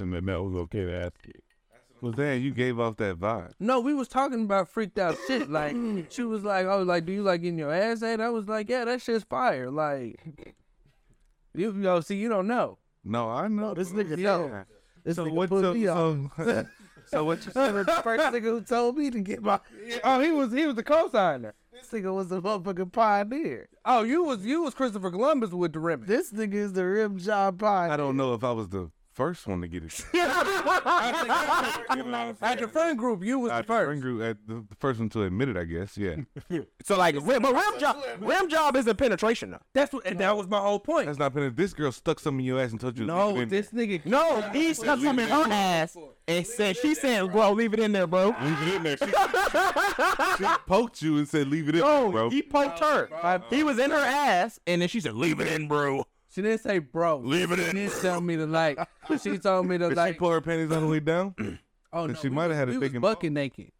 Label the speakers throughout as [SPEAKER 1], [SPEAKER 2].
[SPEAKER 1] and that that was okay to ask you.
[SPEAKER 2] Well, damn, you gave off that vibe.
[SPEAKER 3] No, we was talking about freaked out shit. Like she was like, I was like, do you like getting your ass ate? I was like, yeah, that shit's fire. Like you know, see, you don't know.
[SPEAKER 2] No, I know.
[SPEAKER 4] This nigga,
[SPEAKER 2] Yeah.
[SPEAKER 4] yo, this
[SPEAKER 2] So
[SPEAKER 4] nigga
[SPEAKER 2] what's
[SPEAKER 4] put
[SPEAKER 2] up?
[SPEAKER 4] me on.
[SPEAKER 2] So, so what you
[SPEAKER 4] The first nigga who told me to get my
[SPEAKER 3] Oh, he was he was the co-signer.
[SPEAKER 4] this nigga was the motherfucking pioneer.
[SPEAKER 3] Oh, you was you was Christopher Columbus with the remedy.
[SPEAKER 4] This nigga is the rim job pioneer.
[SPEAKER 2] I don't know if I was the first one to get it.
[SPEAKER 3] At the friend group, you was
[SPEAKER 2] I
[SPEAKER 3] the first.
[SPEAKER 2] Group, uh, the, the first one to admit it, I guess. Yeah,
[SPEAKER 5] So like, rim, but rim job, rim job is a penetration though.
[SPEAKER 3] That's what, and that was my whole point.
[SPEAKER 2] that's not been. This girl stuck something in your ass and told you. to leave it
[SPEAKER 3] No,
[SPEAKER 2] in
[SPEAKER 3] this nigga.
[SPEAKER 5] No, he stuck something in her ass and said, she said, bro, leave it in there, bro.
[SPEAKER 1] Leave it in there. She,
[SPEAKER 2] there. She poked you and said, "Leave it in,
[SPEAKER 5] No,
[SPEAKER 2] bro."
[SPEAKER 5] he poked her. He was in her ass, and then she said, leave it in, bro.
[SPEAKER 3] She didn't say bro.
[SPEAKER 5] Leave it
[SPEAKER 3] She
[SPEAKER 5] in.
[SPEAKER 3] didn't tell me to like. She told me to
[SPEAKER 2] Did
[SPEAKER 3] like.
[SPEAKER 2] she pull her panties on the way down?
[SPEAKER 3] oh no,
[SPEAKER 2] Then she
[SPEAKER 3] we
[SPEAKER 2] might
[SPEAKER 3] was-
[SPEAKER 2] have had a
[SPEAKER 3] we
[SPEAKER 2] big
[SPEAKER 3] was
[SPEAKER 2] em-
[SPEAKER 3] bucket naked.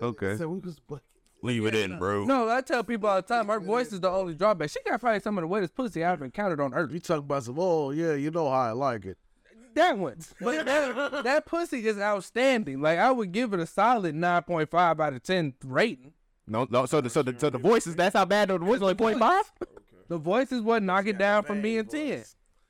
[SPEAKER 2] Okay.
[SPEAKER 4] So we was bucking.
[SPEAKER 5] Leave it in, bro.
[SPEAKER 3] No, I tell people all the time. Her voice is the only drawback. She got probably some of the wettest pussy I've encountered on earth.
[SPEAKER 4] You talking about some? Oh yeah, you know how I like it.
[SPEAKER 3] That one, but that that pussy is outstanding. Like I would give it a solid nine point five out of ten rating.
[SPEAKER 5] No, no. So the so the so the voices. That's how bad the voice only point five.
[SPEAKER 3] The voice is what knock it down from being ten.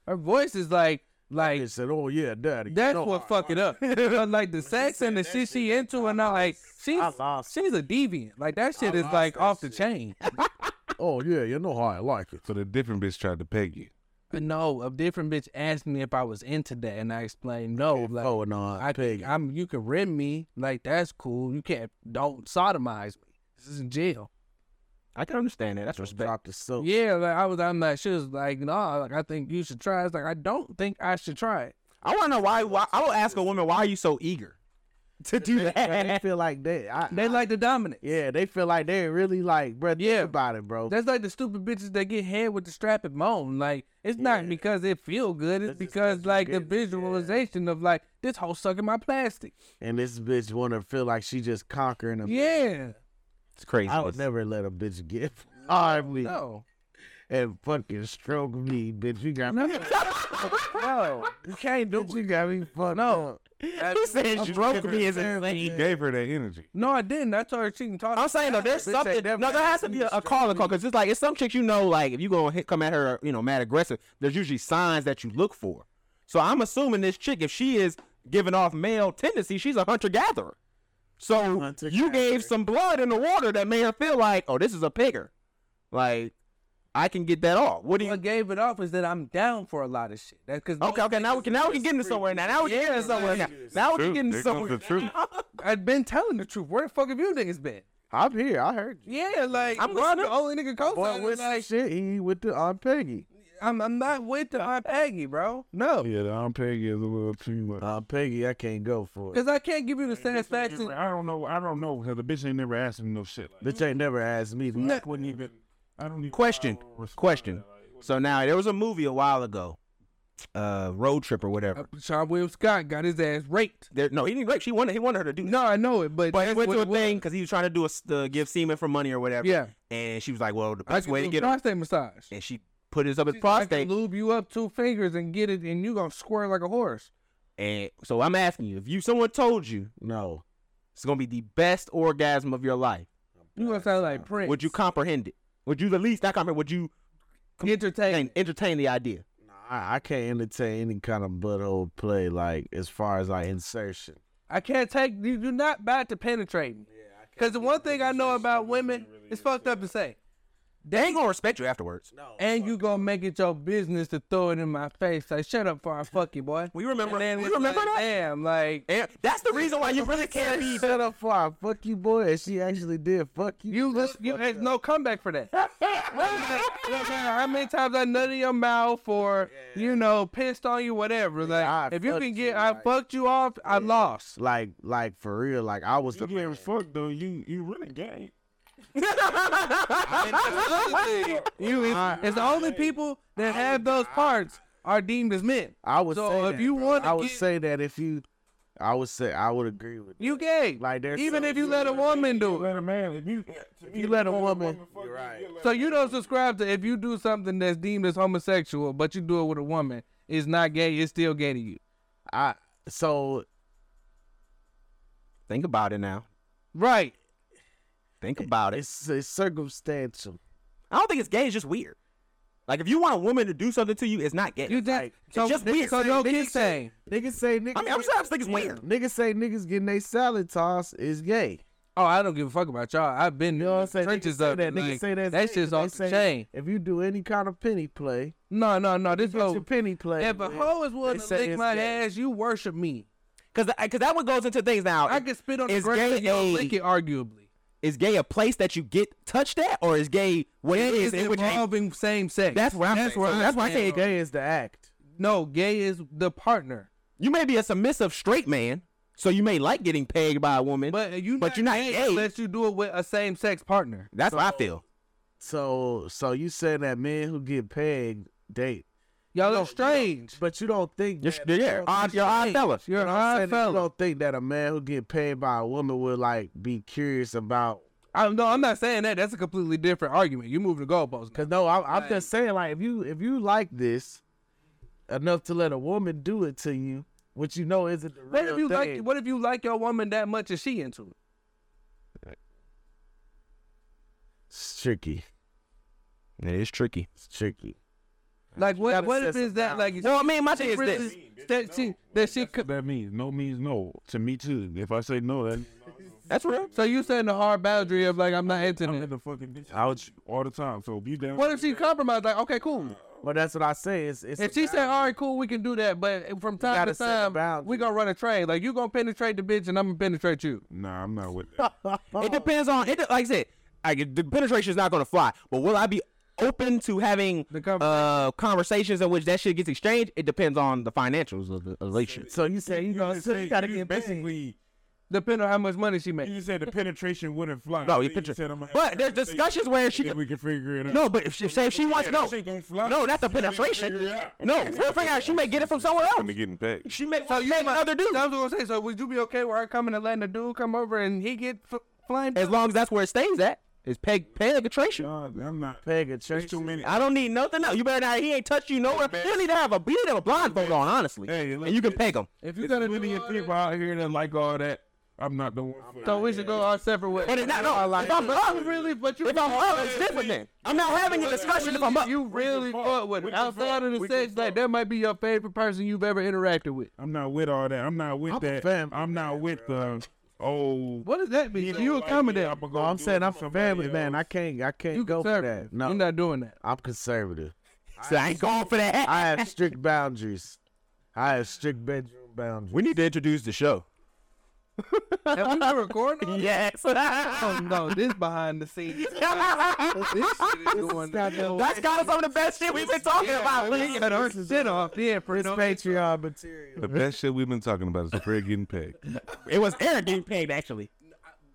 [SPEAKER 3] Her voice is like like
[SPEAKER 4] They said, oh yeah, daddy. you
[SPEAKER 3] That's
[SPEAKER 4] know
[SPEAKER 3] what
[SPEAKER 4] how I
[SPEAKER 3] fuck it up. But like the sex and the shit she into and all, like she's
[SPEAKER 4] I lost
[SPEAKER 3] she's a deviant. Like that shit is like off the chain.
[SPEAKER 4] like- Oh yeah, you know how I like it.
[SPEAKER 2] So the different bitch tried to peg you.
[SPEAKER 3] But no, a different bitch asked me if I was into that, and I explained no. Like
[SPEAKER 4] oh no, I
[SPEAKER 3] I
[SPEAKER 4] pig.
[SPEAKER 3] I'm you can rent me. Like that's cool. You can't don't sodomize me. This is jail.
[SPEAKER 5] I can understand that. That's respect.
[SPEAKER 4] Drop the soap.
[SPEAKER 3] Yeah, like I was. I'm like she was like no. like I think you should try. It's like I don't think I should try it.
[SPEAKER 5] I want to know why, why. I will ask a woman, why are you so eager to do
[SPEAKER 4] They
[SPEAKER 5] that?
[SPEAKER 4] feel like they. I,
[SPEAKER 3] They like the dominant.
[SPEAKER 4] Ah. yeah, they feel like they really like, bro.
[SPEAKER 3] Yeah.
[SPEAKER 4] Yeah, about it, bro.
[SPEAKER 3] That's like the stupid bitches that get head with the strap and moan. Like it's not because it feel good. It's because like the visualization of like this whole sucking my plastic.
[SPEAKER 4] and this bitch want to feel like she just conquering them.
[SPEAKER 3] Yeah.
[SPEAKER 5] It's crazy.
[SPEAKER 4] I would never let a bitch get harm me
[SPEAKER 3] No.
[SPEAKER 4] and fucking stroke me, bitch. You got me.
[SPEAKER 3] No. no. You can't do
[SPEAKER 4] Bitch, you got me fucked. No,
[SPEAKER 5] He said you broke me as insane.
[SPEAKER 2] Gave her that energy.
[SPEAKER 3] No, I didn't. I told her she can talk.
[SPEAKER 5] I'm saying though, there's
[SPEAKER 4] Bitch,
[SPEAKER 5] something.
[SPEAKER 4] ain't
[SPEAKER 5] No,
[SPEAKER 4] never
[SPEAKER 5] there has to be a, a call and call because it's like it's some chicks you know. Like if you gonna hit, come at her, you know, mad aggressive. There's usually signs that you look for. So I'm assuming this chick, if she is giving off male tendencies, she's a hunter gatherer. So you gave some blood in the water that made her feel like, oh, this is a pigger. Like I can get that off. What do you?
[SPEAKER 3] what gave it off is that I'm down for a lot of shit. That's because
[SPEAKER 5] Okay, okay. Now we can now we can get into somewhere. Now now we can get into somewhere. Now now we can
[SPEAKER 2] Truth.
[SPEAKER 5] get into
[SPEAKER 2] Here comes
[SPEAKER 5] somewhere.
[SPEAKER 2] the truth.
[SPEAKER 3] I've been telling the truth. Where the fuck have you niggas been?
[SPEAKER 4] I'm here. I heard you.
[SPEAKER 3] Yeah, like
[SPEAKER 5] I'm
[SPEAKER 3] I'm well, I'm the
[SPEAKER 5] listening.
[SPEAKER 3] only nigga co
[SPEAKER 4] Boy, with
[SPEAKER 3] like
[SPEAKER 4] shit, he with the Aunt Peggy.
[SPEAKER 3] I'm I'm not with the Aunt Aggie, bro. No.
[SPEAKER 1] Oh, yeah, the arm peg is a little too much.
[SPEAKER 4] Aunt Peggy, I can't go for it.
[SPEAKER 3] Because I can't give you the satisfaction.
[SPEAKER 1] I don't know. I don't know because the bitch ain't never asked me no shit. Like,
[SPEAKER 4] Bitch ain't never asked me. To,
[SPEAKER 1] I wouldn't even. I don't even.
[SPEAKER 5] Question.
[SPEAKER 3] Uh,
[SPEAKER 5] Question. So now there was a movie a while ago, uh, Road Trip or whatever.
[SPEAKER 3] Sean William Scott got his ass raped.
[SPEAKER 5] There, no, he didn't rape. She wanted. He wanted her to do.
[SPEAKER 3] No, I know it, but,
[SPEAKER 5] but he
[SPEAKER 3] that's
[SPEAKER 5] went
[SPEAKER 3] what
[SPEAKER 5] to a
[SPEAKER 3] it was.
[SPEAKER 5] thing because he was trying to do a s- uh, give semen for money or whatever.
[SPEAKER 3] Yeah.
[SPEAKER 5] And she was like, "Well, the
[SPEAKER 3] I
[SPEAKER 5] best
[SPEAKER 3] can
[SPEAKER 5] way to
[SPEAKER 3] do
[SPEAKER 5] get her,"
[SPEAKER 3] prostate massage.
[SPEAKER 5] and she put his up his
[SPEAKER 3] I can
[SPEAKER 5] prostate.
[SPEAKER 3] lube you up two fingers and get it, and you gonna squirm like a horse.
[SPEAKER 5] And so I'm asking you, if you someone told you
[SPEAKER 4] no,
[SPEAKER 5] it's gonna be the best orgasm of your life,
[SPEAKER 3] You gonna sound like Prince?
[SPEAKER 5] would you comprehend it? Would you at least not comprehend? Would you
[SPEAKER 3] entertain?
[SPEAKER 5] entertain, entertain the idea?
[SPEAKER 4] I, I can't entertain any kind of butthole play. Like as far as like insertion.
[SPEAKER 3] I can't take you. You're not about to penetrate me. Because the one thing I know about women, it's fucked up to say.
[SPEAKER 5] They ain't gonna respect you afterwards. No.
[SPEAKER 3] And you gonna make it your business to throw it in my face. Like, shut up, for I fuck you, boy.
[SPEAKER 5] We remember.
[SPEAKER 3] And
[SPEAKER 5] we
[SPEAKER 3] it's
[SPEAKER 5] remember
[SPEAKER 3] like,
[SPEAKER 5] that.
[SPEAKER 3] Damn, like
[SPEAKER 5] And that's the reason why you really can't be.
[SPEAKER 4] Shut up, for I fuck you, boy. And she actually did fuck you.
[SPEAKER 3] You listen, you there's no comeback for that. No matter How many times I nutted your mouth or you know pissed on you, whatever. Like
[SPEAKER 4] I
[SPEAKER 3] if you
[SPEAKER 4] fucked
[SPEAKER 3] can
[SPEAKER 4] you,
[SPEAKER 3] get, I
[SPEAKER 4] like-
[SPEAKER 3] fucked you off, I lost.
[SPEAKER 4] Like, like for real. Like I was the
[SPEAKER 1] You getting fucked though. You you really gay.
[SPEAKER 3] You, it's, it's the only people that have those parts are deemed as men.
[SPEAKER 4] I would
[SPEAKER 3] So
[SPEAKER 4] say
[SPEAKER 3] if
[SPEAKER 4] that,
[SPEAKER 3] you
[SPEAKER 4] bro.
[SPEAKER 3] wanna
[SPEAKER 4] I would
[SPEAKER 3] get-
[SPEAKER 4] say that if you, I would say I would agree with you.
[SPEAKER 3] You gay,
[SPEAKER 4] Like, there's
[SPEAKER 3] even
[SPEAKER 4] some-
[SPEAKER 3] if you let a woman do it.
[SPEAKER 1] Let a man. If you to me,
[SPEAKER 4] You let a woman.
[SPEAKER 1] fuck you,
[SPEAKER 4] right.
[SPEAKER 1] you let-
[SPEAKER 3] So you don't subscribe to if you do something that's deemed as homosexual, but you do it with a woman, it's not gay. It's still gay to you.
[SPEAKER 4] I So
[SPEAKER 5] Think about it now.
[SPEAKER 4] right,
[SPEAKER 5] Think about it.
[SPEAKER 4] uh, it's, it's circumstantial.
[SPEAKER 5] I don't think it's gay. It's just weird. Like if you want a woman to do something to you, it's not gay.
[SPEAKER 3] You did. So
[SPEAKER 5] just
[SPEAKER 3] this-
[SPEAKER 5] weird.
[SPEAKER 3] So no
[SPEAKER 5] They
[SPEAKER 3] kid
[SPEAKER 5] just say-
[SPEAKER 3] thing.
[SPEAKER 4] Niggas say niggas.
[SPEAKER 5] I mean, I'm sorry, I just think it's weird.
[SPEAKER 4] Niggas say niggas getting they salad toss is gay.
[SPEAKER 3] Oh, I don't give a fuck about y'all. I've been
[SPEAKER 4] You know what I'm saying?
[SPEAKER 3] trenches
[SPEAKER 4] Niggas say
[SPEAKER 3] up.
[SPEAKER 4] that. Niggas
[SPEAKER 3] like,
[SPEAKER 4] say that's
[SPEAKER 3] that
[SPEAKER 4] gay,
[SPEAKER 3] shit's
[SPEAKER 4] but they
[SPEAKER 3] off the
[SPEAKER 4] say
[SPEAKER 3] chain.
[SPEAKER 4] If you do any kind of penny play,
[SPEAKER 3] No, no, no. This
[SPEAKER 4] that's your
[SPEAKER 3] hoe.
[SPEAKER 4] penny play.
[SPEAKER 3] If a
[SPEAKER 4] man.
[SPEAKER 3] hoe is willing
[SPEAKER 4] They
[SPEAKER 3] to
[SPEAKER 4] say
[SPEAKER 3] lick
[SPEAKER 4] it's
[SPEAKER 3] my
[SPEAKER 4] gay.
[SPEAKER 3] ass, you worship me.
[SPEAKER 5] Because that one goes into things now.
[SPEAKER 3] I could spit on the
[SPEAKER 5] It's
[SPEAKER 3] ground
[SPEAKER 5] gay
[SPEAKER 3] and you'll
[SPEAKER 5] aid.
[SPEAKER 3] lick it, arguably.
[SPEAKER 5] is gay a place that you get touched at, or is gay what it is?
[SPEAKER 3] It's
[SPEAKER 5] in which you-
[SPEAKER 3] involving same sex.
[SPEAKER 5] That's what I'm
[SPEAKER 3] That's
[SPEAKER 5] saying.
[SPEAKER 3] where
[SPEAKER 5] So
[SPEAKER 3] I
[SPEAKER 5] that's why I
[SPEAKER 3] stand
[SPEAKER 5] say
[SPEAKER 3] on.
[SPEAKER 4] gay is the act.
[SPEAKER 3] No, gay is the partner.
[SPEAKER 5] you may be a submissive straight man, so you may like getting pegged by a woman.
[SPEAKER 3] But you
[SPEAKER 5] But you're not gay.
[SPEAKER 3] unless you do it with a same sex partner.
[SPEAKER 5] that's what I feel.
[SPEAKER 4] So so you saying that men who get pegged date,
[SPEAKER 3] Y'all look strange.
[SPEAKER 4] but you don't think
[SPEAKER 5] You're,
[SPEAKER 4] that,
[SPEAKER 5] you're,
[SPEAKER 4] you
[SPEAKER 5] yeah,
[SPEAKER 4] don't
[SPEAKER 5] odd,
[SPEAKER 4] think-
[SPEAKER 5] you're odd
[SPEAKER 3] Hey,
[SPEAKER 5] fella.
[SPEAKER 3] You're an
[SPEAKER 4] you know what I'm
[SPEAKER 3] odd
[SPEAKER 4] saying? You
[SPEAKER 3] fella.
[SPEAKER 4] don't think that a man who get pegged by a woman would like be curious about
[SPEAKER 3] I'm, no, I'm not saying that. That's a completely different argument. You're moving the goalposts. now.
[SPEAKER 4] Cause no, I, I'm just saying, like if you if you like this enough to let a woman do it to you, which you know isn't the
[SPEAKER 3] What
[SPEAKER 4] real
[SPEAKER 3] if you
[SPEAKER 4] thing.
[SPEAKER 3] like? What if you like your woman that much and she into it?
[SPEAKER 4] it's tricky.
[SPEAKER 5] It is tricky.
[SPEAKER 4] It's tricky.
[SPEAKER 3] Like what?
[SPEAKER 4] gotta
[SPEAKER 3] What if
[SPEAKER 4] set
[SPEAKER 3] it's that?
[SPEAKER 4] some
[SPEAKER 3] Like
[SPEAKER 5] Well, I mean, my thing
[SPEAKER 3] she
[SPEAKER 5] is
[SPEAKER 3] really-
[SPEAKER 5] this.
[SPEAKER 3] that she that she.
[SPEAKER 1] What
[SPEAKER 3] could-
[SPEAKER 1] that means no means no to me too. If I say no, that
[SPEAKER 5] That's real.
[SPEAKER 3] So you setting a hard boundary of like I'm not into
[SPEAKER 1] I'm in
[SPEAKER 3] that.
[SPEAKER 1] the fucking bitch out all the time. So if you down,
[SPEAKER 3] What if she compromised? Like okay, cool.
[SPEAKER 4] But that's what I say. It's, it's
[SPEAKER 3] If she said all right, cool, we can do that, but from time
[SPEAKER 4] gotta
[SPEAKER 3] to
[SPEAKER 4] set a
[SPEAKER 3] time
[SPEAKER 4] boundary.
[SPEAKER 3] we gonna run a train. Like you gonna penetrate the bitch and I'm gonna penetrate you.
[SPEAKER 1] Nah, I'm not with that.
[SPEAKER 4] Oh.
[SPEAKER 5] It depends on it. Like I said, I, get- the penetration is not going to fly. But will I be open to having
[SPEAKER 3] The conversation.
[SPEAKER 5] uh, conversations in which that shit gets exchanged? It depends on the financials of the relationship.
[SPEAKER 4] so you say you know
[SPEAKER 1] just
[SPEAKER 4] so you
[SPEAKER 1] said-
[SPEAKER 4] gotta
[SPEAKER 1] you
[SPEAKER 4] get basically.
[SPEAKER 1] basically.
[SPEAKER 3] Depending on how much money she
[SPEAKER 1] You
[SPEAKER 3] makes.
[SPEAKER 1] just said the penetration wouldn't fly.
[SPEAKER 5] No,
[SPEAKER 1] Then
[SPEAKER 5] Oh, you picture. But there's discussions where she
[SPEAKER 1] Then we can figure it out.
[SPEAKER 5] No, but if she, say if she wants no,
[SPEAKER 1] that shit gonna fly.
[SPEAKER 5] no, not the
[SPEAKER 1] She gotta
[SPEAKER 5] penetration.
[SPEAKER 1] figure it out.
[SPEAKER 5] No, we'll figure out. She may get it from somewhere else.
[SPEAKER 2] When they getting pegged.
[SPEAKER 5] She may so get another dude.
[SPEAKER 3] I was gonna say. So would you be okay with her coming and letting a dude come over and he get f- flying?
[SPEAKER 5] As long as that's where it stays at, is peg penetration.
[SPEAKER 1] God, I'm not.
[SPEAKER 4] Peg a
[SPEAKER 1] There's
[SPEAKER 4] church.
[SPEAKER 1] too many.
[SPEAKER 5] I don't need nothing else. You better not. He ain't touched you nowhere. You need to have a. You need to have a blindfold on, honestly.
[SPEAKER 1] Hey,
[SPEAKER 5] and you can peg him.
[SPEAKER 3] if you
[SPEAKER 1] You
[SPEAKER 3] gotta
[SPEAKER 1] got
[SPEAKER 3] do
[SPEAKER 1] plenty of
[SPEAKER 3] all
[SPEAKER 1] people
[SPEAKER 3] that-
[SPEAKER 1] out here that like all that. I'm not the one. for
[SPEAKER 3] so
[SPEAKER 1] it.
[SPEAKER 3] we should go our separate ways.
[SPEAKER 5] But it's not. No, if I'm
[SPEAKER 3] You
[SPEAKER 5] up,
[SPEAKER 3] really, but you
[SPEAKER 5] if I'm up, it's different. Then I'm not having a discussion if I'm up.
[SPEAKER 3] You really
[SPEAKER 1] fuck.
[SPEAKER 3] fuck with
[SPEAKER 1] We
[SPEAKER 3] it.
[SPEAKER 1] can
[SPEAKER 3] outside
[SPEAKER 1] fuck.
[SPEAKER 3] of the
[SPEAKER 1] We can
[SPEAKER 3] sex, like
[SPEAKER 1] fuck.
[SPEAKER 3] that might be your favorite person you've ever interacted with.
[SPEAKER 1] I'm not with all that. I'm not with
[SPEAKER 4] I'm a
[SPEAKER 1] that.
[SPEAKER 4] family
[SPEAKER 1] I'm not with the oh.
[SPEAKER 3] What does that mean?
[SPEAKER 1] don't
[SPEAKER 3] you
[SPEAKER 1] like
[SPEAKER 3] accommodate?
[SPEAKER 1] it, I'ma go
[SPEAKER 4] No, I'm
[SPEAKER 1] do
[SPEAKER 4] saying
[SPEAKER 1] it
[SPEAKER 4] I'm
[SPEAKER 1] for
[SPEAKER 4] from
[SPEAKER 1] somebody
[SPEAKER 4] family, man. I
[SPEAKER 1] else.
[SPEAKER 4] can't I can't
[SPEAKER 3] you
[SPEAKER 4] go for
[SPEAKER 3] conservative.
[SPEAKER 4] that. No,
[SPEAKER 3] You're not doing that.
[SPEAKER 4] I'm conservative.
[SPEAKER 5] So I ain't going for that.
[SPEAKER 4] I have strict boundaries. I have strict bedroom boundaries.
[SPEAKER 5] we need to introduce the show.
[SPEAKER 3] Have we been recording? all this?
[SPEAKER 5] Yes.
[SPEAKER 3] Oh no, this behind the scenes. This shit is going.
[SPEAKER 5] That's kind of some of the best shit we've been talking about.
[SPEAKER 3] We cut our shit off. Yeah, for
[SPEAKER 4] It's
[SPEAKER 3] no-
[SPEAKER 4] Patreon material.
[SPEAKER 2] The best shit we've been talking about is the Fred getting pegged.
[SPEAKER 5] It was Eric getting pegged, actually.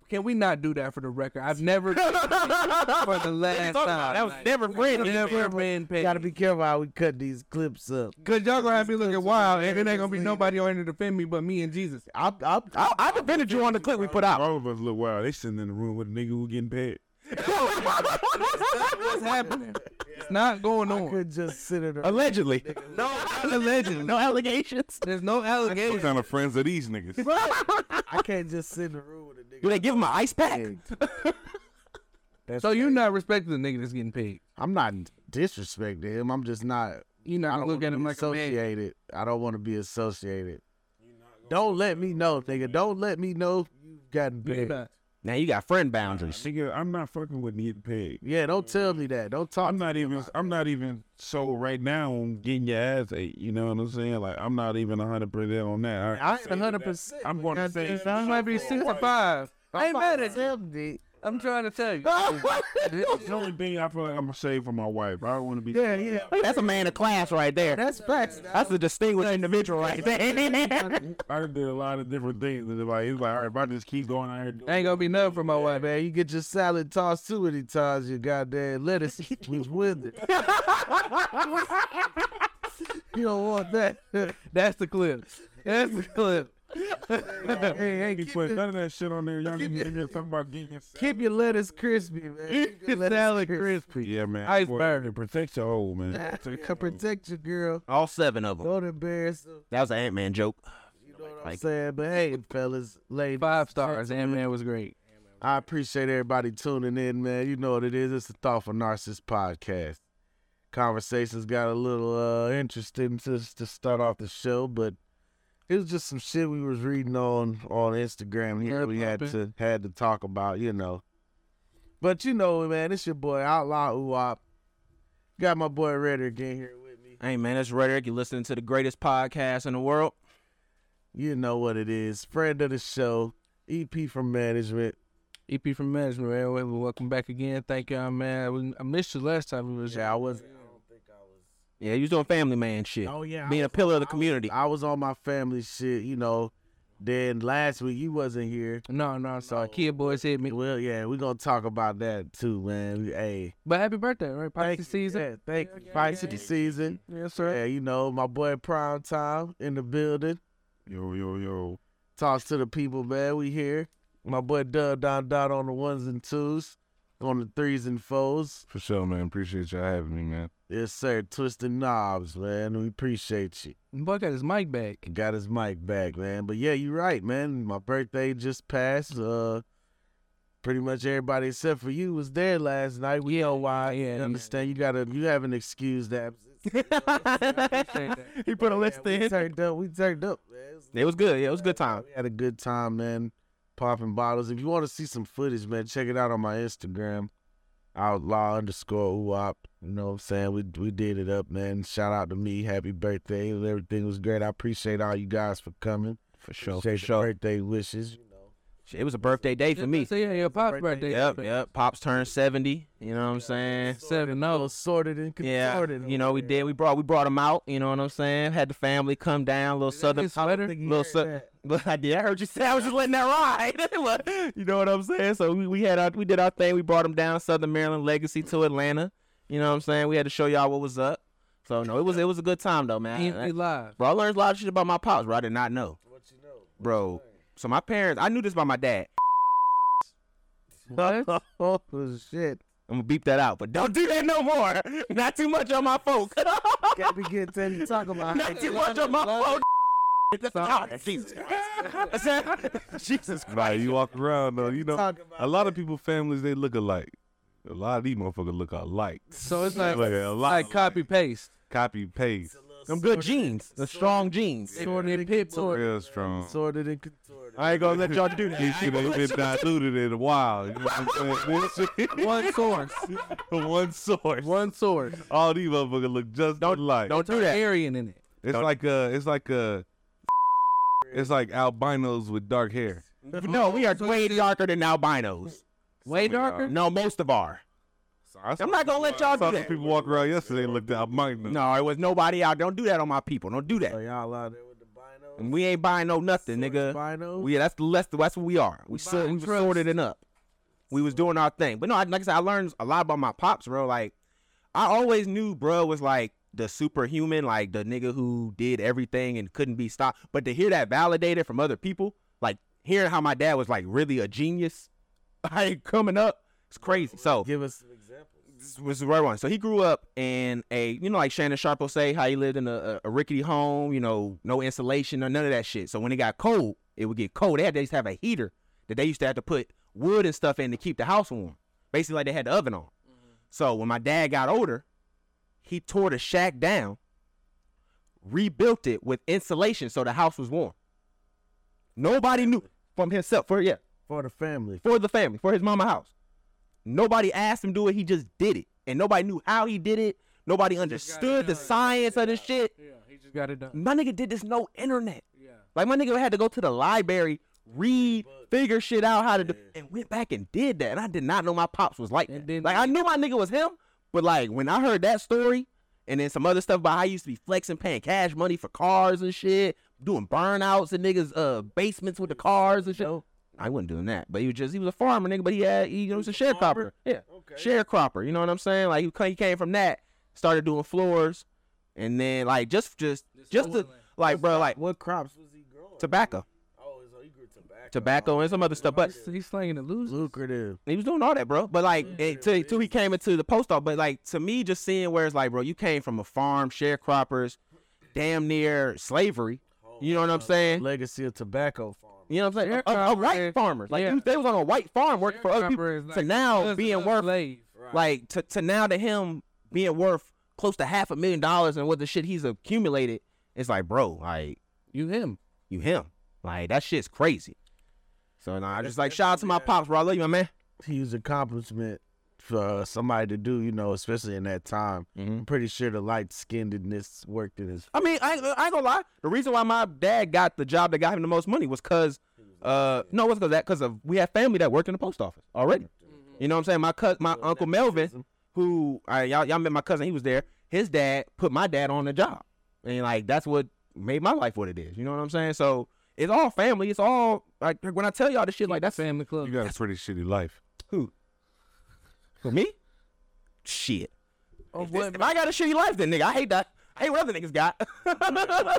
[SPEAKER 3] Can we not do that for the record? I've never for the last time.
[SPEAKER 5] That was never Fred.
[SPEAKER 3] never been paid.
[SPEAKER 4] Gotta be careful how we cut these clips up.
[SPEAKER 3] Cause y'all gonna have me looking wild, and it ain't gonna be nobody on here to defend me but me and Jesus.
[SPEAKER 4] I'm, I'm,
[SPEAKER 5] I, I defended you on the clip we put out.
[SPEAKER 1] All of us look wild. They sitting in the room with a nigga who getting paid.
[SPEAKER 3] What's happening? It's not going
[SPEAKER 4] I
[SPEAKER 3] on.
[SPEAKER 4] could just sit in a
[SPEAKER 5] Allegedly.
[SPEAKER 3] No, allegedly.
[SPEAKER 5] No allegations.
[SPEAKER 3] There's no
[SPEAKER 2] What
[SPEAKER 3] allegation.
[SPEAKER 2] kind of friends are these niggas?
[SPEAKER 4] I can't just sit in the room with a nigga.
[SPEAKER 5] Do they give him an ice pack?
[SPEAKER 4] That's
[SPEAKER 3] So you're
[SPEAKER 4] crazy.
[SPEAKER 3] not respecting the nigga that's getting paid.
[SPEAKER 4] I'm not disrespecting him. I'm just not.
[SPEAKER 3] You
[SPEAKER 4] I
[SPEAKER 3] not
[SPEAKER 4] don't
[SPEAKER 3] gonna look
[SPEAKER 4] wanna
[SPEAKER 3] at
[SPEAKER 4] be
[SPEAKER 3] him like a man.
[SPEAKER 4] associated. I don't want to be associated. Don't let me know, nigga. Don't let me know you've gotten
[SPEAKER 3] You're
[SPEAKER 4] big.
[SPEAKER 3] not.
[SPEAKER 5] Now you got friend boundaries.
[SPEAKER 1] Nigga, I'm not fucking with getting paid.
[SPEAKER 4] Yeah, don't tell me that. Don't talk.
[SPEAKER 1] I'm not even. I'm not even so right now on getting your ass ate. You know what I'm saying? Like I'm not even 100 percent on that.
[SPEAKER 4] I ain't 100. percent
[SPEAKER 1] I'm going to say
[SPEAKER 3] I might be sixty-five. I ain't mad at you.
[SPEAKER 4] seventy.
[SPEAKER 3] I'm trying to tell you.
[SPEAKER 1] It's the only thing I feel like I'm gonna save for my wife. I don't want to be.
[SPEAKER 4] Yeah, yeah.
[SPEAKER 5] That's a man of class right there.
[SPEAKER 4] That's facts.
[SPEAKER 5] That's a distinguished individual right there.
[SPEAKER 1] I done did a lot of different things. And it's like, it's like, all right, if I just keep going out here, doing
[SPEAKER 3] Ain't gonna be nothing for my wife, man.
[SPEAKER 4] Man, you get your salad tossed too many times. Your goddamn lettuce was withered. you don't want that. hey,
[SPEAKER 3] That's the clip. That's the clip.
[SPEAKER 4] hey,
[SPEAKER 1] He
[SPEAKER 4] keep
[SPEAKER 1] put
[SPEAKER 4] your-
[SPEAKER 1] none of that shit on there. Y'all niggas in here talking about getting your
[SPEAKER 4] Keep your lettuce crispy, man. Keep your salad crispy.
[SPEAKER 1] Yeah, man.
[SPEAKER 3] Iceberg.
[SPEAKER 1] Boy, Protect your old man.
[SPEAKER 4] Protect your girl.
[SPEAKER 5] All seven of them.
[SPEAKER 4] Don't embarrass them.
[SPEAKER 5] That was an Ant Man joke.
[SPEAKER 4] You know I'm saying? But hey, fellas, ladies,
[SPEAKER 3] Five stars. Ant Man was great.
[SPEAKER 4] I appreciate everybody tuning in, man. You know what it is. It's the Thoughtful Narcissist Podcast. Conversations got a little uh, interesting just to start off the show, but it was just some shit we was reading on on Instagram here.
[SPEAKER 3] Yeah,
[SPEAKER 4] we had
[SPEAKER 3] puppy.
[SPEAKER 4] to had to talk about, you know. But you know, man, it's your boy Outlaw Uwop. Got my boy Redder again here with me.
[SPEAKER 5] Hey man, that's rhetoric. You're listening to the greatest podcast in the world.
[SPEAKER 4] You know what it is. Friend of the show, EP from management.
[SPEAKER 3] EP E from Management, man. Well, Welcome back again. Thank y'all, man. I was- I missed you last time we was
[SPEAKER 4] Yeah, I was.
[SPEAKER 5] Yeah, you was doing family man shit.
[SPEAKER 4] Oh yeah, I
[SPEAKER 5] Being a
[SPEAKER 4] was
[SPEAKER 5] pillar of the
[SPEAKER 4] I was-
[SPEAKER 5] community.
[SPEAKER 4] I was on my family shit, you know. Then last week you wasn't here.
[SPEAKER 3] No, no, sorry. Kid boys hit me.
[SPEAKER 4] Well, yeah, we're gonna talk about that too, man. We- Hey,
[SPEAKER 3] But happy birthday, right? Poppy
[SPEAKER 4] you,
[SPEAKER 3] season.
[SPEAKER 4] yeah, thank you.
[SPEAKER 3] Yeah,
[SPEAKER 4] Spicy
[SPEAKER 3] yeah.
[SPEAKER 4] season.
[SPEAKER 3] Yes, sir.
[SPEAKER 4] Yeah, you know, my boy Prime Time in the building.
[SPEAKER 2] Yo, yo, yo.
[SPEAKER 4] Talks to the people, man. We here. My boy Dub Don Don on the ones and twos, on the threes and fours.
[SPEAKER 2] For sure, man. Appreciate y'all having me, man.
[SPEAKER 4] Yes, sir. Twisting knobs, man. We appreciate you.
[SPEAKER 3] Boy got his mic back.
[SPEAKER 4] Got his mic back, man. But yeah, you're right, man. My birthday just passed. Uh, pretty much everybody except for you was there last night. We know why.
[SPEAKER 3] yeah,
[SPEAKER 4] Yeah,
[SPEAKER 3] yeah.
[SPEAKER 4] understand. You gotta. You have an excuse that.
[SPEAKER 5] he put a list
[SPEAKER 4] We
[SPEAKER 5] in.
[SPEAKER 4] turned up. We turned up. man.
[SPEAKER 5] It was good. Yeah, it was a good time.
[SPEAKER 4] We had a good time, man. Popping bottles. If you want to see some footage, man, check it out on my Instagram, outlaw underscore uop. You know what I'm saying? We we did it up, man. Shout out to me. Happy birthday. Everything was great. I appreciate all you guys for coming.
[SPEAKER 5] For sure. For
[SPEAKER 4] Appreciate the
[SPEAKER 5] sure.
[SPEAKER 4] birthday wishes.
[SPEAKER 5] It was a birthday day for me.
[SPEAKER 3] So yeah, yeah, Poppy birthday.
[SPEAKER 5] Yep, yep. Pops turned seventy. You know what I'm saying?
[SPEAKER 3] Seven
[SPEAKER 4] Well,
[SPEAKER 3] oh.
[SPEAKER 4] sorted and
[SPEAKER 5] Yeah.
[SPEAKER 4] consorted.
[SPEAKER 5] You know we did. We brought we brought him out. You know what I'm saying? Had the family come down. Little southern.
[SPEAKER 3] His sweater.
[SPEAKER 5] Little sou- But I did. I heard you say I was just letting that ride. you know what I'm saying? So we, we had our we did our thing. We brought him down Southern Maryland Legacy to Atlanta. You know what I'm saying? We had to show y'all what was up. So no, it was it was a good time though, man.
[SPEAKER 3] He live.
[SPEAKER 5] Bro, I learned a lot of shit about my pops, bro. I did not know. What you know? Bro. So my parents, I knew this about my dad.
[SPEAKER 3] What?
[SPEAKER 4] Oh shit!
[SPEAKER 5] I'm gonna beep that out, but don't do that no more. Not too much on my folk.
[SPEAKER 4] Can't be getting to talk about.
[SPEAKER 5] Not too much on my folk. That's God, Jesus Christ. Jesus Christ.
[SPEAKER 2] Like, you walk around, though, you know,
[SPEAKER 4] Talk about
[SPEAKER 2] a lot of people, families, they look alike. A lot of these motherfuckers look alike.
[SPEAKER 3] So it's like,
[SPEAKER 2] Like a lot
[SPEAKER 3] like
[SPEAKER 2] of
[SPEAKER 3] copy paste.
[SPEAKER 2] Copy, paste.
[SPEAKER 5] Them good genes. The strong genes.
[SPEAKER 3] Sorted and pit bull.
[SPEAKER 2] Real strong.
[SPEAKER 4] sorted and consorted.
[SPEAKER 5] I ain't gonna let y'all do
[SPEAKER 2] These shit ain't been diluted in a while. You know what I'm
[SPEAKER 3] One source.
[SPEAKER 2] saying? One source.
[SPEAKER 3] One source.
[SPEAKER 2] All these motherfuckers look just alike.
[SPEAKER 5] Don't do that.
[SPEAKER 3] Aryan in it.
[SPEAKER 2] It's like uh it's like uh it's like albinos with dark hair.
[SPEAKER 5] No, we are way darker than albinos.
[SPEAKER 3] Way darker.
[SPEAKER 5] No, most of our. I'm not gonna let y'all
[SPEAKER 2] I
[SPEAKER 5] do
[SPEAKER 2] saw some
[SPEAKER 5] that.
[SPEAKER 2] people walk around yesterday and looked albino.
[SPEAKER 5] No, it was nobody out. Don't do that on my people. Don't do
[SPEAKER 4] So
[SPEAKER 5] that.
[SPEAKER 4] oh, y'all out there with the binos.
[SPEAKER 5] And we ain't buying no nothing, nigga.
[SPEAKER 4] Binos.
[SPEAKER 5] We, yeah, that's the less. That's what we are. We sort, we was sorted it up. We was doing our thing. But no, I, like I said, I learned a lot about my pops, bro. Like I always knew, bro, was like the superhuman, like the nigga who did everything and couldn't be stopped. But to hear that validated from other people, like hearing how my dad was like really a genius, like coming up, it's crazy. So
[SPEAKER 4] Give us an example.
[SPEAKER 5] this was the right one. So he grew up in a, you know, like Shannon Sharp will say, how he lived in a, a, a rickety home, you know, no insulation or none of that shit. So when it got cold, it would get cold. They, had, they used to have a heater that they used to have to put wood and stuff in to keep the house warm. Basically, like they had the oven on. So when my dad got older, he tore the shack down, rebuilt it with insulation so the house was warm. Nobody knew from himself. For yeah,
[SPEAKER 4] For the family.
[SPEAKER 5] for the family, for his mama house. Nobody asked him to do it. He just did it, and nobody knew how he did it. Nobody understood the science of this shit.
[SPEAKER 3] Yeah, he just got it done.
[SPEAKER 5] My nigga did this no internet.
[SPEAKER 3] Yeah.
[SPEAKER 5] Like my nigga had to go to the library, read, figure shit out how to do, and went back and did that. And I did not know my pops was like
[SPEAKER 3] And
[SPEAKER 5] that.
[SPEAKER 3] then-
[SPEAKER 5] Like I knew my nigga was him, but like when I heard that story and then some other stuff about how he used to be flexing, paying cash money for cars and shit, doing burnouts and niggas' uh basements with the cars and shit. I wasn't doing that, but he was just he was a farmer nigga, but he had he, you know, was a sharecropper. Yeah, sharecropper. You know what I'm saying? Like he ca- he came from that, started doing floors, and then like just just just the, like bro like
[SPEAKER 4] What crops was he growing?
[SPEAKER 5] tobacco
[SPEAKER 4] Oh, so he grew tobacco.
[SPEAKER 5] tobacco and some other stuff. But
[SPEAKER 3] He's slanging the losers.
[SPEAKER 4] Lucrative.
[SPEAKER 5] he was doing all that, bro. But like it, till, till he came into the post office. But like to me, just seeing where it's like, bro, you came from a farm, sharecroppers, damn near slavery, You know what I'm saying?
[SPEAKER 4] Legacy of tobacco farm.
[SPEAKER 5] You know what I'm saying?
[SPEAKER 3] Their
[SPEAKER 5] A, a- a
[SPEAKER 3] comrade-
[SPEAKER 5] white farmer. Like
[SPEAKER 3] yeah.
[SPEAKER 5] you, they was on a white farm working for other people.
[SPEAKER 3] Comrade is
[SPEAKER 5] to
[SPEAKER 3] like
[SPEAKER 5] now
[SPEAKER 3] us
[SPEAKER 5] being
[SPEAKER 3] of
[SPEAKER 5] worth
[SPEAKER 3] slave.
[SPEAKER 5] like to, to now to him being worth close to half a million dollars and what the shit he's accumulated. It's like, bro, like
[SPEAKER 3] You him.
[SPEAKER 5] you him. Like that shit's crazy. So nah, I just like shout out to my pops, bro. I love you, my man.
[SPEAKER 4] Huge accomplishment for uh, somebody to do, you know, especially in that time.
[SPEAKER 5] Mhm.
[SPEAKER 4] I'm pretty sure the light skinnedness worked in his.
[SPEAKER 5] I mean, I, ain't- I ain't gonna lie. The reason why my dad got the job that got him the most money was cause, uh, no, it was cause that cause of we had family that worked in the post office already. You know what I'm saying? My cousin, my uncle Melvin, who I y'all y'all met my cousin, he was there. His dad put my dad on the job, and like that's what made my life what it is. You know what I'm saying? So it's all family. It's all like when I tell y'all this shit, like that's
[SPEAKER 3] Family club.
[SPEAKER 2] You got a pretty shitty life.
[SPEAKER 5] who Who, me. Shit.
[SPEAKER 3] Oh,
[SPEAKER 5] If, this-
[SPEAKER 3] what,
[SPEAKER 5] if I got a shitty life, then nigga, I hate that. I hate what other niggas got.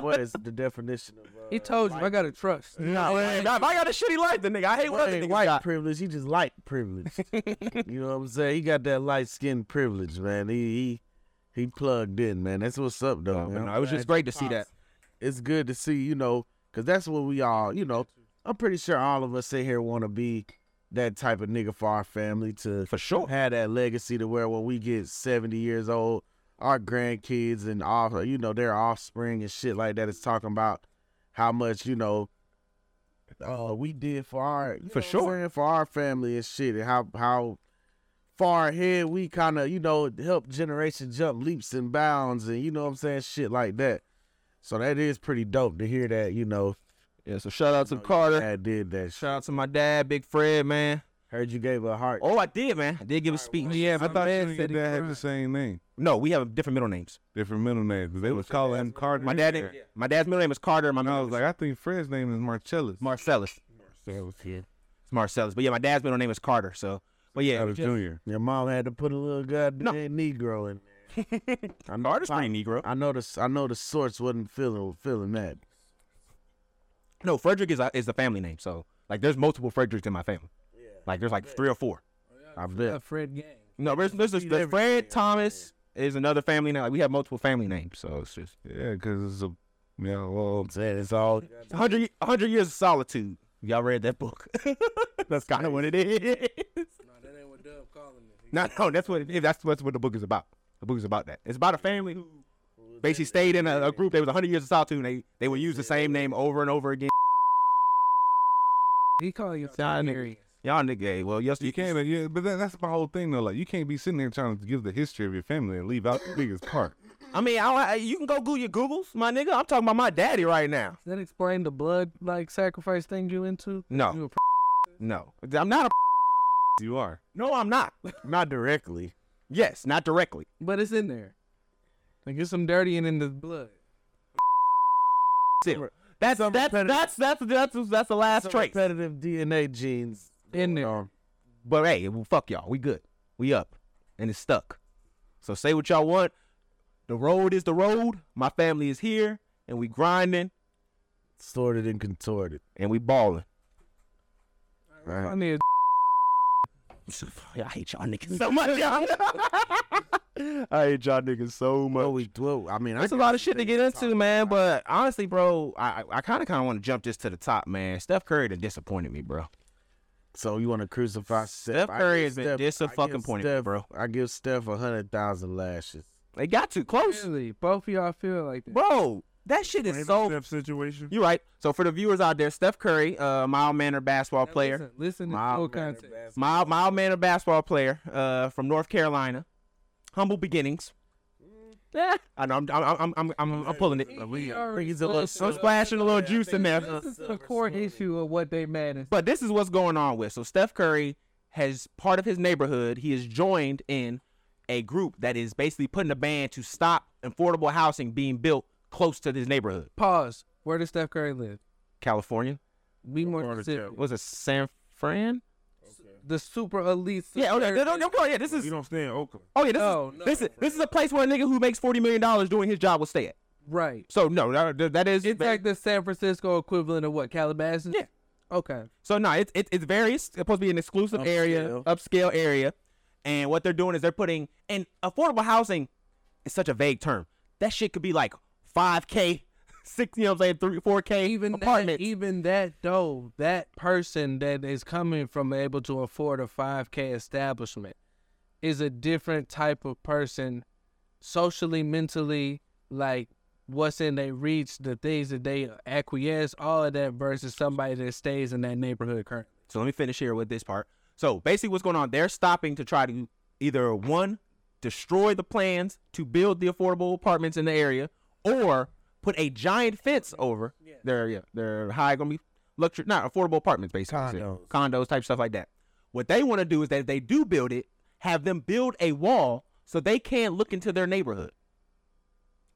[SPEAKER 4] What is the definition of uh,
[SPEAKER 3] he told you I gotta trust.
[SPEAKER 5] Nah, nah, if I got a shitty life, then nigga, I hate what
[SPEAKER 4] Well,
[SPEAKER 5] other
[SPEAKER 4] ain't
[SPEAKER 5] niggas
[SPEAKER 4] white
[SPEAKER 5] got.
[SPEAKER 4] privilege. He just light privilege. you know what I'm saying? He got that light skin privilege, man. He he he plugged in, man. That's what's up, though. man.
[SPEAKER 5] No, it was just great to see that.
[SPEAKER 4] It's good to see, you know, because that's what we all, you know. I'm pretty sure all of us sit here want to be that type of nigga for our family to
[SPEAKER 5] For sure.
[SPEAKER 4] have that legacy to where when we get 70 years old, our grandkids and all, you know, their offspring and shit like that is talking about how much, you know, uh, we did for our you know what I'm
[SPEAKER 5] sure.
[SPEAKER 4] saying, for our family and shit and how how far ahead we kind of you know help generation jump leaps and bounds and you know what I'm saying shit like that. So that is pretty dope to hear that you know
[SPEAKER 5] Yeah, so shout out to
[SPEAKER 4] I
[SPEAKER 5] Carter.
[SPEAKER 4] did that. Shit.
[SPEAKER 5] Shout out to my dad, Big Fred, man.
[SPEAKER 4] Heard you gave a heart.
[SPEAKER 5] Oh, I did, man. I did give a speech.
[SPEAKER 3] Yeah,
[SPEAKER 2] I
[SPEAKER 3] my
[SPEAKER 2] thought you
[SPEAKER 3] man
[SPEAKER 2] and your
[SPEAKER 3] said he
[SPEAKER 2] dad had
[SPEAKER 3] cried.
[SPEAKER 2] the same name,
[SPEAKER 5] No, we have different middle names.
[SPEAKER 2] different middle name. 'cause They was calling him Carter.
[SPEAKER 5] My dad, my dad's middle name is Carter. My
[SPEAKER 2] And I
[SPEAKER 5] middle
[SPEAKER 2] was
[SPEAKER 5] name
[SPEAKER 2] like, I think Fred's name is Marcellus.
[SPEAKER 5] is Marcellus.
[SPEAKER 2] Marcellus. Yeah.
[SPEAKER 5] It's Marcellus. But yeah, my dad's middle name is Carter. So, but yeah,
[SPEAKER 2] Carter Junior.
[SPEAKER 4] Your mom had to put a little goddamn Negro in.
[SPEAKER 5] I'm artist, I ain't Negro.
[SPEAKER 4] I know the I know the source wasn't feeling feeling that.
[SPEAKER 5] No, Frederick is a, is the family name. So, like, there's multiple Fredericks in my family. Like, there's like three or four.
[SPEAKER 4] I
[SPEAKER 3] A
[SPEAKER 4] bet.
[SPEAKER 3] Fred gang.
[SPEAKER 5] No, there's there's, there's, there's Fred Thomas is another family name. Like, we have multiple family names. So it's just
[SPEAKER 2] Yeah, because it's a yeah. Well,
[SPEAKER 4] I'm saying it's all
[SPEAKER 5] 100, 100 years of solitude. Y'all read that book. that's kind of what it is.
[SPEAKER 3] No, that ain't what Dub calling me.
[SPEAKER 5] No, no, that's what it is. That's, that's what the book is about. The book is about that. It's about a family who basically stayed in a, a group. They was 100 years of solitude, and they, they would use the same name over and over again.
[SPEAKER 3] He calling you
[SPEAKER 5] Nah, nigga.
[SPEAKER 3] Tiberius.
[SPEAKER 5] Y'all nigga, hey, well, yes,
[SPEAKER 2] you can't. uh, Yeah, but that, that's my whole thing though. Like, you can't be sitting there trying to give the history of your family and leave out the biggest part.
[SPEAKER 5] I mean, I, don't- I, you can go Google your Googles, my nigga. I'm talking about my daddy right now.
[SPEAKER 3] Does that explain the blood like sacrifice thing you into?
[SPEAKER 5] No.
[SPEAKER 3] You a pr-
[SPEAKER 5] No, I'm not a.
[SPEAKER 2] You are.
[SPEAKER 5] No, I'm not.
[SPEAKER 4] not directly.
[SPEAKER 5] yes, not directly.
[SPEAKER 3] but it's in there. Like it's some dirty and in the blood.
[SPEAKER 5] Still. That's, that's, that's, that's, that's, that's, the last trace.
[SPEAKER 4] Repetitive DNA genes
[SPEAKER 3] In there.
[SPEAKER 4] Um,
[SPEAKER 5] But hey, well, fuck y'all. We good. We up. And it's stuck. So say what y'all want. The road is the road. My family is here. And we grinding.
[SPEAKER 4] sorted and contorted.
[SPEAKER 5] And we balling.
[SPEAKER 3] I need a
[SPEAKER 5] I hate y'all niggas so much, y'all. I hate y'all niggas so much.
[SPEAKER 4] Well, we well, I mean, I
[SPEAKER 5] That's a lot of shit to get into, man. But honestly, bro, I I kind of kind of want to jump this to the top, man. Steph Curry done disappointed me, bro.
[SPEAKER 4] So you want to crucify
[SPEAKER 5] Steph
[SPEAKER 4] I
[SPEAKER 5] Curry
[SPEAKER 4] give
[SPEAKER 5] has been
[SPEAKER 4] Steph-
[SPEAKER 5] dis- a
[SPEAKER 4] I give
[SPEAKER 5] fucking point,
[SPEAKER 4] Steph-
[SPEAKER 5] bro.
[SPEAKER 4] I give Steph a hundred thousand lashes.
[SPEAKER 5] They got too close,
[SPEAKER 3] really. Both of y'all feel like that.
[SPEAKER 5] bro. That shit is so.
[SPEAKER 2] situation.
[SPEAKER 5] You're right. So for the viewers out there, Steph Curry, uh, mild mannered basketball player.
[SPEAKER 3] Listen, listen to
[SPEAKER 4] My-
[SPEAKER 3] full context.
[SPEAKER 5] mild mild mannered basketball player uh, from North Carolina, humble beginnings. Yeah, I know. I'm I'm I'm I'm, I'm, I'm pulling it. I'm
[SPEAKER 4] he's a little
[SPEAKER 5] splashing a little juice in there.
[SPEAKER 3] This is the core issue of what they mad at.
[SPEAKER 5] But this is what's going on with. So Steph Curry has part of his neighborhood. He is joined in a group that is basically putting a ban to stop affordable housing being built close to this neighborhood.
[SPEAKER 3] Pause. Where does Steph Curry live?
[SPEAKER 5] California
[SPEAKER 3] Be more specific.
[SPEAKER 5] was it San Fran?
[SPEAKER 3] The super elite.
[SPEAKER 5] Yeah. Oh, no, no, no, no, no, yeah. This is.
[SPEAKER 2] You don't stay in Oakland.
[SPEAKER 5] Oh yeah. This
[SPEAKER 3] No,
[SPEAKER 5] is.
[SPEAKER 3] no.
[SPEAKER 5] This is. This is a place where a nigga who makes forty million dollars doing his job will stay at.
[SPEAKER 3] Right.
[SPEAKER 5] So no, that, that is.
[SPEAKER 3] It's like the San Francisco equivalent of what Calabasas.
[SPEAKER 5] Yeah.
[SPEAKER 3] Okay.
[SPEAKER 5] So no, it's it's it's very it's supposed to be an exclusive area,
[SPEAKER 4] Upscale.
[SPEAKER 5] upscale area, and what they're doing is they're putting and affordable housing is such a vague term. That shit could be like five k, six, you know, what I'm saying three, four K
[SPEAKER 3] even that,
[SPEAKER 5] apartments.
[SPEAKER 3] even that though that person that is coming from able to afford a 5k establishment is a different type of person socially mentally like what's in their reach the things that they acquiesce all of that versus somebody that stays in that neighborhood currently
[SPEAKER 5] So let me finish here with this part. So basically, what's going on? They're stopping to try to either one destroy the plans to build the affordable apartments in the area, or put a giant fence over their yeah, their high gonna be luxury not affordable apartments basically So condos type stuff like that. What they want to do is that if they do build it, have them build a wall so they can't look into their neighborhood.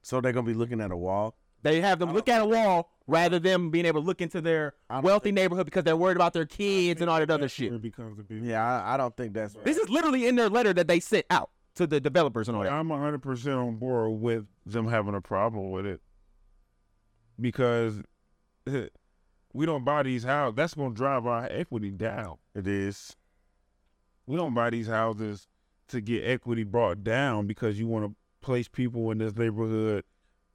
[SPEAKER 4] So they're gonna be looking at a wall.
[SPEAKER 5] They have them look at a wall rather than being able to look into their wealthy neighborhood because they're worried about their kids and all that other shit.
[SPEAKER 1] becomes a big.
[SPEAKER 4] Yeah, I, I don't think that's right.
[SPEAKER 5] This is literally in their letter that they sent out to the developers and all that.
[SPEAKER 1] I'm 100 percent on board with them having a problem with it because eh, we don't buy these houses. That's gonna drive our equity down.
[SPEAKER 4] It is.
[SPEAKER 1] We don't buy these houses to get equity brought down because you want to place people in this neighborhood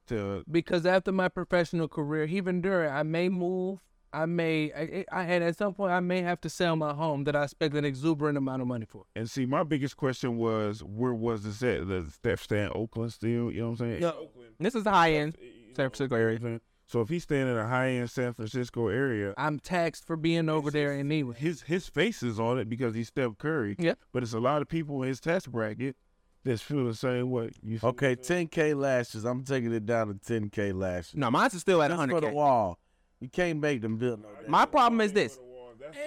[SPEAKER 1] to
[SPEAKER 3] because after my professional career, even during, I may move. I may, I, I and at some point, I may have to sell my home that I spent an exuberant amount of money for.
[SPEAKER 1] And see, my biggest question was, where was this at? The Steph stay in Oakland still? You know what I'm saying?
[SPEAKER 5] Yeah. This is the high end San Francisco area.
[SPEAKER 1] So if he's staying in a high end San Francisco area,
[SPEAKER 3] I'm taxed for being over there anyway.
[SPEAKER 1] his his face is on it because he's Steph Curry.
[SPEAKER 3] Yeah.
[SPEAKER 1] But it's a lot of people in his tax bracket that's feel the same way. You see?
[SPEAKER 4] Okay, 10k lashes. I'm taking it down to 10k lashes.
[SPEAKER 5] No, mine's is still at
[SPEAKER 4] That's for the
[SPEAKER 5] 100K.
[SPEAKER 4] wall. You can't make them build no damn
[SPEAKER 5] My problem is this.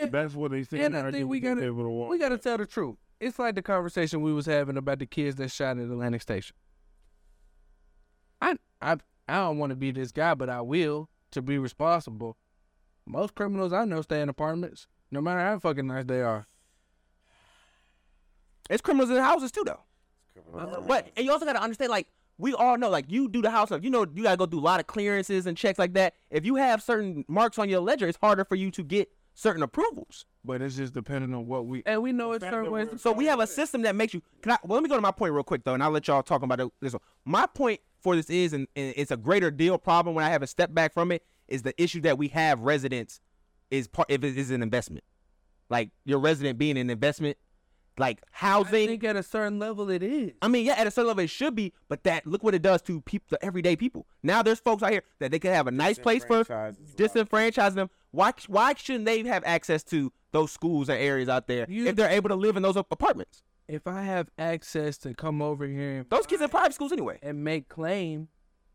[SPEAKER 3] And,
[SPEAKER 1] That's what they think.
[SPEAKER 3] and I think we gotta, we gotta tell the truth. It's like the conversation we was having about the kids that shot at Atlantic Station. I, I, I don't want to be this guy, but I will to be responsible. Most criminals I know stay in apartments, no matter how fucking nice they are.
[SPEAKER 5] It's criminals in the houses too, though. But and you also got to understand, like we all know, like you do the house stuff. You know, you gotta go do a lot of clearances and checks like that. If you have certain marks on your ledger, it's harder for you to get certain approvals.
[SPEAKER 1] But it's just depending on what we.
[SPEAKER 3] And we know it's certain ways.
[SPEAKER 5] So we have a system that makes you. Can I, well, let me go to my point real quick though, and I'll let y'all talk about it, this one. My point for this is, and, and it's a greater deal problem when I have a step back from it, is the issue that we have residents is part if it is an investment, like your resident being an investment, like
[SPEAKER 3] I
[SPEAKER 5] housing.
[SPEAKER 3] think at a certain level it is.
[SPEAKER 5] I mean, yeah, at a certain level it should be, but that look what it does to people, the everyday people. Now there's folks out here that they could have a nice place for,
[SPEAKER 4] franchises.
[SPEAKER 5] disenfranchise them. Why why shouldn't they have access to those schools and areas out there
[SPEAKER 3] You-
[SPEAKER 5] if they're able to live in those apartments?
[SPEAKER 3] If I have access to come over here and,
[SPEAKER 5] Those kids in private schools anyway.
[SPEAKER 3] and make claim,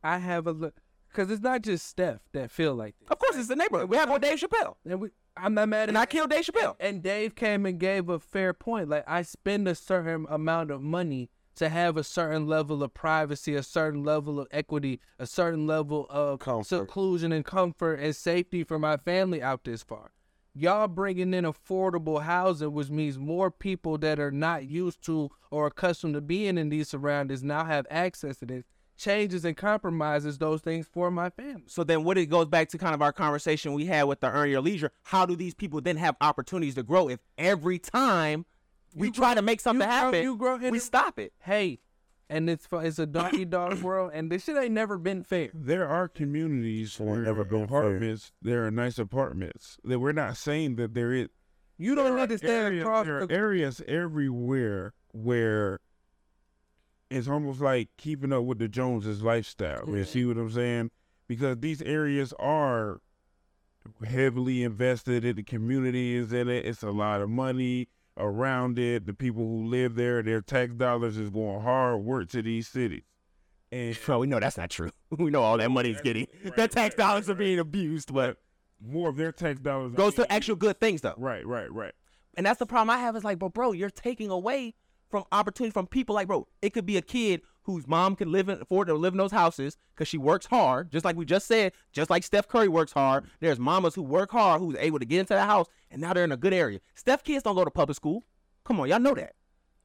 [SPEAKER 3] I have a look because it's not just Steph that feel like this.
[SPEAKER 5] Of course, it's the neighborhood. We have on Dave Chappelle,
[SPEAKER 3] And we, I'm not mad
[SPEAKER 5] and
[SPEAKER 3] at.
[SPEAKER 5] I killed Dave Chappelle.
[SPEAKER 3] And Dave came and gave a fair point. Like I spend a certain amount of money to have a certain level of privacy, a certain level of equity, a certain level of seclusion and comfort and safety for my family out this far. Y'all bringing in affordable housing, which means more people that are not used to or accustomed to being in these surroundings now have access to this. Changes and compromises those things for my family.
[SPEAKER 5] So then, what it goes back to kind of our conversation we had with the Earn Your Leisure. How do these people then have opportunities to grow if every time we try to make something
[SPEAKER 3] grow-
[SPEAKER 5] happen,
[SPEAKER 3] you grow in
[SPEAKER 5] we
[SPEAKER 3] a-
[SPEAKER 5] stop it?
[SPEAKER 3] Hey, and it's fu- it's a donkey dog world, and this shit ain't never been fair.
[SPEAKER 1] There are communities where
[SPEAKER 4] never been fair.
[SPEAKER 1] apartments. There are nice apartments. That we're not saying that there is.
[SPEAKER 3] You don't need to stand
[SPEAKER 1] area-
[SPEAKER 3] across
[SPEAKER 1] there are
[SPEAKER 3] the.
[SPEAKER 1] areas everywhere where it's almost like keeping up with the Joneses lifestyle. You see what I'm saying? Because these areas are heavily invested in the community is in it. It's a lot of money around it. The people who live there, their tax dollars is going hard work to these cities. And
[SPEAKER 5] Bro, we know that's not true. We know all that money's getting that tax dollars are being abused, but
[SPEAKER 1] more of their tax dollars
[SPEAKER 5] goes to actual good things though.
[SPEAKER 1] Right, right, right.
[SPEAKER 5] And that's the problem I have is like, but bro, you're taking away from opportunity from people like, bro, it could be a kid whose mom can live in afford to live in those houses because she works hard, just like we just said, just like Steph Curry works hard. There's mamas who work hard who's able to get into the house and now they're in a good area. Steph kids don't go to public school. Come on, y'all know that.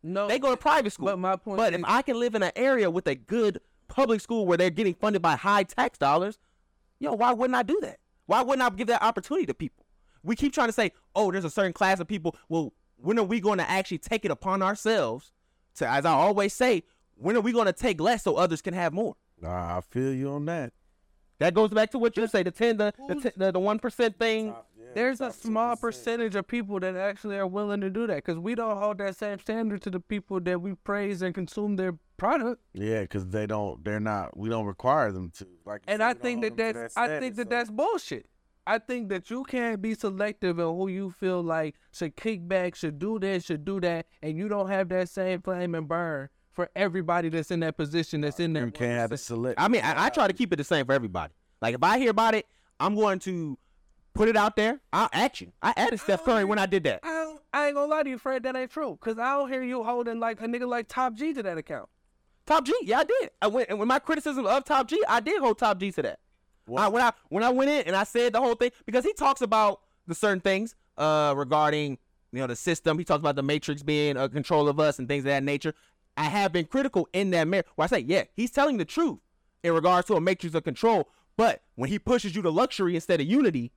[SPEAKER 3] No,
[SPEAKER 5] They go to private school.
[SPEAKER 3] But my point
[SPEAKER 5] But if
[SPEAKER 3] is-
[SPEAKER 5] I can live in an area with a good public school where they're getting funded by high tax dollars, yo, why wouldn't I do that? Why wouldn't I give that opportunity to people? We keep trying to say, oh, there's a certain class of people. Well, when are we going to actually take it upon ourselves to, as I always say, when are we going to take less so others can have more?
[SPEAKER 4] Nah, I feel you on that.
[SPEAKER 5] That goes back to what you say, the ten, the the ten- the the one percent thing.
[SPEAKER 3] There's a small percentage of people that actually are willing to do that because we don't hold that same standard to the people that we praise and consume their product.
[SPEAKER 4] Yeah, because they don't. They're not. We don't require them to. Like, you
[SPEAKER 3] And
[SPEAKER 4] said,
[SPEAKER 3] I
[SPEAKER 4] we don't
[SPEAKER 3] think that
[SPEAKER 4] hold them to
[SPEAKER 3] that's
[SPEAKER 4] that
[SPEAKER 3] I think
[SPEAKER 4] status,
[SPEAKER 3] that
[SPEAKER 4] so-
[SPEAKER 3] that's bullshit. I think that you can't be selective in who you feel like should kick back, should do this, should do that, and you don't have that same flame and burn for everybody that's in that position that's in there.
[SPEAKER 4] you can't have a select.
[SPEAKER 5] I mean, I, I try to keep it the same for everybody. Like if I hear about it, I'm going to put it out there. I'll action. I added Steph Curry when I did that.
[SPEAKER 3] I, don't, I ain't gonna lie to you, Fred. That ain't true. Cause I don't hear you holding like a nigga like Top G to that account.
[SPEAKER 5] Top G, yeah, I did. I went and with my criticism of Top G, I did hold Top G to that. I, when I when I went in and I said the whole thing because he talks about the certain things uh, regarding you know the system. He talks about the Matrix being a control of us and things of that nature. I have been critical in that matter. Where I say, yeah, he's telling the truth in regards to a Matrix of control. But when he pushes you to luxury instead of unity,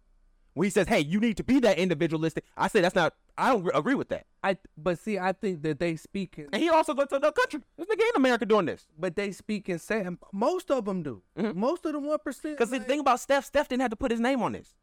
[SPEAKER 5] when he says, hey, you need to be that individualistic, I say that's not. I don't agree with that.
[SPEAKER 3] I but see, I think that they speak in
[SPEAKER 5] And he also goes to another country. This nigga ain't America doing this.
[SPEAKER 3] but they speak in Sam. Most of them do. Most of the one percent.
[SPEAKER 5] Because Mm-hmm. the thing about Steph, Steph didn't have to put his name on this.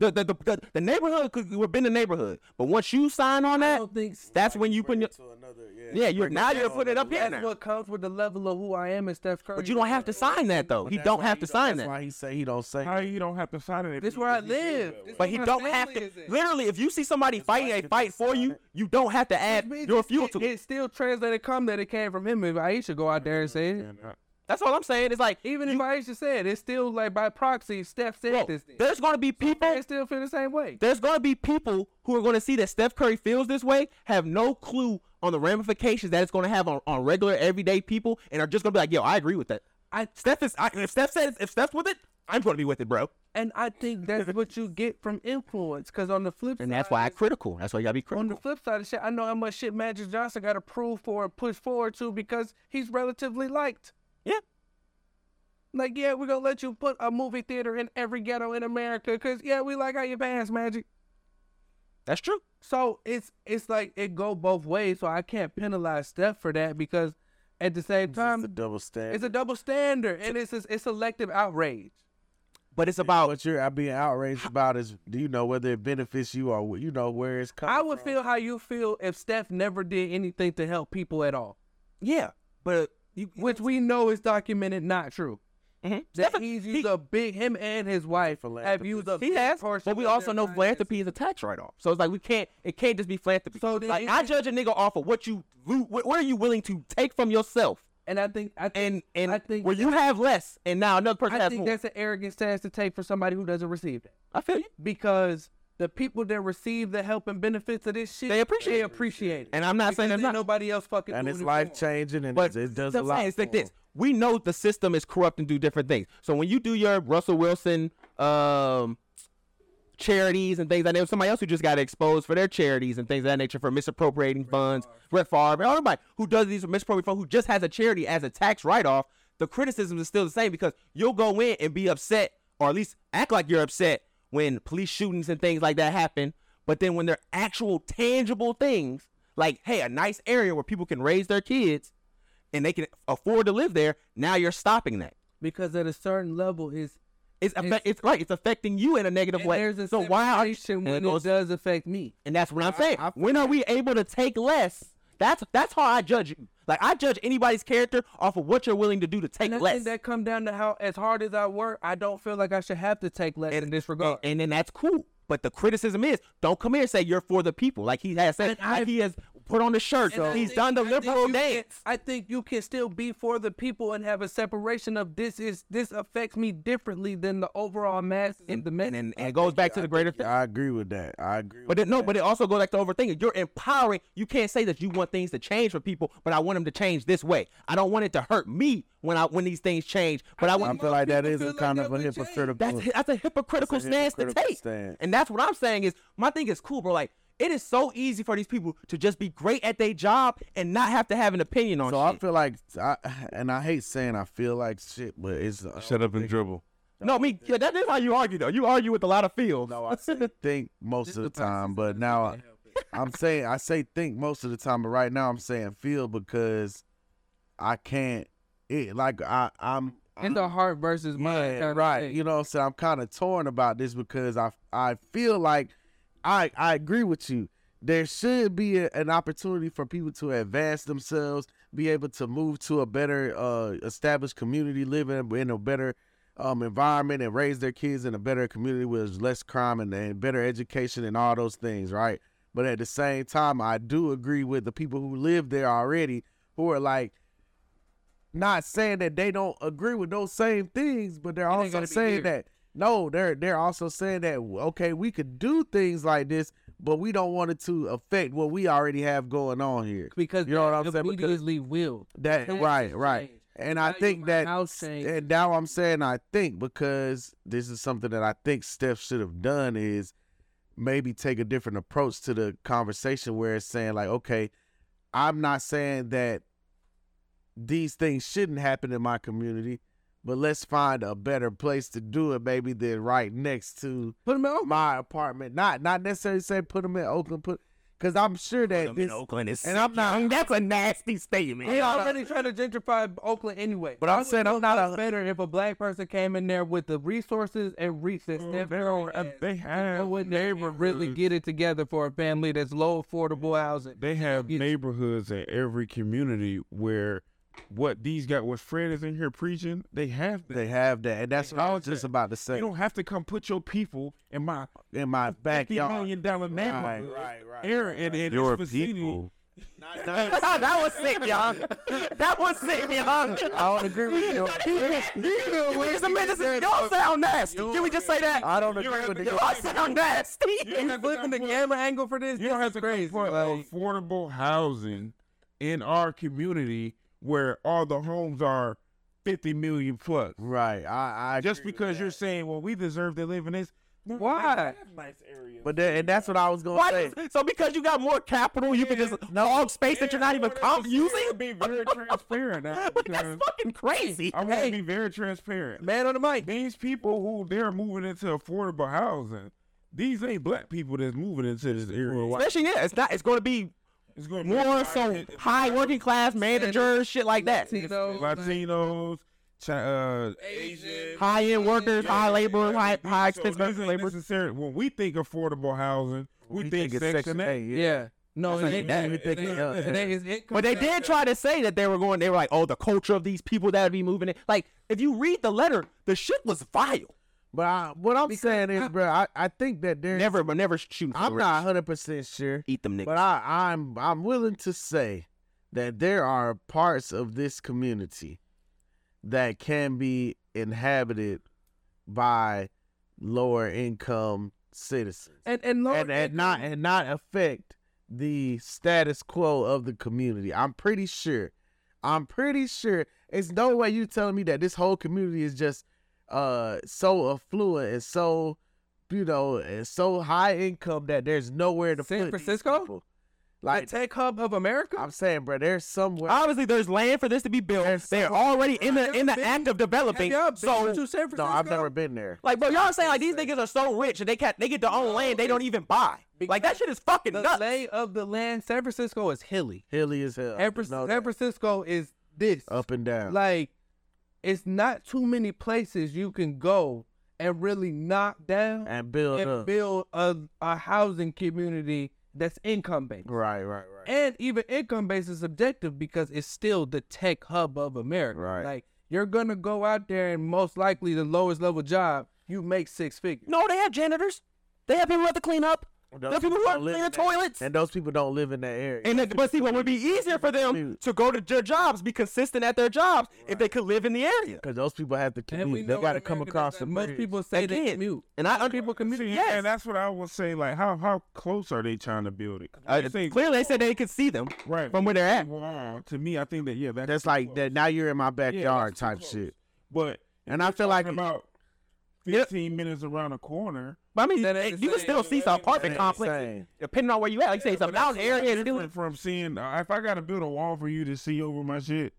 [SPEAKER 5] The the the, the, the neighborhood could have been the neighborhood, but once you sign on
[SPEAKER 3] I
[SPEAKER 5] that,
[SPEAKER 3] don't think
[SPEAKER 5] that's when you put your
[SPEAKER 4] to another.
[SPEAKER 5] yeah. You're now you're putting it up here
[SPEAKER 3] that's
[SPEAKER 5] now.
[SPEAKER 3] what comes with the level of who I am and Steph Curry.
[SPEAKER 5] But you don't have to sign that though. He
[SPEAKER 4] That's
[SPEAKER 5] don't
[SPEAKER 4] why
[SPEAKER 5] have to sign
[SPEAKER 4] That's
[SPEAKER 5] that.
[SPEAKER 4] why he say he don't say.
[SPEAKER 1] How you don't have to sign it? if
[SPEAKER 3] This
[SPEAKER 1] you-
[SPEAKER 3] where I
[SPEAKER 1] if you feel
[SPEAKER 3] live.
[SPEAKER 1] that
[SPEAKER 3] This
[SPEAKER 1] way?
[SPEAKER 5] But he
[SPEAKER 3] my
[SPEAKER 5] don't have
[SPEAKER 3] family
[SPEAKER 5] to.
[SPEAKER 3] is in.
[SPEAKER 5] Literally, if you see somebody fighting
[SPEAKER 4] why
[SPEAKER 5] a
[SPEAKER 4] you
[SPEAKER 5] fight
[SPEAKER 4] don't
[SPEAKER 5] for
[SPEAKER 4] sign
[SPEAKER 5] you,
[SPEAKER 4] it.
[SPEAKER 5] you don't have to
[SPEAKER 3] Which
[SPEAKER 5] add
[SPEAKER 3] means
[SPEAKER 5] your
[SPEAKER 3] it-
[SPEAKER 5] fuel
[SPEAKER 3] it,
[SPEAKER 5] to it.
[SPEAKER 3] It still translated come that it came from him. If Aisha go out there and say it,
[SPEAKER 1] And I-
[SPEAKER 5] That's all I'm saying. It's like
[SPEAKER 3] even
[SPEAKER 5] you-
[SPEAKER 3] if Aisha said it, it's still like by proxy. Steph said
[SPEAKER 5] bro,
[SPEAKER 3] this. Thing.
[SPEAKER 5] there's gonna be people
[SPEAKER 3] They still feel the same way.
[SPEAKER 5] there's going to be people who are going to see that Steph Curry feels this way, have no clue on the ramifications that it's going to have on, on regular everyday people, and are just going to be like, "Yo, I agree with that." I Steph is I, if Steph says if Steph's with it, I'm going to be with it, bro.
[SPEAKER 3] And I think that's what you get from influence. Because on the flip
[SPEAKER 5] And
[SPEAKER 3] side,
[SPEAKER 5] that's why I critical. That's why you got to be
[SPEAKER 3] on the
[SPEAKER 5] critical.
[SPEAKER 3] flip side of shit, I know how much shit Magic Johnson got approved for and pushed forward to because he's relatively liked.
[SPEAKER 5] Yeah.
[SPEAKER 3] Like, yeah, we're gonna let you put a movie theater in every ghetto in America because yeah, we like how you pass Magic.
[SPEAKER 5] That's true.
[SPEAKER 3] So it's it's like it go both ways. So I can't penalize Steph for that because at the same
[SPEAKER 4] It's a
[SPEAKER 3] time,
[SPEAKER 4] double standard.
[SPEAKER 3] it's a double standard and it's it's selective outrage.
[SPEAKER 5] But it's about
[SPEAKER 4] what you're I being outraged about is do you know whether it benefits you or you know where it's coming.
[SPEAKER 3] I would
[SPEAKER 4] from.
[SPEAKER 3] feel how you feel if Steph never did anything to help people at all,
[SPEAKER 5] yeah, but you
[SPEAKER 3] which we know is documented not true.
[SPEAKER 5] mhm.
[SPEAKER 3] That
[SPEAKER 5] Steph-
[SPEAKER 3] he's
[SPEAKER 5] he-
[SPEAKER 3] used a big him and his wife have used a
[SPEAKER 5] He
[SPEAKER 3] big
[SPEAKER 5] has,
[SPEAKER 3] portion
[SPEAKER 5] but we
[SPEAKER 3] of
[SPEAKER 5] also
[SPEAKER 3] their
[SPEAKER 5] know
[SPEAKER 3] finances.
[SPEAKER 5] philanthropy is a tax write-off. So it's like we can't, it can't just be philanthropy.
[SPEAKER 3] So
[SPEAKER 5] So
[SPEAKER 3] then
[SPEAKER 5] like
[SPEAKER 3] it-
[SPEAKER 5] I judge a nigga off of what you, what what are you willing to take from yourself,
[SPEAKER 3] And I think I think,
[SPEAKER 5] and and
[SPEAKER 3] I think
[SPEAKER 5] where you have less, and now another person
[SPEAKER 3] I
[SPEAKER 5] has
[SPEAKER 3] think
[SPEAKER 5] more.
[SPEAKER 3] that's an arrogant stance to take for somebody who doesn't receive that
[SPEAKER 5] I feel you,
[SPEAKER 3] because the people that receive the help and benefits of this shit
[SPEAKER 5] They appreciate
[SPEAKER 3] they
[SPEAKER 5] it.
[SPEAKER 3] appreciate it.
[SPEAKER 5] and I'm not saying
[SPEAKER 3] Because
[SPEAKER 5] that's not.
[SPEAKER 3] ain't nobody else fucking
[SPEAKER 4] and
[SPEAKER 3] doing
[SPEAKER 4] it's
[SPEAKER 3] it for
[SPEAKER 4] life
[SPEAKER 3] 'em.
[SPEAKER 4] changing and
[SPEAKER 5] But
[SPEAKER 4] it does
[SPEAKER 5] what
[SPEAKER 4] a
[SPEAKER 5] I'm
[SPEAKER 4] lot.
[SPEAKER 5] saying is like
[SPEAKER 4] for 'em.
[SPEAKER 5] this: we know the system is corrupt and do different things. So when you do your Russell Wilson um, charities and things, I know somebody else who just got exposed for their charities and things of that nature for misappropriating funds. Brett Favre and everybody who does these misappropriate funds, who just has a charity as a tax write-off, the criticism is still the same because you'll go in and be upset, or at least act like you're upset when police shootings and things like that happen. But then when they're actual tangible things, like hey, a nice area where people can raise their kids and they can afford to live there, now you're stopping that.
[SPEAKER 3] because at a certain level is
[SPEAKER 5] It's affect, it's, right. It's affecting you in a negative
[SPEAKER 3] and
[SPEAKER 5] way.
[SPEAKER 3] there's a
[SPEAKER 5] so why are you?
[SPEAKER 3] separation
[SPEAKER 5] And,
[SPEAKER 3] when
[SPEAKER 5] it
[SPEAKER 3] it
[SPEAKER 5] goes-
[SPEAKER 3] does affect me.
[SPEAKER 5] and that's what I'm saying. when are we able to take less? That's that's how I judge you. Like I judge anybody's character off of what you're willing to do to take
[SPEAKER 3] And I
[SPEAKER 5] less.
[SPEAKER 3] think that come down to how as hard as I work, I don't feel like I should have to take less in this regard.
[SPEAKER 5] and then that's cool. But the criticism is, don't come here and say you're for the people. Like he has said,
[SPEAKER 3] And I-
[SPEAKER 5] like he has put on the shirt.
[SPEAKER 3] And I
[SPEAKER 5] he's
[SPEAKER 3] think-
[SPEAKER 5] done the
[SPEAKER 3] I think
[SPEAKER 5] liberal
[SPEAKER 3] you can-
[SPEAKER 5] dance.
[SPEAKER 3] I think you can still be for the people and have a separation of this is this affects me differently than the overall masses and the men.
[SPEAKER 5] and, and, and it goes back to the greater thing.
[SPEAKER 4] Yeah, I agree with that. I agree.
[SPEAKER 5] But it, no, but it also goes back to overthinking. You're empowering. You can't say that you want things to change for people, but I want them to change this way. I don't want it to hurt me when I when these things change. But I,
[SPEAKER 4] with, I
[SPEAKER 5] want
[SPEAKER 4] feel like that is
[SPEAKER 3] feel
[SPEAKER 4] a
[SPEAKER 3] like
[SPEAKER 4] kind
[SPEAKER 3] that
[SPEAKER 4] of a
[SPEAKER 3] would change.
[SPEAKER 4] hypocritical.
[SPEAKER 5] that's that's a hypocritical
[SPEAKER 4] That's a
[SPEAKER 5] stance
[SPEAKER 4] hypocritical
[SPEAKER 5] to take.
[SPEAKER 4] stance.
[SPEAKER 5] And that's what I'm saying is my thing is cool, bro. Like it is so easy for these people to just be great at their job and not have to have an opinion on
[SPEAKER 4] so
[SPEAKER 5] shit.
[SPEAKER 4] I feel like, I, and I hate saying I feel like shit, but it's
[SPEAKER 2] Shut up and dribble.
[SPEAKER 5] no, me. Yeah, that is how you argue though. You argue with a lot of fields.
[SPEAKER 4] No, I say think most of the time, but now I, I'm saying I say think most of the time, but right now I'm saying feel because I can't. It like I I'm
[SPEAKER 3] It's a heart versus mind. kind of
[SPEAKER 4] right.
[SPEAKER 3] thing.
[SPEAKER 4] You know, so I'm kind of torn about this because I I feel like I I agree with you. There should be a- an opportunity for people to advance themselves, be able to move to a better uh, established community, live in, in a better um, environment, and raise their kids in a better community with less crime and, and better education and all those things, right? But at the same time, I do agree with the people who live there already who are like, not saying that they don't agree with those same things, but they're
[SPEAKER 3] ain't
[SPEAKER 4] also
[SPEAKER 3] gotta be
[SPEAKER 4] saying
[SPEAKER 3] here.
[SPEAKER 4] that no, they're they're also saying that okay, we could do things like this, but we don't want it to affect what we already have going on here.
[SPEAKER 3] because
[SPEAKER 4] You know what I'm
[SPEAKER 3] the
[SPEAKER 4] saying?
[SPEAKER 3] media
[SPEAKER 4] Because-
[SPEAKER 3] is lead will.
[SPEAKER 4] That
[SPEAKER 3] That
[SPEAKER 4] right,
[SPEAKER 3] has
[SPEAKER 4] right.
[SPEAKER 3] changed.
[SPEAKER 4] And I
[SPEAKER 3] Value
[SPEAKER 4] think
[SPEAKER 3] of my
[SPEAKER 4] that
[SPEAKER 3] house changed.
[SPEAKER 4] and now I'm saying I think because this is something that I think Steph should have done is maybe take a different approach to the conversation where it's saying like, okay, I'm not saying that these things shouldn't happen in my community, but let's find a better place to do it, maybe than right next to
[SPEAKER 3] Put them out.
[SPEAKER 4] my apartment. Not not necessarily say put them in Oakland, put because I'm sure that this,
[SPEAKER 5] Oakland is
[SPEAKER 4] and I'm not-
[SPEAKER 5] That's a nasty statement.
[SPEAKER 3] They already trying to gentrify Oakland anyway.
[SPEAKER 4] But I'm
[SPEAKER 3] would
[SPEAKER 4] saying
[SPEAKER 3] feel
[SPEAKER 4] I'm not
[SPEAKER 3] much
[SPEAKER 4] a-
[SPEAKER 3] better if a black person came in there with the resources and reach that Steph
[SPEAKER 1] They're-
[SPEAKER 3] Curry has.
[SPEAKER 1] they have
[SPEAKER 3] Would they would really get it together for a family that's low affordable housing?
[SPEAKER 1] They have
[SPEAKER 3] Yeah.
[SPEAKER 1] neighborhoods in every community where what these got what Fred is in here preaching, they have that.
[SPEAKER 4] they have that, and that's what I was just about to
[SPEAKER 1] You
[SPEAKER 4] say.
[SPEAKER 1] don't have to come put your people in my
[SPEAKER 4] In my
[SPEAKER 1] fifty
[SPEAKER 4] backyard,
[SPEAKER 1] million dollar
[SPEAKER 4] Right,
[SPEAKER 1] neighborhood.
[SPEAKER 4] right, right.
[SPEAKER 1] Aaron and, and
[SPEAKER 2] Your
[SPEAKER 1] this vicinity.
[SPEAKER 2] people.
[SPEAKER 5] that was sick, y'all. That was sick, y'all.
[SPEAKER 4] I don't agree with you.
[SPEAKER 5] It's a menace. Y'all sound nasty. Can we just say that?
[SPEAKER 4] I don't agree with you.
[SPEAKER 5] Y'all sound nasty.
[SPEAKER 1] You don't have to
[SPEAKER 3] Flipping the
[SPEAKER 1] come put-
[SPEAKER 3] camera angle for this.
[SPEAKER 1] you don't have to come
[SPEAKER 3] crazy,
[SPEAKER 1] put
[SPEAKER 3] like-
[SPEAKER 1] affordable housing in our community where all the homes are fifty million plus.
[SPEAKER 4] Right, I, I
[SPEAKER 1] Just
[SPEAKER 4] agree.
[SPEAKER 1] because you're saying, well, we deserve to live in this. No, they
[SPEAKER 3] Why?
[SPEAKER 1] have Nice areas.
[SPEAKER 4] But that, and that's what I was gonna
[SPEAKER 5] Why
[SPEAKER 4] say.
[SPEAKER 5] does- so because you got more capital, you can just log space that you're not even com- using.
[SPEAKER 1] Be very transparent. now,
[SPEAKER 5] Like,
[SPEAKER 1] because
[SPEAKER 5] that's fucking crazy.
[SPEAKER 1] I want to be very transparent.
[SPEAKER 3] Man on the mic.
[SPEAKER 1] These people who they're moving into affordable housing, these ain't black people that's moving into this area.
[SPEAKER 5] Especially yeah, it's not. It's going to be
[SPEAKER 1] It's going
[SPEAKER 5] more so high working class managers, shit like that.
[SPEAKER 3] Latinos, like-
[SPEAKER 1] Latinos, chi- uh,
[SPEAKER 3] Asian.
[SPEAKER 5] High end workers, high labor, high high
[SPEAKER 1] so
[SPEAKER 5] expense
[SPEAKER 1] this ain't
[SPEAKER 5] labor.
[SPEAKER 1] necessary. When we think affordable housing, we, think, Section
[SPEAKER 4] A,
[SPEAKER 1] Eight.
[SPEAKER 4] yeah.
[SPEAKER 3] Yeah. No, it ain't that.
[SPEAKER 4] We
[SPEAKER 3] It
[SPEAKER 4] think
[SPEAKER 3] ain't-
[SPEAKER 4] uh,
[SPEAKER 3] it ain't- it's income
[SPEAKER 5] But they
[SPEAKER 3] tax.
[SPEAKER 5] did try to say that they were going. They were like, "Oh, the culture of these people that would be moving in." Like, if you read the letter, the shit was vile.
[SPEAKER 4] But I, what I'm saying is, bro, I, I think that there's.
[SPEAKER 5] Never, but never shooting.
[SPEAKER 4] I'm not 100 percent sure,
[SPEAKER 5] eat them niggas.
[SPEAKER 4] but I, I'm I'm willing to say that there are parts of this community that can be inhabited by lower income citizens.
[SPEAKER 3] And and, lower
[SPEAKER 4] and, and not
[SPEAKER 3] income.
[SPEAKER 4] and not affect the status quo of the community. I'm pretty sure. I'm pretty sure it's no way you telling me that this whole community is just uh so affluent and so you know and so high income that there's nowhere to
[SPEAKER 3] San
[SPEAKER 4] put these
[SPEAKER 3] Francisco?
[SPEAKER 4] people.
[SPEAKER 3] the
[SPEAKER 4] Like
[SPEAKER 3] tech hub of America.
[SPEAKER 4] I'm saying, bro, there's somewhere.
[SPEAKER 5] Obviously, there's land for this to be built.
[SPEAKER 4] There's
[SPEAKER 5] They're
[SPEAKER 4] so-
[SPEAKER 5] already in the
[SPEAKER 3] Have
[SPEAKER 5] in the
[SPEAKER 3] y'all
[SPEAKER 5] act of
[SPEAKER 3] Have
[SPEAKER 5] developing.
[SPEAKER 3] y'all been
[SPEAKER 5] So,
[SPEAKER 3] to San Francisco?
[SPEAKER 4] no, I've never been there.
[SPEAKER 5] like, bro, y'all saying like these niggas are so rich and they can they get to own land they don't even buy. Like that shit is fucking
[SPEAKER 3] The
[SPEAKER 5] nuts.
[SPEAKER 3] lay of the land, San Francisco is hilly.
[SPEAKER 4] Hilly as hell.
[SPEAKER 3] San Fran-
[SPEAKER 4] You know
[SPEAKER 3] San
[SPEAKER 4] that.
[SPEAKER 3] Francisco is this.
[SPEAKER 4] up and down.
[SPEAKER 3] Like, it's not too many places you can go and really knock down
[SPEAKER 4] and build
[SPEAKER 3] and
[SPEAKER 4] up.
[SPEAKER 3] build a, a housing community that's income based.
[SPEAKER 4] right, right, right.
[SPEAKER 3] And even income based is subjective because it's still the tech hub of America.
[SPEAKER 4] Right.
[SPEAKER 3] Like, you're going to go out there and most likely the lowest level job, you make six figures.
[SPEAKER 5] No, they have janitors. They have people who have to clean up.
[SPEAKER 4] Those
[SPEAKER 5] There are people who
[SPEAKER 4] people
[SPEAKER 5] have
[SPEAKER 4] don't
[SPEAKER 5] to
[SPEAKER 4] live
[SPEAKER 5] clean the
[SPEAKER 4] in that-
[SPEAKER 5] toilets.
[SPEAKER 4] And those people don't live in that area.
[SPEAKER 5] And it- but see, what would be easier for them to go to their jobs, be consistent at their jobs, if they could live in the area.
[SPEAKER 4] Because those people have to
[SPEAKER 3] And we
[SPEAKER 4] commute. They
[SPEAKER 3] know
[SPEAKER 4] got to
[SPEAKER 3] in
[SPEAKER 4] come
[SPEAKER 3] America
[SPEAKER 4] across
[SPEAKER 3] that
[SPEAKER 4] the
[SPEAKER 3] Most
[SPEAKER 4] bridge.
[SPEAKER 3] people say
[SPEAKER 5] They
[SPEAKER 3] they
[SPEAKER 5] can't.
[SPEAKER 3] commute.
[SPEAKER 5] And I under-
[SPEAKER 3] people commute.
[SPEAKER 1] See,
[SPEAKER 5] Yes.
[SPEAKER 1] And that's what I would say. Like, how how close are they trying to build it?
[SPEAKER 5] Uh,
[SPEAKER 1] I think-
[SPEAKER 5] clearly, they said they could see them
[SPEAKER 1] right
[SPEAKER 5] from where they're at.
[SPEAKER 1] Wow. To me, I think that yeah, that's,
[SPEAKER 4] That's
[SPEAKER 1] too
[SPEAKER 4] like
[SPEAKER 1] close.
[SPEAKER 4] that. Now you're in my backyard
[SPEAKER 1] too
[SPEAKER 4] type
[SPEAKER 1] close.
[SPEAKER 4] shit.
[SPEAKER 1] But
[SPEAKER 4] And I feel like
[SPEAKER 1] about fifteen minutes around the corner,
[SPEAKER 5] But I mean,
[SPEAKER 3] That ain't the
[SPEAKER 5] you can
[SPEAKER 3] same.
[SPEAKER 5] still see some apartment
[SPEAKER 4] ain't the
[SPEAKER 5] complexes,
[SPEAKER 4] same.
[SPEAKER 5] depending on where you at. Like you say, it's a mountain area. it's still-
[SPEAKER 1] different from seeing. Uh, if I got to build a wall for you to see over my shit,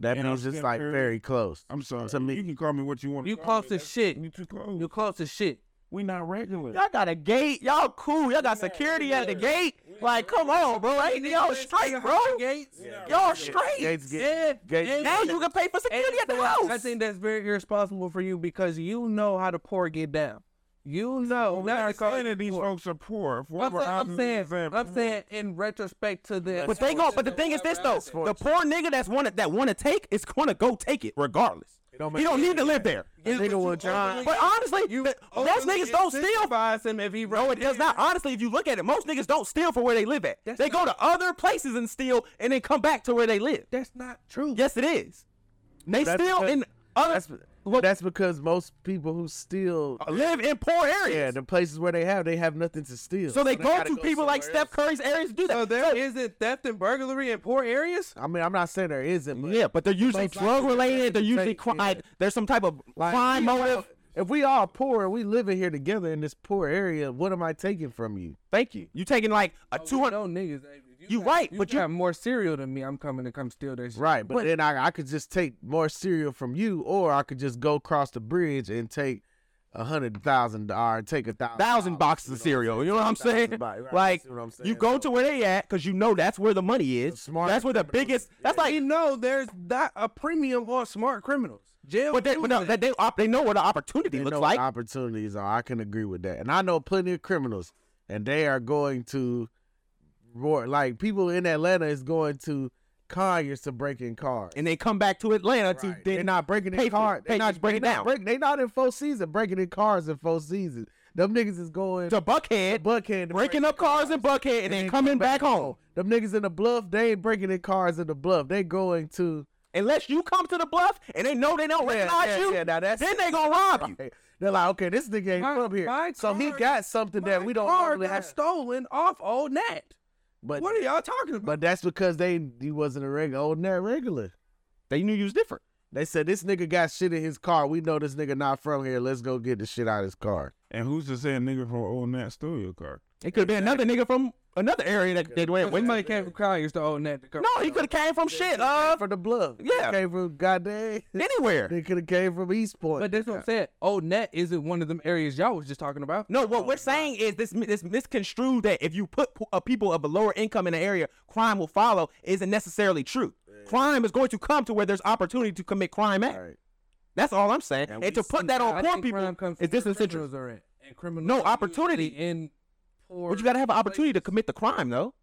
[SPEAKER 4] that
[SPEAKER 1] And I'm
[SPEAKER 4] means just
[SPEAKER 1] still
[SPEAKER 4] like
[SPEAKER 1] very-
[SPEAKER 4] very close.
[SPEAKER 1] I'm sorry.
[SPEAKER 4] To me.
[SPEAKER 1] you can call me what you want.
[SPEAKER 3] You
[SPEAKER 1] to call
[SPEAKER 3] close
[SPEAKER 1] me.
[SPEAKER 3] as shit.
[SPEAKER 1] You too close.
[SPEAKER 3] You're close as shit.
[SPEAKER 1] we not regular.
[SPEAKER 5] Y'all got a gate. Y'all cool. Y'all got security at the gate. Like, come on, bro. Ain't y'all straight, bro?
[SPEAKER 3] Gates.
[SPEAKER 5] Y'all straight.
[SPEAKER 4] Gates get
[SPEAKER 3] Yeah.
[SPEAKER 4] Gates-
[SPEAKER 3] and-
[SPEAKER 5] Now you can pay for
[SPEAKER 3] and
[SPEAKER 5] security at the
[SPEAKER 3] so I-
[SPEAKER 5] house.
[SPEAKER 3] I think that's very irresponsible for you because you know how the poor get down. You know.
[SPEAKER 1] We're not
[SPEAKER 3] to call-
[SPEAKER 1] saying that these folks are poor. If
[SPEAKER 3] I'm,
[SPEAKER 1] we're
[SPEAKER 3] saying,
[SPEAKER 1] out
[SPEAKER 3] I'm
[SPEAKER 1] in
[SPEAKER 3] saying,
[SPEAKER 1] Zam-
[SPEAKER 3] I'm saying in retrospect to the
[SPEAKER 5] But they go. But the thing is this though: the poor nigga that's wanna that wanna take is gonna go take it regardless.
[SPEAKER 4] don't
[SPEAKER 5] He don't need to live there.
[SPEAKER 4] Nigga will John.
[SPEAKER 5] But honestly, th- that's niggas don't steal.
[SPEAKER 3] Buys him if he
[SPEAKER 5] No, it does not. Honestly, if you look at it, most niggas don't steal for where they live at.
[SPEAKER 3] That's
[SPEAKER 5] they go to other places and steal, and then come back to where they live.
[SPEAKER 3] That's not true.
[SPEAKER 5] Yes, it is. They
[SPEAKER 4] That's
[SPEAKER 5] steal
[SPEAKER 4] what-
[SPEAKER 5] in other
[SPEAKER 4] That's that's because most people who steal,
[SPEAKER 5] live in poor areas.
[SPEAKER 4] yeah, the places where they have, they have nothing to steal.
[SPEAKER 5] So they go
[SPEAKER 4] gotta
[SPEAKER 5] to
[SPEAKER 4] go
[SPEAKER 5] people like
[SPEAKER 4] somewhere
[SPEAKER 5] Steph Curry's areas to do that.
[SPEAKER 3] So there isn't theft and burglary in poor areas.
[SPEAKER 4] I mean, I'm not saying there isn't. But
[SPEAKER 5] yeah, but they're usually
[SPEAKER 4] Most likely
[SPEAKER 5] drug
[SPEAKER 4] they're
[SPEAKER 5] related. They're usually
[SPEAKER 4] fake,
[SPEAKER 5] crime.
[SPEAKER 4] yeah.
[SPEAKER 5] There's some type of
[SPEAKER 4] Like,
[SPEAKER 5] crime
[SPEAKER 4] we all-
[SPEAKER 5] motive.
[SPEAKER 4] If we all poor and we living here together in this poor area, what am I taking from you?
[SPEAKER 5] Thank you. You taking like a
[SPEAKER 3] Two
[SPEAKER 5] 200.
[SPEAKER 3] hundred niggas. eh, if
[SPEAKER 5] You
[SPEAKER 3] got-
[SPEAKER 5] right,
[SPEAKER 3] you
[SPEAKER 5] but you-
[SPEAKER 3] got more cereal than me. I'm coming to come steal this.
[SPEAKER 4] Right, but, then I, I could just take more cereal from you, or I could just go across the bridge and take a hundred thousand or take a thousand
[SPEAKER 5] thousand
[SPEAKER 4] dollars,
[SPEAKER 5] boxes
[SPEAKER 4] you
[SPEAKER 5] of
[SPEAKER 4] know?
[SPEAKER 5] cereal. You know what I'm saying?
[SPEAKER 4] Thousand boxes, right,
[SPEAKER 5] Like
[SPEAKER 4] see what I'm
[SPEAKER 5] you
[SPEAKER 4] saying?
[SPEAKER 5] go
[SPEAKER 4] So-
[SPEAKER 5] to where they at because you know that's where the money is.
[SPEAKER 4] smart
[SPEAKER 5] that's where the
[SPEAKER 4] criminals,
[SPEAKER 5] biggest. That's
[SPEAKER 3] We
[SPEAKER 5] like,
[SPEAKER 3] know there's not a premium on smart criminals. Jail.
[SPEAKER 5] but they, but no,
[SPEAKER 3] food
[SPEAKER 5] that they op- they know what the opportunity
[SPEAKER 4] They
[SPEAKER 5] looks
[SPEAKER 4] know
[SPEAKER 5] like.
[SPEAKER 4] what opportunities are. I can agree with that, and I know plenty of criminals, and they are going to roar. Like people in Atlanta is going to Conyers to break in cars.
[SPEAKER 5] and they come back to Atlanta to
[SPEAKER 4] They're
[SPEAKER 5] then
[SPEAKER 4] not breaking
[SPEAKER 5] pay
[SPEAKER 4] in
[SPEAKER 5] for
[SPEAKER 4] cars.
[SPEAKER 5] it. Pay-
[SPEAKER 4] not
[SPEAKER 5] break it
[SPEAKER 4] they not
[SPEAKER 5] down.
[SPEAKER 4] break- they not in full season breaking in cars in full season. Them niggas is going
[SPEAKER 5] to Buckhead,
[SPEAKER 4] Buckhead to break
[SPEAKER 5] breaking up cars in Buckhead, and, then
[SPEAKER 4] then
[SPEAKER 5] coming back home.
[SPEAKER 4] oh, Them niggas in the bluff, they ain't breaking in cars in the bluff. They going to
[SPEAKER 5] Unless you come to the bluff and they know they don't recognize
[SPEAKER 4] yeah,
[SPEAKER 5] you,
[SPEAKER 4] yeah, now that's-
[SPEAKER 5] then they gonna rob you.
[SPEAKER 4] Hey, They're like, okay, this nigga ain't
[SPEAKER 3] My-
[SPEAKER 4] from
[SPEAKER 3] my
[SPEAKER 4] here, so he
[SPEAKER 3] car-
[SPEAKER 4] got something
[SPEAKER 3] My
[SPEAKER 4] that we don't
[SPEAKER 3] car
[SPEAKER 4] normally
[SPEAKER 3] got
[SPEAKER 4] have.
[SPEAKER 3] stolen off old Nat.
[SPEAKER 4] But
[SPEAKER 3] What are y'all talking about?
[SPEAKER 4] but that's because they he wasn't a regular, old net regular.
[SPEAKER 5] They knew you was different.
[SPEAKER 4] They said this nigga got shit in his car. We know this nigga not from here. Let's go get the shit out of his car.
[SPEAKER 1] and who's to say a nigga from old Nat stole your car?
[SPEAKER 5] It could have been another nigga from another area that they went.
[SPEAKER 3] Somebody
[SPEAKER 5] No,
[SPEAKER 3] came from Collier's to old Nat. To come
[SPEAKER 5] he could have came from shit. Uh,
[SPEAKER 4] From the bluff,
[SPEAKER 5] Yeah.
[SPEAKER 4] came from goddamn.
[SPEAKER 5] anywhere.
[SPEAKER 4] They could have came from East Point.
[SPEAKER 3] But that's what I'm saying. Old Nat isn't one of them areas y'all was just talking about.
[SPEAKER 5] No,
[SPEAKER 4] Oh,
[SPEAKER 5] what we're saying is this this misconstrued that if you put po- uh, people of a lower income in an area, crime will follow isn't necessarily true. Crime is going to come to where there's opportunity to commit crime at.
[SPEAKER 4] Right.
[SPEAKER 5] That's all I'm saying. And, to put that on
[SPEAKER 3] I
[SPEAKER 5] poor
[SPEAKER 3] think crime
[SPEAKER 5] people
[SPEAKER 3] comes
[SPEAKER 5] is
[SPEAKER 3] from where
[SPEAKER 5] disincentive.
[SPEAKER 3] criminals are at, and criminals
[SPEAKER 5] No
[SPEAKER 3] are usually
[SPEAKER 5] opportunity.
[SPEAKER 3] in poor.
[SPEAKER 5] But you got to have an opportunity to commit the crime, though.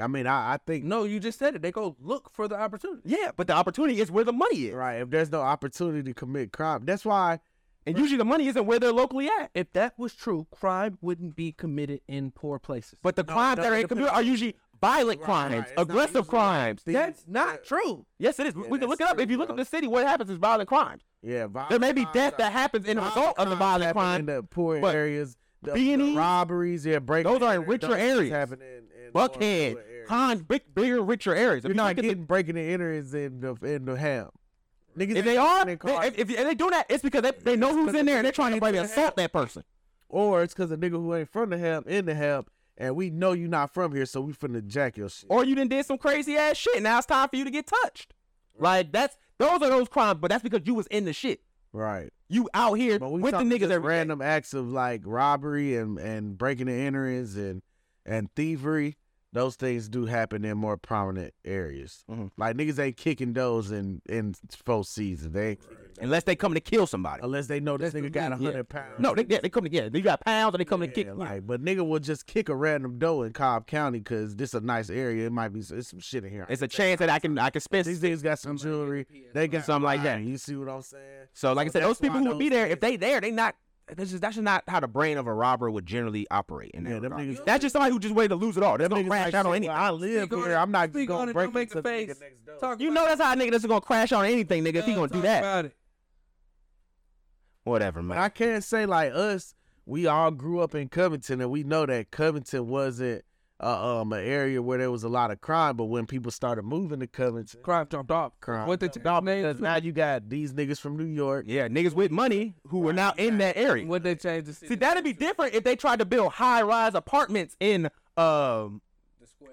[SPEAKER 4] I mean, I, I think
[SPEAKER 3] No, you just said it. They go look for the opportunity.
[SPEAKER 5] Yeah, but the opportunity is where the money is,
[SPEAKER 4] right. If there's no opportunity to commit crime, that's why
[SPEAKER 5] and usually the money isn't where they're locally at.
[SPEAKER 3] If that was true, crime wouldldn't be committed in poor places.
[SPEAKER 5] But the crimes that are in computer are usually violent crimes, aggressive crimes.
[SPEAKER 3] that's not true.
[SPEAKER 5] Yes, it is. we can
[SPEAKER 4] that's
[SPEAKER 5] look it up.
[SPEAKER 4] true,
[SPEAKER 5] if you look
[SPEAKER 4] bro.
[SPEAKER 5] up the city, what happens is violent crimes.
[SPEAKER 4] Yeah, violent
[SPEAKER 5] There may be
[SPEAKER 4] crimes
[SPEAKER 5] death
[SPEAKER 4] are-
[SPEAKER 5] that happens in a
[SPEAKER 4] violent
[SPEAKER 5] result of the
[SPEAKER 4] crimes
[SPEAKER 5] violent
[SPEAKER 4] happen
[SPEAKER 5] crime.
[SPEAKER 4] in the poor
[SPEAKER 5] but
[SPEAKER 4] areas, the,
[SPEAKER 5] B&Es,
[SPEAKER 4] the robberies, yeah, break.
[SPEAKER 5] Those are in richer areas.
[SPEAKER 4] Happening in more
[SPEAKER 5] Buckhead,
[SPEAKER 4] poor areas.
[SPEAKER 5] Con, big, bigger, richer areas. If
[SPEAKER 4] You're
[SPEAKER 5] you
[SPEAKER 4] not
[SPEAKER 5] look at the-
[SPEAKER 4] getting breaking in areas in the in the ham. Niggas
[SPEAKER 5] if
[SPEAKER 4] ain't
[SPEAKER 5] they are,
[SPEAKER 4] breaking in
[SPEAKER 5] they,
[SPEAKER 4] cars.
[SPEAKER 5] if, if and they do that, it's because they, they know who's in there and they're trying to maybe assault that person.
[SPEAKER 4] or it's because a nigga who ain't from the ham in the ham, and we know you not from here, so we finna jack your shit.
[SPEAKER 5] Or you done did some crazy ass shit. Now it's time for you to get touched. Like that's those are those crimes, but that's because you was in the shit.
[SPEAKER 4] Right.
[SPEAKER 5] You out here
[SPEAKER 4] But we
[SPEAKER 5] with the
[SPEAKER 4] talking
[SPEAKER 5] niggas
[SPEAKER 4] just
[SPEAKER 5] that
[SPEAKER 4] random acts of like robbery and and breaking in areas and and thievery. Those things do happen in more prominent areas.
[SPEAKER 5] Mhm.
[SPEAKER 4] Like niggas ain't kicking those in in full season. They ain't kicking
[SPEAKER 5] unless they coming to kill somebody.
[SPEAKER 4] unless they know this
[SPEAKER 3] That's
[SPEAKER 4] nigga
[SPEAKER 3] the
[SPEAKER 4] got a
[SPEAKER 5] league, yeah.
[SPEAKER 4] hundred pounds.
[SPEAKER 5] No, they yeah, they come together. They got pounds and they come to kick.
[SPEAKER 4] Yeah,
[SPEAKER 5] Like,
[SPEAKER 4] like, but nigga will just kick a random dough in Cobb County because this a nice area. It might be it's some shit in here.
[SPEAKER 5] it's a chance that I can I can spend.
[SPEAKER 4] These niggas got some jewelry. They got
[SPEAKER 5] Something like that.
[SPEAKER 4] Right, You see what I'm saying?
[SPEAKER 5] So like I said, those
[SPEAKER 4] that's
[SPEAKER 5] people
[SPEAKER 4] why
[SPEAKER 5] who would be
[SPEAKER 4] those
[SPEAKER 5] there, if they there, they not. That's just that's just not how the brain of a robber would generally operate. In that
[SPEAKER 4] Yeah, them
[SPEAKER 5] regard.
[SPEAKER 4] niggas-
[SPEAKER 5] that's just somebody who just waited to lose it all. They're
[SPEAKER 4] Them
[SPEAKER 5] gonna
[SPEAKER 4] niggas
[SPEAKER 5] crash
[SPEAKER 4] like,
[SPEAKER 5] out on
[SPEAKER 4] shit,
[SPEAKER 5] anything.
[SPEAKER 4] well, I live
[SPEAKER 3] Speak on
[SPEAKER 4] here.
[SPEAKER 3] it.
[SPEAKER 4] I'm not
[SPEAKER 3] Speak on
[SPEAKER 4] gonna
[SPEAKER 3] it.
[SPEAKER 4] break
[SPEAKER 3] Don't make
[SPEAKER 4] into
[SPEAKER 3] a
[SPEAKER 4] the nigga
[SPEAKER 3] face.
[SPEAKER 4] next door.
[SPEAKER 3] Talk
[SPEAKER 5] You
[SPEAKER 3] about
[SPEAKER 5] know that's how a nigga that's gonna crash out on anything, nigga. If he
[SPEAKER 3] it.
[SPEAKER 5] gonna do
[SPEAKER 3] Talk
[SPEAKER 5] that,
[SPEAKER 3] about it.
[SPEAKER 5] whatever, man.
[SPEAKER 4] I can't say like us. We all grew up in Covington, and we know that Covington wasn't uh, um an area where there was a lot of crime. But when people started moving to Covington,
[SPEAKER 3] Crime jumped off.
[SPEAKER 4] Crime
[SPEAKER 3] What the
[SPEAKER 4] dog,
[SPEAKER 3] chick
[SPEAKER 4] because
[SPEAKER 3] name?
[SPEAKER 4] now you got these niggas from New York.
[SPEAKER 5] yeah, niggas with money who were now in that area.
[SPEAKER 3] What they changed the city?
[SPEAKER 5] See, that'd be different if they tried to build high rise apartments in um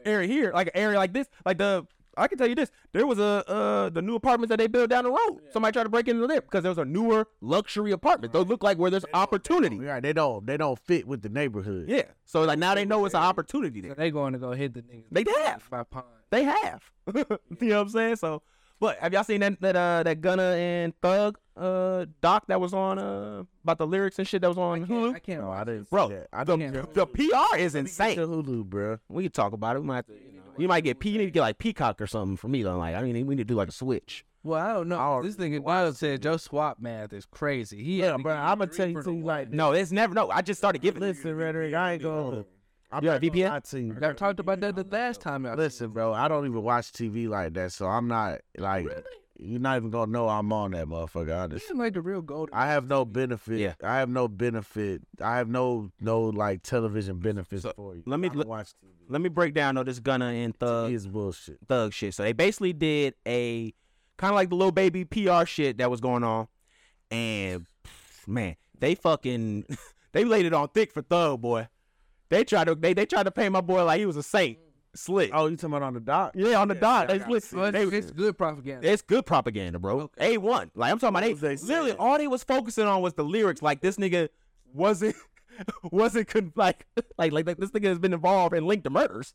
[SPEAKER 5] area here, like an area like this, like the I can tell you this: there was a uh, the new apartments that they built down the road. Somebody tried to break into there because there was a newer luxury apartment. Those look like where there's opportunity.
[SPEAKER 4] Right, they don't they don't fit with the neighborhood.
[SPEAKER 5] Yeah, so like now they know it's an opportunity
[SPEAKER 3] So
[SPEAKER 5] there.
[SPEAKER 3] they going to go hit the niggas.
[SPEAKER 5] They have.
[SPEAKER 3] by pond.
[SPEAKER 5] They have. you know what I'm saying? So, but have y'all seen that that uh that Gunna and Thug uh doc that was on uh about the lyrics and shit that was on Hulu?
[SPEAKER 3] I can't.
[SPEAKER 4] No,
[SPEAKER 3] watch
[SPEAKER 4] I didn't.
[SPEAKER 5] Bro,
[SPEAKER 4] see that. I
[SPEAKER 5] the,
[SPEAKER 4] don't care.
[SPEAKER 5] the PR is
[SPEAKER 4] Get
[SPEAKER 5] insane.
[SPEAKER 4] your Hulu, bro.
[SPEAKER 5] We can talk about it. We might have to, you, know, you might get P. You need to get like Peacock or something for me. Though, like I mean, we need to do like a switch.
[SPEAKER 3] Well, I don't know.
[SPEAKER 4] I'll-
[SPEAKER 3] this thing Wild said Joe Swap math is crazy. He
[SPEAKER 4] Yeah, bro. I'm gonna tell you something like
[SPEAKER 5] No, it's never. No, I just started giving.
[SPEAKER 4] Listen, rhetoric. I ain't gonna. I'm
[SPEAKER 5] You got
[SPEAKER 4] not gonna
[SPEAKER 5] VPN?
[SPEAKER 4] lie to you.
[SPEAKER 3] I talked about that the last time. I
[SPEAKER 4] Listen, bro. I don't even watch TV like that, so I'm not like you're not even gonna know I'm on that motherfucker.
[SPEAKER 3] This
[SPEAKER 4] Honestly,
[SPEAKER 3] is like the real gold.
[SPEAKER 4] I have no benefit.
[SPEAKER 5] Yeah.
[SPEAKER 4] I have no benefit. I have no no like television benefits
[SPEAKER 5] So,
[SPEAKER 4] for you.
[SPEAKER 5] let uh, me
[SPEAKER 4] I don't
[SPEAKER 5] look-
[SPEAKER 4] watch TV.
[SPEAKER 5] Let me break down though this Gunna and Thug
[SPEAKER 4] TV is bullshit.
[SPEAKER 5] Thug shit. So they basically did a kind of like the little baby PR shit that was going on, and pff, man, they fucking they laid it on thick for Thug boy. They tried to they they tried to paint my boy like he was a saint, slick.
[SPEAKER 4] Oh, you talking about on the dock?
[SPEAKER 5] yeah, on the dot. They,
[SPEAKER 3] Well,
[SPEAKER 5] split-
[SPEAKER 3] it's,
[SPEAKER 5] they,
[SPEAKER 3] it's good propaganda.
[SPEAKER 5] it's good propaganda, bro. A one. Like I'm talking about,
[SPEAKER 4] was they
[SPEAKER 5] they, literally
[SPEAKER 4] saying?
[SPEAKER 5] all they was focusing on was the lyrics. Like this nigga wasn't wasn't con- like like like this nigga has been involved and linked to murders,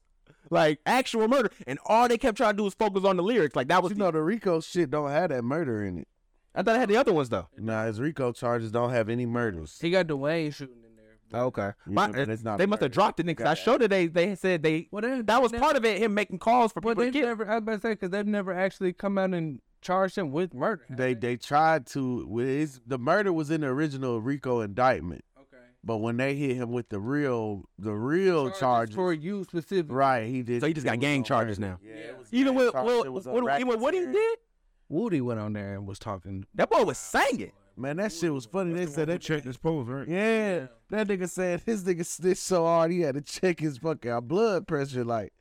[SPEAKER 5] like actual murder. And all they kept trying to do was focus on the lyrics. Like that was.
[SPEAKER 4] You
[SPEAKER 5] the-
[SPEAKER 4] know the Rico shit don't have that murder in it.
[SPEAKER 5] I thought I had the other ones though.
[SPEAKER 4] Nah, his Rico charges don't have any murders.
[SPEAKER 3] He got Dwayne shooting in there.
[SPEAKER 5] Okay,
[SPEAKER 4] Yeah,
[SPEAKER 5] My,
[SPEAKER 4] but it's not
[SPEAKER 5] they
[SPEAKER 4] a
[SPEAKER 5] must have
[SPEAKER 4] murder.
[SPEAKER 5] dropped it because I showed it. They they said they
[SPEAKER 3] Well, they-
[SPEAKER 5] that was
[SPEAKER 3] they-
[SPEAKER 5] part of it. Him making calls for
[SPEAKER 3] But
[SPEAKER 5] people to
[SPEAKER 3] they've
[SPEAKER 5] get.
[SPEAKER 3] never. I was about to say because they've never actually come out and charged him with murder. have
[SPEAKER 4] They they tried to with his, the murder was in the original Rico indictment,
[SPEAKER 3] okay.
[SPEAKER 4] but when they hit him with the real the real
[SPEAKER 3] Charges
[SPEAKER 4] charges,
[SPEAKER 3] for you specifically.
[SPEAKER 4] right? He did.
[SPEAKER 5] so he just
[SPEAKER 4] it
[SPEAKER 5] got
[SPEAKER 4] was
[SPEAKER 5] gang
[SPEAKER 4] on
[SPEAKER 5] charges
[SPEAKER 4] murder.
[SPEAKER 5] now.
[SPEAKER 4] Yeah, it was
[SPEAKER 5] Even
[SPEAKER 4] gang
[SPEAKER 5] with
[SPEAKER 4] charges.
[SPEAKER 5] what
[SPEAKER 4] It was a
[SPEAKER 5] what even what he
[SPEAKER 4] racketeering.
[SPEAKER 5] did,
[SPEAKER 3] Woody went on there and was talking.
[SPEAKER 5] that boy was singing.
[SPEAKER 4] Man, that shit was funny. They said
[SPEAKER 1] They
[SPEAKER 4] that.
[SPEAKER 1] checked his pose, right?
[SPEAKER 4] Yeah, that nigga said his nigga snitched so hard he had to check his fucking blood pressure like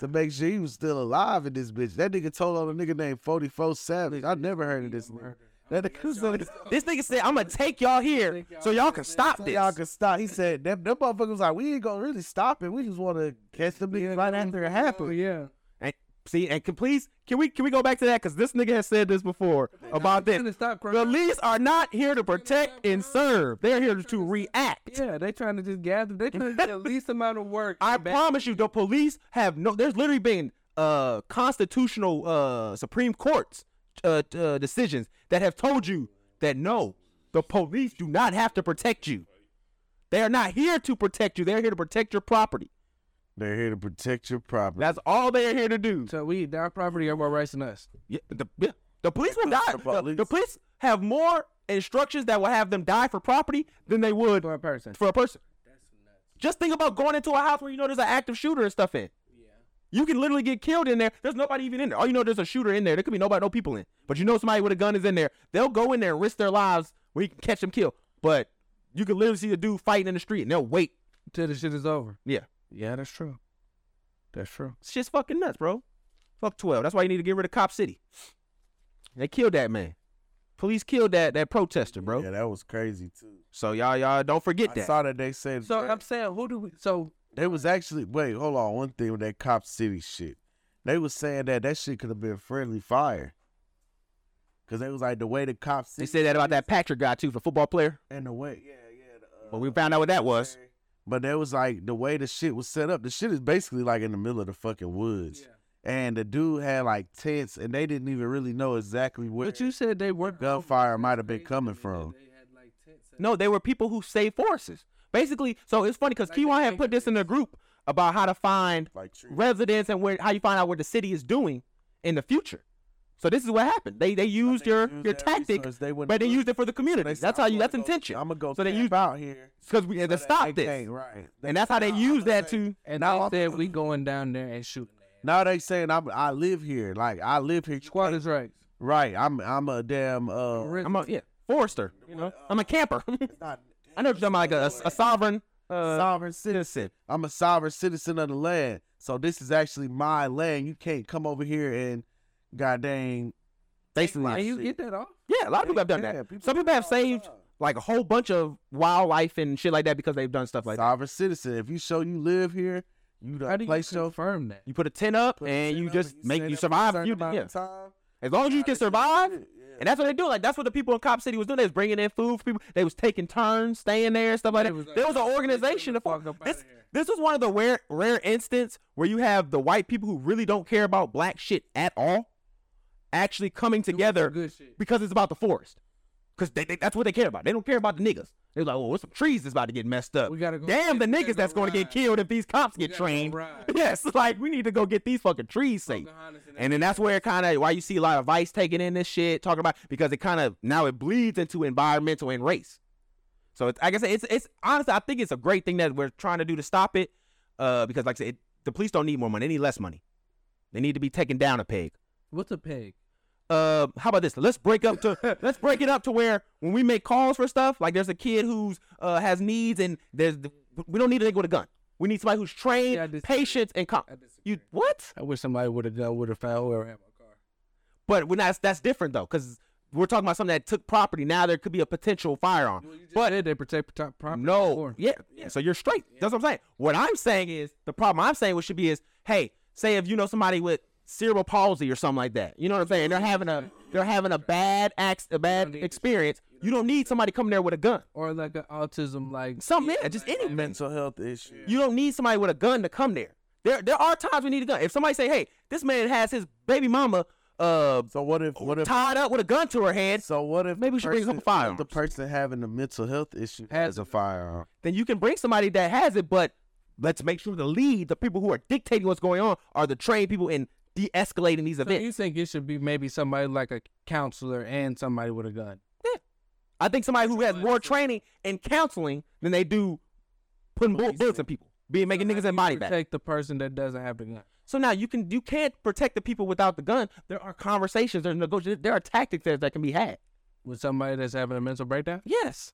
[SPEAKER 4] to make sure he was still alive in this bitch. That nigga told on a nigga named Forty Four Savage. I never heard of this nigga. That nigga said-
[SPEAKER 5] This nigga said, "I'm gonna take y'all here so y'all can stop
[SPEAKER 4] So
[SPEAKER 5] this."
[SPEAKER 4] y'all can stop. He said that them motherfuckers was like, we ain't gonna really stop it. We just want to catch them niggas right after it
[SPEAKER 3] But
[SPEAKER 4] happened.
[SPEAKER 3] yeah,
[SPEAKER 5] And- see, and can please, can we can we go back to that? Because this nigga has said this before about
[SPEAKER 3] they
[SPEAKER 5] this.
[SPEAKER 3] trying to stop crime.
[SPEAKER 5] Police are not here to protect and serve; they're here to react.
[SPEAKER 3] yeah, they trying to just gather. They trying to get the least amount of work.
[SPEAKER 5] I
[SPEAKER 3] back-
[SPEAKER 5] promise you, the police have no. There's literally been uh constitutional uh Supreme Court's uh, uh decisions that have told you that no, the police do not have to protect you. They are not here to protect you. They're here to protect your property.
[SPEAKER 4] They're here to protect your property.
[SPEAKER 5] That's all they are here to do.
[SPEAKER 3] So we our property are more rights than us.
[SPEAKER 5] Yeah, the, yeah. the police will die. The,
[SPEAKER 4] police.
[SPEAKER 5] the police have more instructions that will have them die for property than they would
[SPEAKER 3] For a person.
[SPEAKER 5] for a person. Just think about going into a house where you know there's an active shooter and stuff in. You can literally get killed in there. There's nobody even in there. All you know there's a shooter in there. There could be nobody, no people in. But you know somebody with a gun is in there. They'll go in there and risk their lives where you can catch them killed. But you can literally see a dude fighting in the street and they'll wait.
[SPEAKER 3] Till the shit is over.
[SPEAKER 5] Yeah.
[SPEAKER 3] Yeah, that's true. That's true.
[SPEAKER 5] It's just fucking nuts, bro. Fuck 12. That's why you need to get rid of Cop City. They killed that man. Police killed that that protester, bro.
[SPEAKER 4] yeah, that was crazy too.
[SPEAKER 5] So y'all y'all don't forget
[SPEAKER 4] I
[SPEAKER 5] that.
[SPEAKER 4] saw that they said
[SPEAKER 3] So I'm saying, who do we? So
[SPEAKER 4] they was actually wait. Hold on, one thing with that cop city shit. They was saying that that shit could have been friendly fire. Cause they was like the way the cops
[SPEAKER 5] They said that about that Patrick guy too, the football player.
[SPEAKER 4] and the way yeah yeah. the, uh,
[SPEAKER 5] But we found out what that was.
[SPEAKER 4] But that was like the way the shit was set up. The shit is basically like in the middle of the fucking woods. And the dude had like tents, and they didn't even really know exactly where
[SPEAKER 3] But you said they were
[SPEAKER 4] gunfire might have been coming from.
[SPEAKER 5] No, they were people who saved forces. Basically, so it's funny because Kiwan had put this in a group about how to find
[SPEAKER 4] Like trees.
[SPEAKER 5] residents and where how you find out what the city is doing in the future. So this is what happened. They they used your
[SPEAKER 4] used
[SPEAKER 5] your
[SPEAKER 4] that
[SPEAKER 5] tactic,
[SPEAKER 4] resource. They went
[SPEAKER 5] but they
[SPEAKER 4] and
[SPEAKER 5] used it for the community.
[SPEAKER 4] They said,
[SPEAKER 5] that's
[SPEAKER 4] "I'm
[SPEAKER 5] how you.
[SPEAKER 4] gonna
[SPEAKER 5] That's intention.
[SPEAKER 4] I'm gonna go.
[SPEAKER 5] So they
[SPEAKER 4] camp
[SPEAKER 5] used
[SPEAKER 4] out here.
[SPEAKER 5] because we had to
[SPEAKER 4] so that
[SPEAKER 5] stop
[SPEAKER 4] they
[SPEAKER 5] this,
[SPEAKER 4] can't, right?
[SPEAKER 5] and that's how they used that to.
[SPEAKER 3] And
[SPEAKER 4] Now
[SPEAKER 3] now
[SPEAKER 4] I'm-
[SPEAKER 3] they said we going down there and shooting.
[SPEAKER 4] Now they saying I'm, I live here. Like I live here.
[SPEAKER 3] Squad is right.
[SPEAKER 4] Right. I'm I'm a damn uh.
[SPEAKER 5] Oh, I'm a yeah forester. You know, I'm a camper. I know you're talking about like a, a- a sovereign uh,
[SPEAKER 4] Sovereign
[SPEAKER 5] citizen.
[SPEAKER 4] I'm a sovereign citizen of the land. So this is actually my land. You can't come over here and god dang
[SPEAKER 5] Basically,
[SPEAKER 3] And you get that off?
[SPEAKER 5] Yeah, a lot of people have done
[SPEAKER 4] Yeah,
[SPEAKER 5] that.
[SPEAKER 4] people
[SPEAKER 5] Some
[SPEAKER 4] do
[SPEAKER 5] people have
[SPEAKER 4] it all the
[SPEAKER 5] saved
[SPEAKER 4] time.
[SPEAKER 5] like a whole bunch of wildlife and shit like that because they've done stuff like that.
[SPEAKER 4] sovereign citizen. If you show you live here, You
[SPEAKER 3] How
[SPEAKER 4] done
[SPEAKER 3] do you
[SPEAKER 4] placed your
[SPEAKER 3] confirm that?
[SPEAKER 5] You put a tent up
[SPEAKER 4] put the
[SPEAKER 5] and
[SPEAKER 4] shit
[SPEAKER 5] you
[SPEAKER 4] up
[SPEAKER 5] just make
[SPEAKER 4] stand
[SPEAKER 5] you
[SPEAKER 4] up for a
[SPEAKER 5] survive.
[SPEAKER 4] certain
[SPEAKER 5] You,
[SPEAKER 4] amount
[SPEAKER 5] yeah.
[SPEAKER 4] of time.
[SPEAKER 5] As long as you
[SPEAKER 4] How
[SPEAKER 5] can
[SPEAKER 4] this shit
[SPEAKER 5] survive,
[SPEAKER 4] shit, yeah.
[SPEAKER 5] and that's what they do. Like that's what the people in Cop City was doing. They was bringing in food for people. They was taking turns, staying there and stuff like
[SPEAKER 3] They
[SPEAKER 5] that.
[SPEAKER 3] was like,
[SPEAKER 5] there was an
[SPEAKER 3] "Get the
[SPEAKER 5] organization. To fuck
[SPEAKER 3] fuck up
[SPEAKER 5] this,
[SPEAKER 3] outta here."
[SPEAKER 5] this was one of the rare rare instance where you have the white people who really don't care about black shit at all, actually coming
[SPEAKER 3] Doing
[SPEAKER 5] together
[SPEAKER 3] some good shit.
[SPEAKER 5] because it's about the forest. Because they, they, that's what they care about. They don't care about the niggas. They're like, well, what's some trees that's about to get messed up?
[SPEAKER 3] We gotta go
[SPEAKER 5] Damn the
[SPEAKER 3] get- we gotta
[SPEAKER 5] niggas that's
[SPEAKER 3] go
[SPEAKER 5] going to get
[SPEAKER 3] ride.
[SPEAKER 5] killed if these cops get
[SPEAKER 3] gotta go
[SPEAKER 5] trained.
[SPEAKER 3] ride. Oh,
[SPEAKER 5] Yes, like we need to go get these fucking trees safe.
[SPEAKER 3] Pocahontas and
[SPEAKER 5] And then that's where it kind of why you see a lot of Vice taking in this shit, talking about because it kind of now it bleeds into environmental and race. So it's, like I said, it's it's honestly I think it's a great thing that we're trying to do to stop it, uh, because like I said, it, the police don't need more money; they need less money. They need to be taken down a peg.
[SPEAKER 3] What's a peg?
[SPEAKER 5] Uh, how about this? Let's break up to let's break it up to where when we make calls for stuff, like there's a kid who's uh has needs and there's we don't need a nigga with a gun. We need somebody who's trained,
[SPEAKER 3] Yeah, I disagree.
[SPEAKER 5] patient, and calm.
[SPEAKER 3] I disagree.
[SPEAKER 5] You what?
[SPEAKER 3] I wish somebody would have done would have found whoever had my car.
[SPEAKER 5] But we're not, that's different though, because we're talking about something that took property. Now there could be a potential firearm.
[SPEAKER 3] Well, you just
[SPEAKER 5] But-
[SPEAKER 3] said they protect pro- property.
[SPEAKER 5] No,
[SPEAKER 3] before.
[SPEAKER 5] yeah, yeah. So you're straight. That's what I'm saying. What I'm saying is the problem I'm saying what should be is, hey, say if you know somebody with cerebral palsy or something like that, you know what I'm saying? They're having a they're having a bad acts a bad experience. You don't need somebody coming there with a gun.
[SPEAKER 3] or like an autism like
[SPEAKER 5] Something yeah, just anything.
[SPEAKER 4] mental health issue.
[SPEAKER 5] You don't need somebody with a gun to come there. There there are times we need a gun. If somebody say, hey, this man has his baby mama uh
[SPEAKER 4] So what if what if
[SPEAKER 5] tied up with a gun to her head,
[SPEAKER 4] so what if
[SPEAKER 5] Maybe we
[SPEAKER 4] the
[SPEAKER 5] should bring a couple
[SPEAKER 4] person-
[SPEAKER 5] firearms.
[SPEAKER 4] The person having the mental health issue
[SPEAKER 3] Has
[SPEAKER 4] has a firearm.
[SPEAKER 5] then you can bring somebody that has it, but let's make sure the lead, the people who are dictating what's going on, are the trained people in de escalating these
[SPEAKER 3] So
[SPEAKER 5] events.
[SPEAKER 3] you think it should be maybe somebody like a counselor and somebody with a gun?
[SPEAKER 5] I think somebody who has more training and counseling than they do putting bull- bullets in people, being making niggas in body bags.
[SPEAKER 3] Protect the person that doesn't have the gun.
[SPEAKER 5] So now you can you can't protect the people without the gun. There are conversations, there's negotiations, there are tactics that, that can be had.
[SPEAKER 3] With somebody that's having a mental breakdown?
[SPEAKER 5] Yes,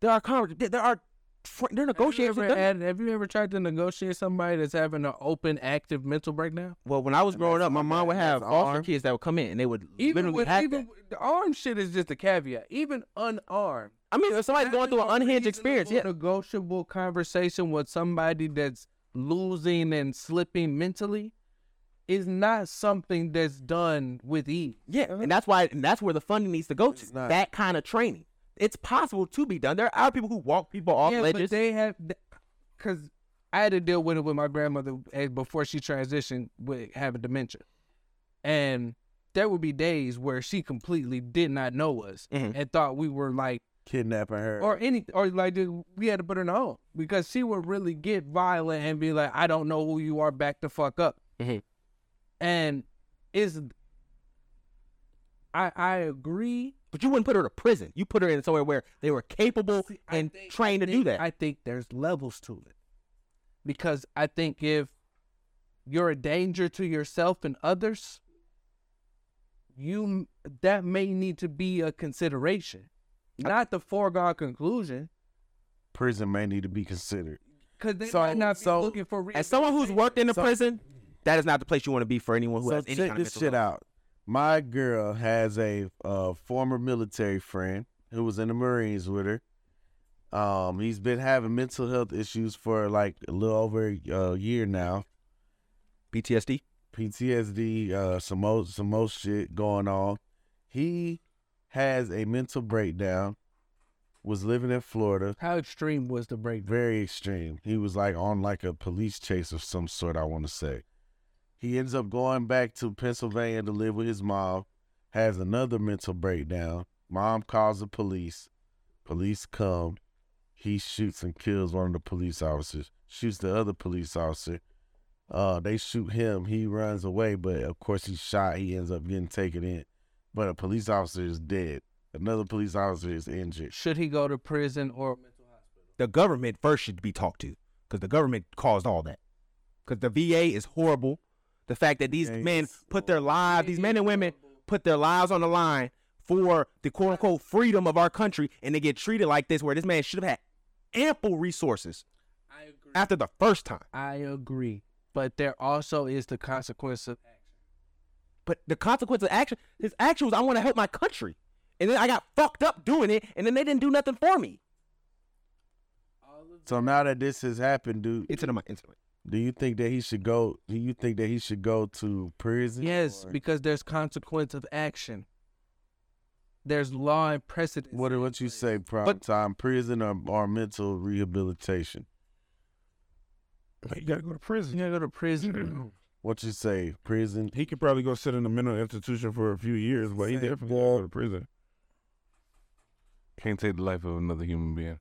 [SPEAKER 5] there are conver- there there are tra- there are
[SPEAKER 3] Have
[SPEAKER 5] negotiations. that
[SPEAKER 3] you, ever
[SPEAKER 5] can-
[SPEAKER 3] had- have you ever tried to negotiate somebody that's having an open, active mental breakdown?
[SPEAKER 5] Well, when I was growing up, my mom would have foster kids that would come in and they would
[SPEAKER 3] Even
[SPEAKER 5] literally
[SPEAKER 3] with
[SPEAKER 5] hack
[SPEAKER 3] even
[SPEAKER 5] that.
[SPEAKER 3] with- the armed shit is just a caveat. Even unarmed,
[SPEAKER 5] I mean, if somebody's going through an
[SPEAKER 3] Having a
[SPEAKER 5] unhinged experience, yeah,
[SPEAKER 3] reasonable, negotiable conversation with somebody that's losing and slipping mentally is not something that's done with ease.
[SPEAKER 5] Yeah, and that's why, and that's where the funding needs to go to.
[SPEAKER 4] not.
[SPEAKER 5] That kind of training. It's possible to be done. There are people who walk people off
[SPEAKER 3] yeah,
[SPEAKER 5] ledges.
[SPEAKER 3] but they have, because I had to deal with it with my grandmother eh, before she transitioned with having dementia, and there would be days where she completely did not know us
[SPEAKER 5] Mhm.
[SPEAKER 3] and thought we were like
[SPEAKER 4] Kidnapping her.
[SPEAKER 3] or any or like dude, we had to put her in the home because she would really get violent and be like, "I don't know who you are, back the fuck up."
[SPEAKER 5] Mhm.
[SPEAKER 3] And is I I agree.
[SPEAKER 5] but you wouldn't put her to prison. You put her in somewhere where they were capable
[SPEAKER 3] I
[SPEAKER 5] and
[SPEAKER 3] think-
[SPEAKER 5] trained to do that.
[SPEAKER 3] I think there's levels to it because I think if you're a danger to yourself and others, you m- that may need to be a consideration, not the foregone conclusion.
[SPEAKER 4] Prison may need to be considered.
[SPEAKER 3] Because they
[SPEAKER 4] So-
[SPEAKER 3] might not be
[SPEAKER 4] so-
[SPEAKER 3] looking for
[SPEAKER 5] As someone who's worked in a
[SPEAKER 4] So-
[SPEAKER 5] prison, that is not the place you want to be for anyone who
[SPEAKER 4] so
[SPEAKER 5] has any
[SPEAKER 4] check
[SPEAKER 5] kind of
[SPEAKER 4] this
[SPEAKER 5] mental
[SPEAKER 4] shit
[SPEAKER 5] health.
[SPEAKER 4] out. My girl has a uh, former military friend who was in the Marines with her. Um, he's been having mental health issues for like a little over a year now.
[SPEAKER 5] PTSD.
[SPEAKER 4] PTSD, uh, some mo some more shit going on. He has a mental breakdown. Was living in Florida,
[SPEAKER 3] How extreme was the breakdown?
[SPEAKER 4] very extreme. He was like on like a police chase of some sort. I want to say. He ends up going back to Pennsylvania to live with his mom. Has another mental breakdown. Mom calls the police. Police come. He shoots and kills one of the police officers. Shoots the other police officer. Uh, they shoot him. He runs away, but of course he's shot. He ends up getting taken in, but a police officer is dead. Another police officer is injured.
[SPEAKER 3] Should he go to prison or
[SPEAKER 5] The government first should be talked to because the government caused all that. Because the VA is horrible. The fact that these
[SPEAKER 4] Yeah,
[SPEAKER 5] men
[SPEAKER 4] it's-
[SPEAKER 5] put their lives, these men and women put their lives on the line for the quote unquote freedom of our country, and they get treated like this, where this man should have had ample resources
[SPEAKER 3] I agree.
[SPEAKER 5] after the first time.
[SPEAKER 3] I agree. But there also is the consequence of
[SPEAKER 5] But the consequence of action, his action was, I want to help my country. And then I got fucked up doing it, and then they didn't do nothing for me.
[SPEAKER 4] So now that this has happened, dude,
[SPEAKER 5] Into the mic, into the mic.
[SPEAKER 4] Do you think that he should go? Do you think that he should go to prison?
[SPEAKER 3] Yes,
[SPEAKER 4] or-
[SPEAKER 3] because there's consequence of action. There's law and precedent.
[SPEAKER 4] What what you say? Prime
[SPEAKER 3] But-
[SPEAKER 4] time prison or, or mental rehabilitation?
[SPEAKER 1] He gotta go to prison.
[SPEAKER 3] You gotta go to prison.
[SPEAKER 4] What you say? Prison.
[SPEAKER 1] He could probably go sit in a mental institution for a few years, but he
[SPEAKER 4] Same.
[SPEAKER 1] definitely gotta go to prison.
[SPEAKER 2] Can't take the life of another human being.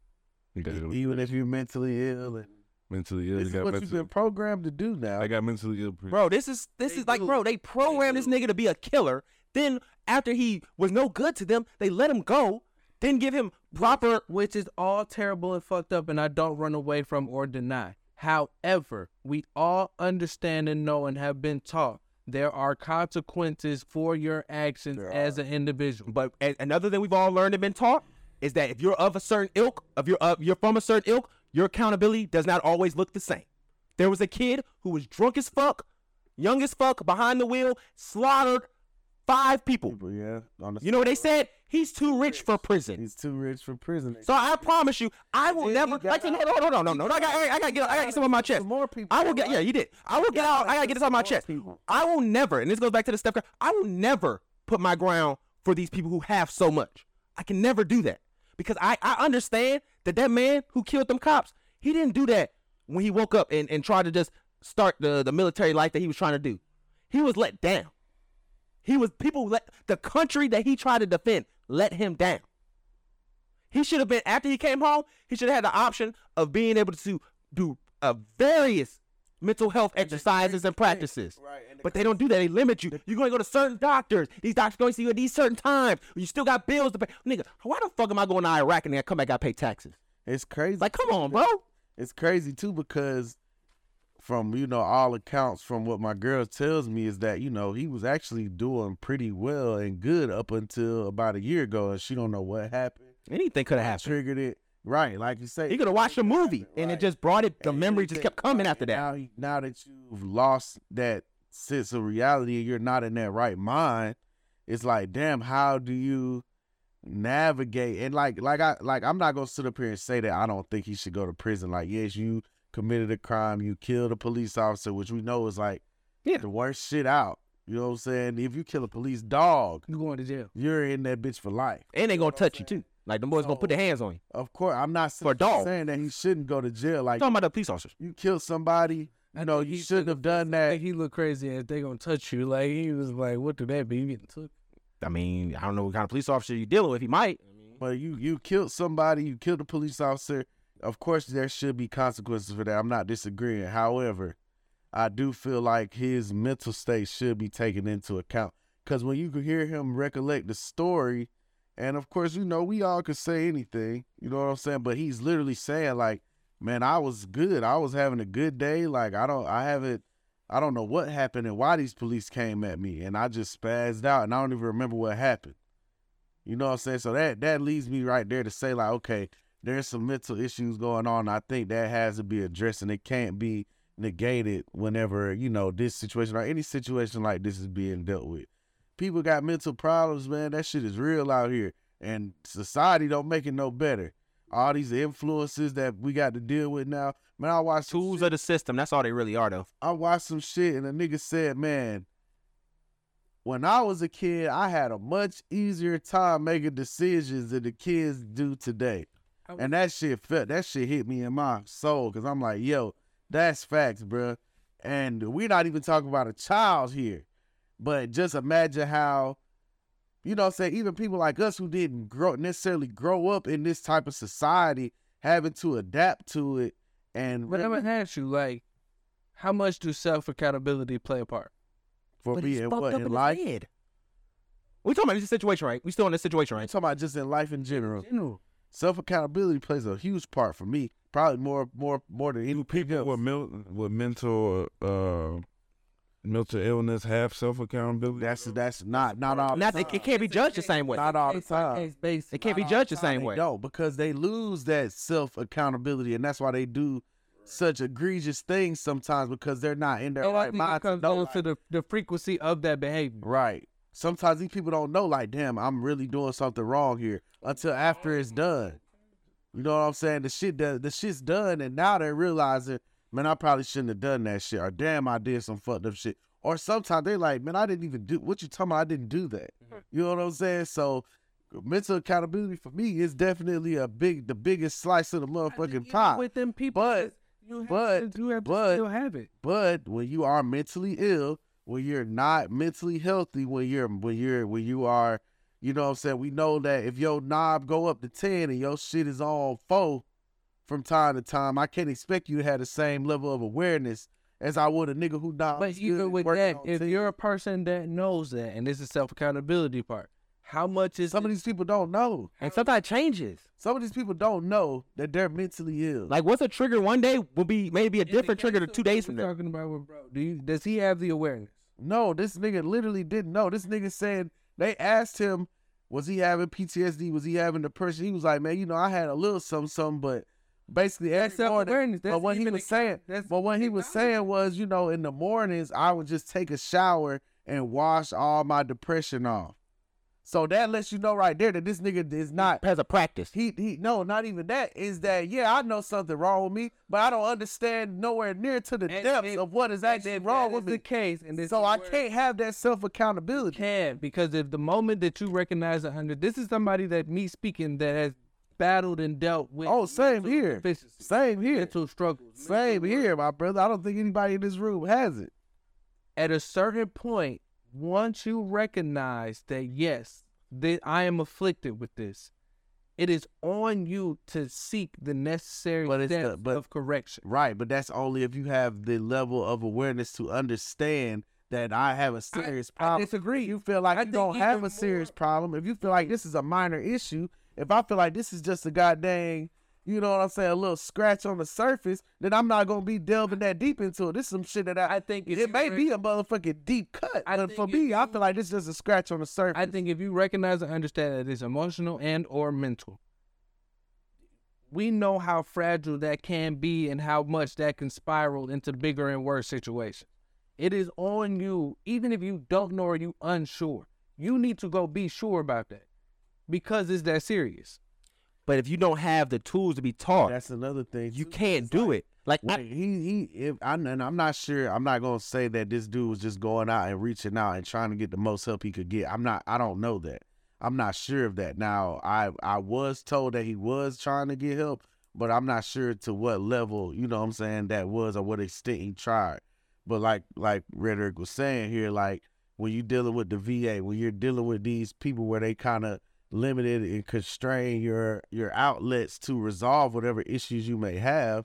[SPEAKER 2] You gotta go
[SPEAKER 4] Even if you're mentally ill, and
[SPEAKER 2] mentally ill.
[SPEAKER 4] this
[SPEAKER 2] You
[SPEAKER 4] is
[SPEAKER 2] got
[SPEAKER 4] what you've been
[SPEAKER 2] mentally,
[SPEAKER 4] programmed to do now.
[SPEAKER 2] I got mentally ill. Pre-
[SPEAKER 5] Bro, this is this
[SPEAKER 3] They
[SPEAKER 5] is like,
[SPEAKER 3] do.
[SPEAKER 5] bro, they programmed this
[SPEAKER 3] do.
[SPEAKER 5] nigga to be a killer. Then after he was no good to them, they let him go. Then give him proper.
[SPEAKER 3] which is all terrible and fucked up, and I don't run away from or deny. However, we all understand and know and have been taught there are consequences for your actions as an individual.
[SPEAKER 5] But a- another thing we've all learned and been taught is that if you're of a certain ilk, of your of you're from a certain ilk, your accountability does not always look the same. There was a kid who was drunk as fuck, young as fuck, behind the wheel, slaughtered five people.
[SPEAKER 4] People, yeah. On the,
[SPEAKER 5] You know what they said? He's too rich for prison.
[SPEAKER 4] he's too rich for prison.
[SPEAKER 5] So I promise you, I will
[SPEAKER 4] He
[SPEAKER 5] never.
[SPEAKER 4] got
[SPEAKER 5] Like,
[SPEAKER 4] out.
[SPEAKER 5] hold on, hold on, no, no, no, I got, I got, to get, I got to get some on my chest.
[SPEAKER 4] Some more people.
[SPEAKER 5] I will get. Yeah, you did. I will get out. I gotta get this off my chest. I will never, and this goes back to the Steph Curry. I will never put my ground for these people who have so much. I can never do that because I I understand that that man who killed them cops, he didn't do that when he woke up and and tried to just start the the military life that he was trying to do. He was let down. He was people let the country that he tried to defend let him down. He should have been after he came home. He should have had the option of being able to do uh, various mental health exercises and practices.
[SPEAKER 4] Right, and the
[SPEAKER 5] But they don't do that. They limit you. You're going to go to certain doctors. These doctors going to see you at these certain times. You still got bills to pay. Nigga, why the fuck am I going to Iraq and then I come back? I pay taxes.
[SPEAKER 4] It's crazy.
[SPEAKER 5] Like, come on, bro.
[SPEAKER 4] it's crazy too because from you know all accounts from what my girl tells me is that you know he was actually doing pretty well and good up until about a year ago and she don't know what happened
[SPEAKER 5] Anything could have happened.
[SPEAKER 4] triggered it right like you say
[SPEAKER 5] He could have watched a movie and it just brought it. The
[SPEAKER 4] And
[SPEAKER 5] memory
[SPEAKER 4] you
[SPEAKER 5] just kept
[SPEAKER 4] think,
[SPEAKER 5] coming
[SPEAKER 4] right,
[SPEAKER 5] after that.
[SPEAKER 4] now, he- now that you've lost that sense of reality and you're not in that right mind it's like damn how do you navigate and like like i like i'm not gonna sit up here and say that i don't think he should go to prison like yes you committed a crime you killed a police officer which we know is like
[SPEAKER 5] Yeah.
[SPEAKER 4] the worst shit out you know what i'm saying if you kill a police dog
[SPEAKER 3] You're going to jail.
[SPEAKER 4] you're in that bitch for life
[SPEAKER 5] And they going to touch you, too. Like, them boys going to put their hands on you.
[SPEAKER 4] of course i'm not
[SPEAKER 5] For a dog.
[SPEAKER 4] saying that he shouldn't go to jail like
[SPEAKER 5] talking about the police officers.
[SPEAKER 4] you killed somebody
[SPEAKER 3] I
[SPEAKER 4] you know
[SPEAKER 3] think
[SPEAKER 4] you
[SPEAKER 3] he
[SPEAKER 4] shouldn't have done that
[SPEAKER 3] Like, he looked crazy if they gonna touch you. Like he was like, "What do that be? You getting took?"
[SPEAKER 5] I mean, I don't know what kind of police officer you're dealing with. He might.
[SPEAKER 4] But you you killed somebody, you killed a police officer. Of course, there should be consequences for that. I'm not disagreeing. However, I do feel like his mental state should be taken into account. Because when you could hear him recollect the story, and of course, you know, we all could say anything. You know what I'm saying? But he's literally saying, like, man, I was good. I was having a good day. Like, I don't, I haven't, I don't know what happened and why these police came at me. And I just spazzed out and I don't even remember what happened. You know what I'm saying? So that that leads me right there to say like, okay, there's some mental issues going on. I think that has to be addressed and it can't be negated whenever, you know, this situation or any situation like this is being dealt with. People got mental problems, man. That shit is real out here. And society don't make it no better. All these influences that we got to deal with now. Man, I watched some
[SPEAKER 5] Tools
[SPEAKER 4] shit-
[SPEAKER 5] of the system. That's all they really are, though.
[SPEAKER 4] I watched some shit and a nigga said, man, when I was a kid, I had a much easier time making decisions than the kids do today.
[SPEAKER 3] I would-
[SPEAKER 4] And that shit felt that shit hit me in my soul because I'm like, yo, that's facts, bruh. And we're not even talking about a child here. But just imagine how, you know, say even people like us who didn't grow necessarily grow up in this type of society, having to adapt to it and
[SPEAKER 3] But I'm gonna ask you, like, how much do self accountability play a part?
[SPEAKER 4] for
[SPEAKER 5] But he's
[SPEAKER 4] being
[SPEAKER 5] fucked
[SPEAKER 4] what
[SPEAKER 5] up
[SPEAKER 4] in
[SPEAKER 5] his
[SPEAKER 4] life.
[SPEAKER 5] head. We talking about this situation, right? We still in this situation,
[SPEAKER 4] I'm
[SPEAKER 5] right?
[SPEAKER 4] talking about just in life in general.
[SPEAKER 3] General,
[SPEAKER 4] Self accountability plays a huge part for me, probably more, more, more than any
[SPEAKER 1] Do people with, mil- with mental uh, mental illness have self accountability?
[SPEAKER 4] That's that's not not all.
[SPEAKER 5] Not, it, it can't be judged the same way.
[SPEAKER 4] Not all the
[SPEAKER 3] Case by
[SPEAKER 4] time.
[SPEAKER 3] case basis.
[SPEAKER 5] It can't be judged the same way.
[SPEAKER 4] No, because they lose that self accountability, and that's why they do such egregious things sometimes because they're not in their
[SPEAKER 3] So I
[SPEAKER 4] right
[SPEAKER 3] think it
[SPEAKER 4] mind. to
[SPEAKER 3] comes
[SPEAKER 4] know,
[SPEAKER 3] down
[SPEAKER 4] like-
[SPEAKER 3] to the, the frequency of that behavior.
[SPEAKER 4] Right. Sometimes these people don't know, like, damn, I'm really doing something wrong here until after it's done. You know what I'm saying? The shit done, the shit's done, and now they're realizing man, I probably shouldn't have done that shit. Or damn, I did some fucked up shit. Or sometimes they like, man, I didn't even do what you talking about. I didn't do that.
[SPEAKER 3] Mm-hmm.
[SPEAKER 4] You know what I'm saying? So mental accountability for me is definitely a big, the biggest slice of the
[SPEAKER 3] I think
[SPEAKER 4] motherfucking
[SPEAKER 3] even
[SPEAKER 4] pie.
[SPEAKER 3] with them people.
[SPEAKER 4] But-
[SPEAKER 3] it's- you have
[SPEAKER 4] but-
[SPEAKER 3] to, do have
[SPEAKER 4] but-
[SPEAKER 3] to still have it.
[SPEAKER 4] But when you are mentally ill, when you're not mentally healthy, when you're when you're when you are, you know what I'm saying, we know that if your knob go up to ten and your shit is on four from time to time, I can't expect you to have the same level of awareness as I would a nigga who knob.
[SPEAKER 3] But
[SPEAKER 4] is good
[SPEAKER 3] even
[SPEAKER 4] and
[SPEAKER 3] with
[SPEAKER 4] working
[SPEAKER 3] that,
[SPEAKER 4] on
[SPEAKER 3] if
[SPEAKER 4] 10.
[SPEAKER 3] you're a person that knows that, and this is self accountability part, how much is
[SPEAKER 4] some
[SPEAKER 3] it-
[SPEAKER 4] of these people don't know.
[SPEAKER 5] And sometimes changes.
[SPEAKER 4] Some of these people don't know that they're mentally ill.
[SPEAKER 5] Like what's a trigger one day will be maybe a
[SPEAKER 3] in the
[SPEAKER 5] different trigger
[SPEAKER 3] case
[SPEAKER 5] to
[SPEAKER 3] of
[SPEAKER 5] two
[SPEAKER 3] what
[SPEAKER 5] days
[SPEAKER 3] we're
[SPEAKER 5] from now.
[SPEAKER 3] Talking about with bro, do you, does he have the awareness?
[SPEAKER 4] No, this nigga literally didn't know. This nigga said they asked him, was he having PTSD? Was he having depression? He was like, man, you know, I had a little something, something, but basically
[SPEAKER 3] That's
[SPEAKER 4] every morning.
[SPEAKER 3] self-awareness. That's
[SPEAKER 4] but what he
[SPEAKER 3] even
[SPEAKER 4] was
[SPEAKER 3] a-
[SPEAKER 4] saying,
[SPEAKER 3] that's
[SPEAKER 4] but what he was
[SPEAKER 3] acknowledging.
[SPEAKER 4] saying was, you know, in the mornings I would just take a shower and wash all my depression off. So that lets you know right there that this nigga is not.
[SPEAKER 5] As a practice.
[SPEAKER 4] He he. No, not even that. Is that yeah? I know something wrong with me, but I don't understand nowhere near to the
[SPEAKER 3] And
[SPEAKER 4] depths
[SPEAKER 3] if-
[SPEAKER 4] of what is actually
[SPEAKER 3] if
[SPEAKER 4] wrong
[SPEAKER 3] that
[SPEAKER 4] with
[SPEAKER 3] is
[SPEAKER 4] me.
[SPEAKER 3] the case, and this
[SPEAKER 4] So
[SPEAKER 3] is
[SPEAKER 4] I
[SPEAKER 3] where-
[SPEAKER 4] can't have that self accountability.
[SPEAKER 3] can because if the moment that you recognize a hundred, this is somebody that me speaking that has battled and dealt with.
[SPEAKER 4] Oh, same
[SPEAKER 3] mental
[SPEAKER 4] here.
[SPEAKER 3] deficiencies,
[SPEAKER 4] Same here.
[SPEAKER 3] mental struggles.
[SPEAKER 4] Same here, my brother. I don't think anybody in this room has it.
[SPEAKER 3] At a certain point, once you recognize that yes, that I am afflicted with this, it is on you to seek the necessary
[SPEAKER 4] But it's the-
[SPEAKER 3] steps
[SPEAKER 4] but-
[SPEAKER 3] of correction.
[SPEAKER 4] Right, but that's only if you have the level of awareness to understand that I have a serious
[SPEAKER 3] I
[SPEAKER 4] problem.
[SPEAKER 3] disagree.
[SPEAKER 4] You feel like
[SPEAKER 3] I
[SPEAKER 4] you don't
[SPEAKER 3] think
[SPEAKER 4] have
[SPEAKER 3] even
[SPEAKER 4] a serious
[SPEAKER 3] more-
[SPEAKER 4] problem. If you feel like this is a minor issue, if I feel like this is just a goddamn, you know what I'm saying, a little scratch on the surface, then I'm not gonna be delving that deep into it. This is some shit that I,
[SPEAKER 3] I think if you
[SPEAKER 4] it may
[SPEAKER 3] rec-
[SPEAKER 4] be a motherfucking deep cut.
[SPEAKER 3] I
[SPEAKER 4] but
[SPEAKER 3] think
[SPEAKER 4] for
[SPEAKER 3] if
[SPEAKER 4] me, I
[SPEAKER 3] you-
[SPEAKER 4] feel like this is just a scratch on the surface.
[SPEAKER 3] I think if you recognize and understand that it's emotional and or mental, we know how fragile that can be and how much that can spiral into bigger and worse situations. It is on you, even if you don't know or you unsure. You need to go be sure about that because it's that serious.
[SPEAKER 5] But if you don't have the tools to be taught,
[SPEAKER 4] that's another thing.
[SPEAKER 5] you
[SPEAKER 4] too.
[SPEAKER 5] can't do it. Like I-
[SPEAKER 4] Wait, he he. If I and I'm not sure. I'm not gonna say that this dude was just going out and reaching out and trying to get the most help he could get. I'm not. I don't know that. I'm not sure of that. Now, I I was told that he was trying to get help, but I'm not sure to what level. You know what I'm saying? That was or what extent he tried. But like like Rhetoric was saying here, like when you're dealing with the VA, when you're dealing with these people where they kind of limited and constrain your your outlets to resolve whatever issues you may have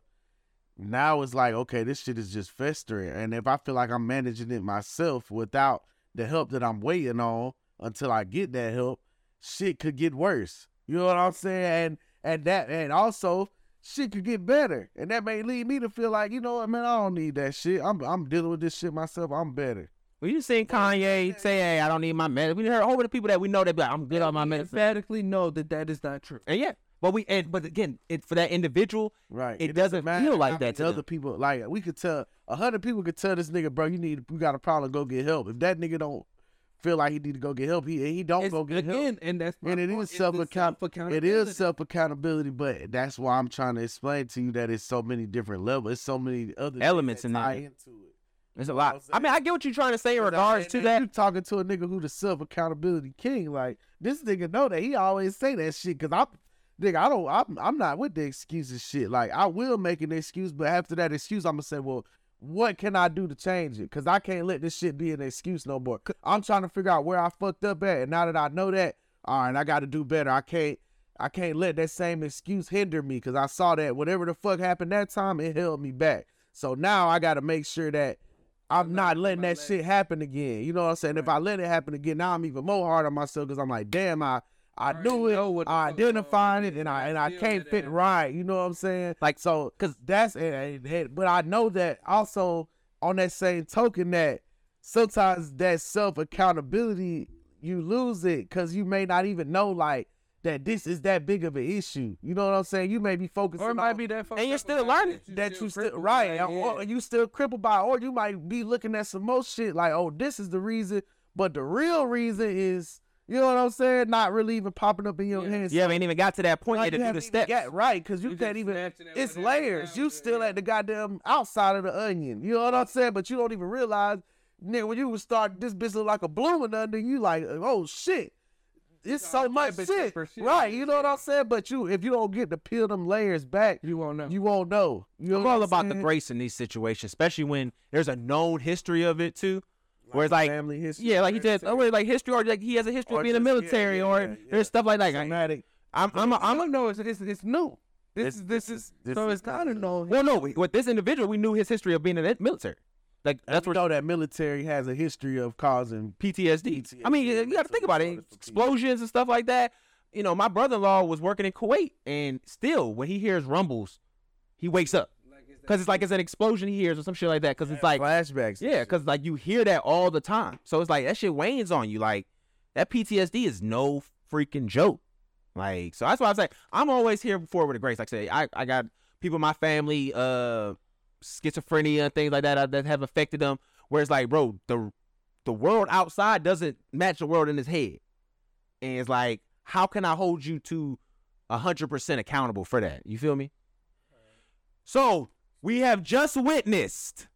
[SPEAKER 4] now it's like, okay, this shit is just festering. And if I feel like I'm managing it myself without the help that I'm waiting on until I get that help, shit could get worse. You know what I'm saying? And and that and also shit could get better. And that may lead me to feel like, you know what, man, I don't need that shit. I'm I'm dealing with this shit myself. I'm better.
[SPEAKER 5] well, you seen Kanye say, "Hey, I don't need my medicine." We heard all the people that we know that be like, "I'm good on my medicine."
[SPEAKER 3] Emphatically know that that is not true.
[SPEAKER 5] And yeah, but we and but again, it for that individual,
[SPEAKER 4] Right.
[SPEAKER 5] It doesn't feel like
[SPEAKER 4] how
[SPEAKER 5] that
[SPEAKER 4] many
[SPEAKER 5] to them.
[SPEAKER 4] other people like we could tell a hundred people could tell this nigga, bro, you need you got a problem, go get help. If that nigga don't feel like he need to go get help, he he don't
[SPEAKER 3] It's-
[SPEAKER 4] go get help.
[SPEAKER 3] again, and that's my
[SPEAKER 4] and it
[SPEAKER 3] point,
[SPEAKER 4] is
[SPEAKER 3] it's the
[SPEAKER 4] self accountability. It
[SPEAKER 3] self-accountability.
[SPEAKER 4] is self accountability, but that's why I'm trying to explain to you that it's so many different levels. It's so many other things
[SPEAKER 5] Elements
[SPEAKER 4] that
[SPEAKER 5] in there.
[SPEAKER 4] tie into it.
[SPEAKER 5] there's a lot. I mean, I get what you're trying to say in
[SPEAKER 4] Because I-
[SPEAKER 5] regards
[SPEAKER 4] and-
[SPEAKER 5] to
[SPEAKER 4] and
[SPEAKER 5] that.
[SPEAKER 4] You talking to a nigga who the self accountability king? Like this nigga know that he always say that shit because I'm. Nigga, I don't. I'm. I'm not with the excuses shit. Like I will make an excuse, but after that excuse, I'm gonna say, well, what can I do to change it? Cause I can't let this shit be an excuse no more. I'm trying to figure out where I fucked up at, and now that I know that, all right, I got to do better. I can't. I can't let that same excuse hinder me because I saw that whatever the fuck happened that time, it held me back. So now I got to make sure that I'm not letting that shit happen again. You know what I'm saying? If I let it happen again, now I'm even more hard on myself because I'm like, damn, I I
[SPEAKER 3] already
[SPEAKER 4] knew it,
[SPEAKER 3] know what the
[SPEAKER 4] I
[SPEAKER 3] fuck's wrong
[SPEAKER 4] identified
[SPEAKER 3] with
[SPEAKER 4] it,
[SPEAKER 3] you, and
[SPEAKER 4] and I
[SPEAKER 3] I
[SPEAKER 4] and I
[SPEAKER 3] still
[SPEAKER 4] can't
[SPEAKER 3] let it
[SPEAKER 4] fit
[SPEAKER 3] happen.
[SPEAKER 4] right. You know what I'm saying?
[SPEAKER 5] Like,
[SPEAKER 4] so, because that's and, and- and- but I know that also on that same token that sometimes that self accountability you lose it because you may not even know like that this is that big of an issue. You know what I'm saying? You may be focusing
[SPEAKER 3] Or it might
[SPEAKER 4] on-
[SPEAKER 3] be that fucked
[SPEAKER 5] And you're
[SPEAKER 3] up
[SPEAKER 5] still
[SPEAKER 3] about
[SPEAKER 5] learning.
[SPEAKER 4] that you still
[SPEAKER 3] crippled
[SPEAKER 4] right, uh,
[SPEAKER 3] by it.
[SPEAKER 4] or you still crippled by, or you might be looking at some more shit like, oh, this is the reason, but the real reason is You know what I'm saying? Not really even popping up in your hands.
[SPEAKER 5] You haven't even got to that point
[SPEAKER 4] Like,
[SPEAKER 5] yet to
[SPEAKER 4] you
[SPEAKER 5] do the
[SPEAKER 4] haven't even
[SPEAKER 5] steps.
[SPEAKER 4] got- right, because you,
[SPEAKER 3] You just
[SPEAKER 4] can't even.
[SPEAKER 3] snatching at
[SPEAKER 4] It's
[SPEAKER 3] whatever
[SPEAKER 4] layers.
[SPEAKER 3] sound
[SPEAKER 4] You
[SPEAKER 3] good,
[SPEAKER 4] still
[SPEAKER 3] yeah.
[SPEAKER 4] at the goddamn outside of the onion. You know what I'm saying? But you don't even realize, nigga, when you would start, this bitch look like a bloom and under. You like, oh shit, it's so
[SPEAKER 3] all
[SPEAKER 4] much
[SPEAKER 3] type of
[SPEAKER 4] shit,
[SPEAKER 3] different shit.
[SPEAKER 4] right? You know what I'm saying? But you, if you don't get to peel them layers back,
[SPEAKER 3] You won't know.
[SPEAKER 4] you won't know. You know
[SPEAKER 5] I'm
[SPEAKER 4] what
[SPEAKER 5] all
[SPEAKER 4] I'm
[SPEAKER 5] about the
[SPEAKER 4] saying?
[SPEAKER 5] grace in these situations, especially when there's a known history of it too. Where it's like,
[SPEAKER 4] family history.
[SPEAKER 5] yeah, like he said, oh, wait, like history, or like he has a history
[SPEAKER 4] Or
[SPEAKER 5] of being in the
[SPEAKER 4] just- yeah,
[SPEAKER 5] military,
[SPEAKER 4] yeah,
[SPEAKER 5] or
[SPEAKER 4] yeah, yeah.
[SPEAKER 5] there's stuff like that. Like,
[SPEAKER 4] Traumatic.
[SPEAKER 5] I'm, I'm, a, I'm.
[SPEAKER 3] don't know. It's it's, it's new. This
[SPEAKER 4] This-
[SPEAKER 3] is this
[SPEAKER 4] this
[SPEAKER 3] is
[SPEAKER 4] is-
[SPEAKER 3] so
[SPEAKER 4] this
[SPEAKER 3] it's
[SPEAKER 4] is
[SPEAKER 3] kind of
[SPEAKER 4] not-
[SPEAKER 3] known.
[SPEAKER 5] Well, no, we- with this individual, we knew his history of being in the military. Like that's
[SPEAKER 4] That's
[SPEAKER 5] where
[SPEAKER 4] know that military has a history of causing
[SPEAKER 5] PTSD. I mean,
[SPEAKER 4] PTSD,
[SPEAKER 5] you got to
[SPEAKER 4] mental
[SPEAKER 5] think about it.
[SPEAKER 4] disorders for people.
[SPEAKER 5] Explosions and stuff like that. You know, my brother-in-law was working in Kuwait, and still, when he hears rumbles, he wakes up because it's like it's an explosion he hears or some shit like that. Because it's like,
[SPEAKER 4] flashbacks. and
[SPEAKER 5] yeah,
[SPEAKER 4] shit.
[SPEAKER 5] because like you hear that all the time. So it's like that shit wanes on you. Like that PTSD is no freaking joke. Like so that's why I was like, I'm always here for with a grace. Like I say, I I got people in my family, uh, schizophrenia and things like that uh, that have affected them. Where it's like, bro, the the world outside doesn't match the world in his head, and it's like, how can I hold you to hundred percent accountable for that? You feel me? So we have just witnessed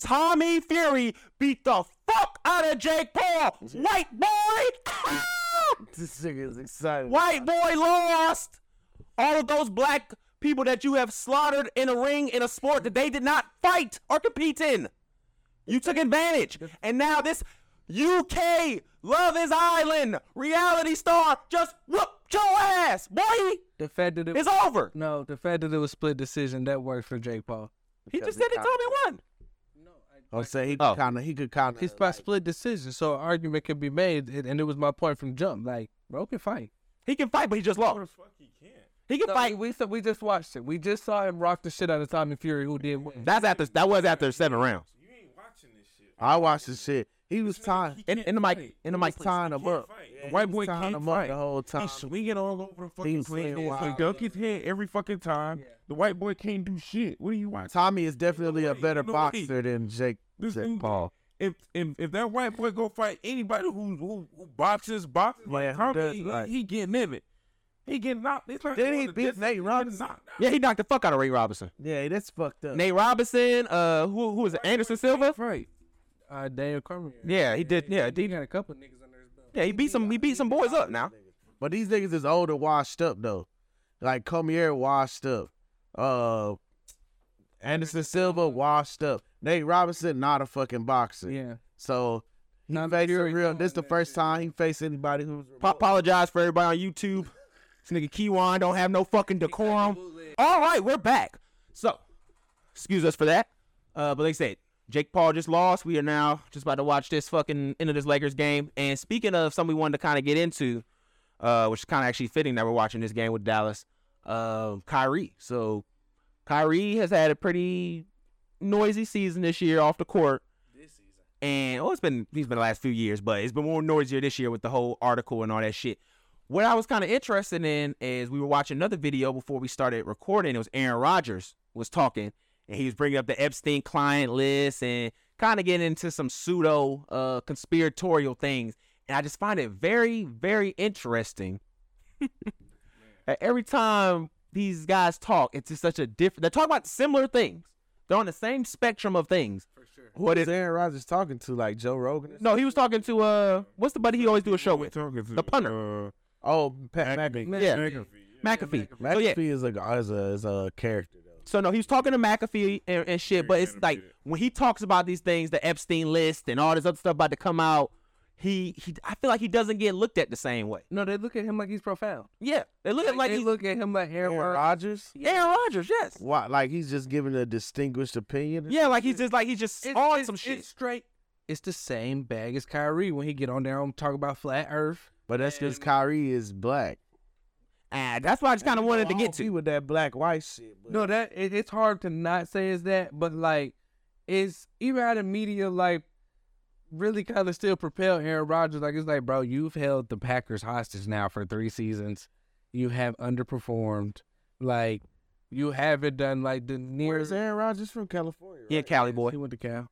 [SPEAKER 5] Tommy Fury beat the fuck out of Jake Paul. White boy, ah!
[SPEAKER 4] this nigga is excited.
[SPEAKER 5] white boy lost. All of those black people that you have slaughtered in a ring in a sport that they did not fight or compete in. You took advantage, and now this UK Love Is Island reality star just whooped your ass, boy.
[SPEAKER 3] The fact that it
[SPEAKER 5] It's over.
[SPEAKER 3] no, the fact that it was split decision that worked for Jake Paul.
[SPEAKER 5] He just said it. Tommy won.
[SPEAKER 4] I'm saying he
[SPEAKER 5] Oh.
[SPEAKER 4] kind of he could kind
[SPEAKER 3] It's
[SPEAKER 4] of
[SPEAKER 3] by split decision, so an argument can be made, and and it was my point from jump. Like, bro, can fight.
[SPEAKER 5] He can fight, but he just lost. He can
[SPEAKER 3] No,
[SPEAKER 5] fight.
[SPEAKER 3] We we, we just watched it. We just saw him rock the shit out of Tommy Fury, who did win.
[SPEAKER 5] That's after. That was after seven rounds.
[SPEAKER 1] You ain't watching this shit.
[SPEAKER 4] I watched the shit. He was tying
[SPEAKER 5] In, in the mic. In the mic.
[SPEAKER 4] tying him up.
[SPEAKER 1] The
[SPEAKER 4] White boy tying him up the whole time.
[SPEAKER 1] He's swinging all over the fucking
[SPEAKER 4] He
[SPEAKER 1] place.
[SPEAKER 4] was swinging
[SPEAKER 1] He
[SPEAKER 4] wild.
[SPEAKER 1] duck his head every fucking time. The white boy can't do shit. What do you watch?
[SPEAKER 4] Tommy is definitely a
[SPEAKER 1] way,
[SPEAKER 4] better
[SPEAKER 1] no way.
[SPEAKER 4] boxer than Jake,
[SPEAKER 1] This
[SPEAKER 4] Jake
[SPEAKER 1] dude-
[SPEAKER 4] Paul.
[SPEAKER 1] If, if if that white boy go fight anybody who who, who boxes boxes,
[SPEAKER 4] Man,
[SPEAKER 1] like
[SPEAKER 4] who
[SPEAKER 1] Tommy,
[SPEAKER 4] does,
[SPEAKER 1] he,
[SPEAKER 4] like-
[SPEAKER 1] he getting in it. He getting knocked. It's like
[SPEAKER 4] Then he
[SPEAKER 1] going the
[SPEAKER 4] beat
[SPEAKER 1] distance,
[SPEAKER 4] Nate
[SPEAKER 1] he getting
[SPEAKER 4] Robinson.
[SPEAKER 1] knocked out.
[SPEAKER 5] Yeah, he knocked the fuck out of Ray Robinson.
[SPEAKER 4] Yeah, that's fucked up.
[SPEAKER 5] Nate Robinson. Uh, who who is it? Anderson Silva.
[SPEAKER 3] right. Uh, Daniel Cormier.
[SPEAKER 5] Yeah, he did. Yeah,
[SPEAKER 3] he
[SPEAKER 5] he,
[SPEAKER 3] got a couple niggas under his belt.
[SPEAKER 5] yeah, he beat some. He beat some boys up now.
[SPEAKER 4] But these niggas is older, washed up though. Like Comier washed up. Uh, Anderson Silva washed up. Nate Robinson not a fucking boxer.
[SPEAKER 3] Yeah,
[SPEAKER 4] So he
[SPEAKER 3] Not
[SPEAKER 4] faced
[SPEAKER 3] very
[SPEAKER 4] real.
[SPEAKER 3] good
[SPEAKER 4] This
[SPEAKER 3] in
[SPEAKER 4] the
[SPEAKER 3] that
[SPEAKER 4] first
[SPEAKER 3] shit.
[SPEAKER 4] time he faced anybody who's
[SPEAKER 5] Pa- apologize for everybody on YouTube. This nigga Kiwan don't have no fucking decorum. All right, we're back. So, excuse us for that. Uh, but like I said, Jake Paul just lost. We are now just about to watch this fucking end of this Lakers game. And speaking of something we wanted to kind of get into, uh, which is kind of actually fitting that we're watching this game with Dallas, uh, Kyrie. So, Kyrie has had a pretty noisy season this year off the court. And well, it's been he's been the last few years, but it's been more noisier this year with the whole article and all that shit. What I was kind of interested in is we were watching another video before we started recording. It was Aaron Rodgers was talking, and he was bringing up the Epstein client list and kind of getting into some pseudo uh, conspiratorial things. And I just find it very, very interesting. that Every time these guys talk, it's just such a different. They talk about similar things. They're on the same spectrum of things. For sure. What is
[SPEAKER 4] Who's Aaron Rodgers talking to? Like Joe Rogan?
[SPEAKER 5] no, he was talking to uh, what's the buddy he always do a show
[SPEAKER 1] We're
[SPEAKER 5] with?
[SPEAKER 1] talking to
[SPEAKER 5] The punter.
[SPEAKER 1] Uh,
[SPEAKER 4] Oh, Pat McAfee.
[SPEAKER 3] Man,
[SPEAKER 5] Yeah,
[SPEAKER 1] McAfee.
[SPEAKER 5] McAfee.
[SPEAKER 4] McAfee
[SPEAKER 5] So Oh, yeah,
[SPEAKER 4] is a is a is a character though.
[SPEAKER 5] so no, he was talking to McAfee and, and shit, but it's like when he talks about these things, the Epstein list and all this other stuff about to come out, he he, I feel like he doesn't get looked at the same way.
[SPEAKER 3] no, they look at him like he's profound.
[SPEAKER 5] Yeah, they look at like
[SPEAKER 3] they
[SPEAKER 5] he's
[SPEAKER 3] look at him like Aaron
[SPEAKER 4] Aaron
[SPEAKER 3] Rodgers.
[SPEAKER 4] Rodgers?
[SPEAKER 5] Aaron Rodgers. Yes,
[SPEAKER 4] Why? Like he's just giving a distinguished opinion?
[SPEAKER 5] yeah, like he's just like he's just
[SPEAKER 3] It's-
[SPEAKER 5] on
[SPEAKER 3] it's-
[SPEAKER 5] some shit.
[SPEAKER 3] It's straight. It's the same bag as Kyrie when he get on there and talk about flat Earth.
[SPEAKER 4] But that's because Kyrie is black.
[SPEAKER 5] Ah, that's what I just kind of wanted to get
[SPEAKER 4] He
[SPEAKER 5] to.
[SPEAKER 4] with that black white shit. But
[SPEAKER 3] No, that it, it's hard to not say is that, but like, it's even how the media like really kind of still propel Aaron Rodgers. Like it's like, bro, you've held the Packers hostage now for three seasons. You have underperformed. Like you haven't done like the
[SPEAKER 4] where's
[SPEAKER 3] nearest.
[SPEAKER 4] Aaron Rodgers from California?
[SPEAKER 5] Yeah,
[SPEAKER 4] right?
[SPEAKER 5] Cali boy.
[SPEAKER 3] He went to Cal.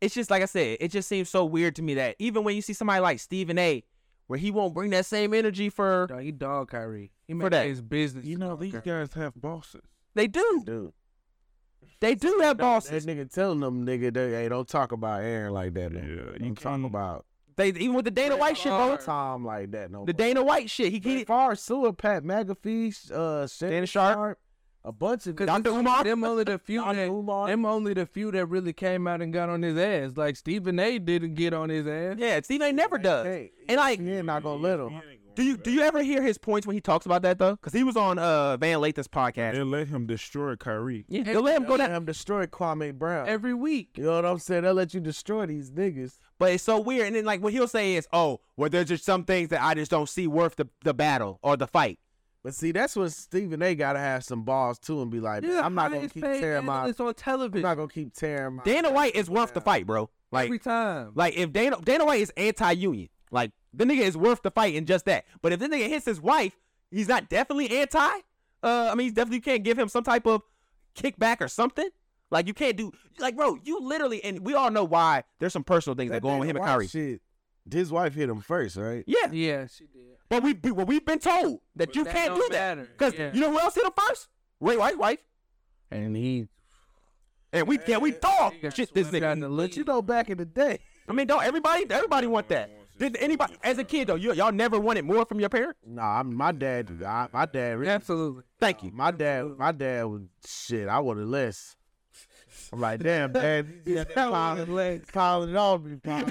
[SPEAKER 5] it's just like I said, it just seems so weird to me that even when you see somebody like Stephen A, where he won't bring that same energy for
[SPEAKER 3] Dog, he dog Kyrie. He
[SPEAKER 5] For
[SPEAKER 3] made
[SPEAKER 5] that.
[SPEAKER 3] his business.
[SPEAKER 1] You know, these guys have bosses.
[SPEAKER 5] they do.
[SPEAKER 4] Dude,
[SPEAKER 5] They do have
[SPEAKER 4] that
[SPEAKER 5] bosses.
[SPEAKER 4] nigga telling them nigga, they, hey, don't talk about Aaron like that.
[SPEAKER 1] Yeah,
[SPEAKER 4] Man.
[SPEAKER 1] you
[SPEAKER 4] you talking
[SPEAKER 1] can't-
[SPEAKER 4] about
[SPEAKER 5] They even with the Dana White shit, bro.
[SPEAKER 4] Don't Tom like that. No,
[SPEAKER 5] The
[SPEAKER 4] more.
[SPEAKER 5] Dana White shit. He
[SPEAKER 4] Brett
[SPEAKER 5] he
[SPEAKER 4] Favre, Sewer, Pat McAfee, uh,
[SPEAKER 5] Shannon
[SPEAKER 4] Shannon
[SPEAKER 5] Sharp.
[SPEAKER 4] a bunch of
[SPEAKER 5] Dr. Umar.
[SPEAKER 3] them only the few
[SPEAKER 4] Dr.
[SPEAKER 3] that
[SPEAKER 4] Umar.
[SPEAKER 3] them only the few that really came out and got on his ass. Like Stephen A. didn't get on his ass.
[SPEAKER 5] Yeah, Stephen A never does.
[SPEAKER 4] Hey,
[SPEAKER 5] And like,
[SPEAKER 4] ESPN not gonna let him.
[SPEAKER 5] do you do you ever hear his points when he talks about that though? Because he was on uh Van Lathan's podcast.
[SPEAKER 1] They let him destroy Kyrie.
[SPEAKER 5] Yeah, they let him go down.
[SPEAKER 4] Damn, destroy Kwame Brown.
[SPEAKER 3] Every week.
[SPEAKER 4] you know what I'm saying? They'll let you destroy these niggas.
[SPEAKER 5] But it's so weird. And then like what he'll say is, oh, well, there's just some things that I just don't see worth the, the battle or the fight.
[SPEAKER 4] But see, that's when Stephen A. gotta have some balls too and be like,
[SPEAKER 3] You're the
[SPEAKER 4] I'm not gonna
[SPEAKER 3] highest
[SPEAKER 4] keep
[SPEAKER 3] paid
[SPEAKER 4] tearing my,
[SPEAKER 3] analyst on
[SPEAKER 4] I'm
[SPEAKER 3] television
[SPEAKER 4] not gonna keep tearing my.
[SPEAKER 5] Dana White is worth the fight, bro. Like
[SPEAKER 3] every time.
[SPEAKER 5] like if Dana Dana White is anti union, like the nigga is worth the fight in just that. But if the nigga hits his wife, he's not definitely anti. Uh, I mean, he's definitely can't give him some type of kickback or something. Like you can't do like, bro. You literally, and we all know why. There's some personal things that, go on with him and
[SPEAKER 4] Dana
[SPEAKER 5] Kyrie.
[SPEAKER 4] White Shit, his wife hit him first, right?
[SPEAKER 5] Yeah,
[SPEAKER 3] yeah, she did.
[SPEAKER 5] But we, we well, we've been told that you
[SPEAKER 3] that
[SPEAKER 5] can't
[SPEAKER 3] don't
[SPEAKER 5] do that
[SPEAKER 3] matter.
[SPEAKER 5] because
[SPEAKER 3] Yeah.
[SPEAKER 5] you know who else hit him first? Ray White's wife.
[SPEAKER 3] And he
[SPEAKER 5] And we yeah, we dog
[SPEAKER 3] got
[SPEAKER 5] shit this
[SPEAKER 3] swept out the
[SPEAKER 5] nigga.
[SPEAKER 3] league.
[SPEAKER 4] You know, back in the day,
[SPEAKER 5] I mean, don't everybody everybody want that? Did anybody as a kid though? You, y'all never wanted more from your parent?
[SPEAKER 4] nah, I'm, my dad, I, my dad, really-
[SPEAKER 3] Absolutely.
[SPEAKER 5] Thank you.
[SPEAKER 4] my dad, my dad was shit. I wanted less. I'm like, damn, dad, you just
[SPEAKER 3] Uh,
[SPEAKER 4] piling,
[SPEAKER 3] legs.
[SPEAKER 4] piling it on me, pop.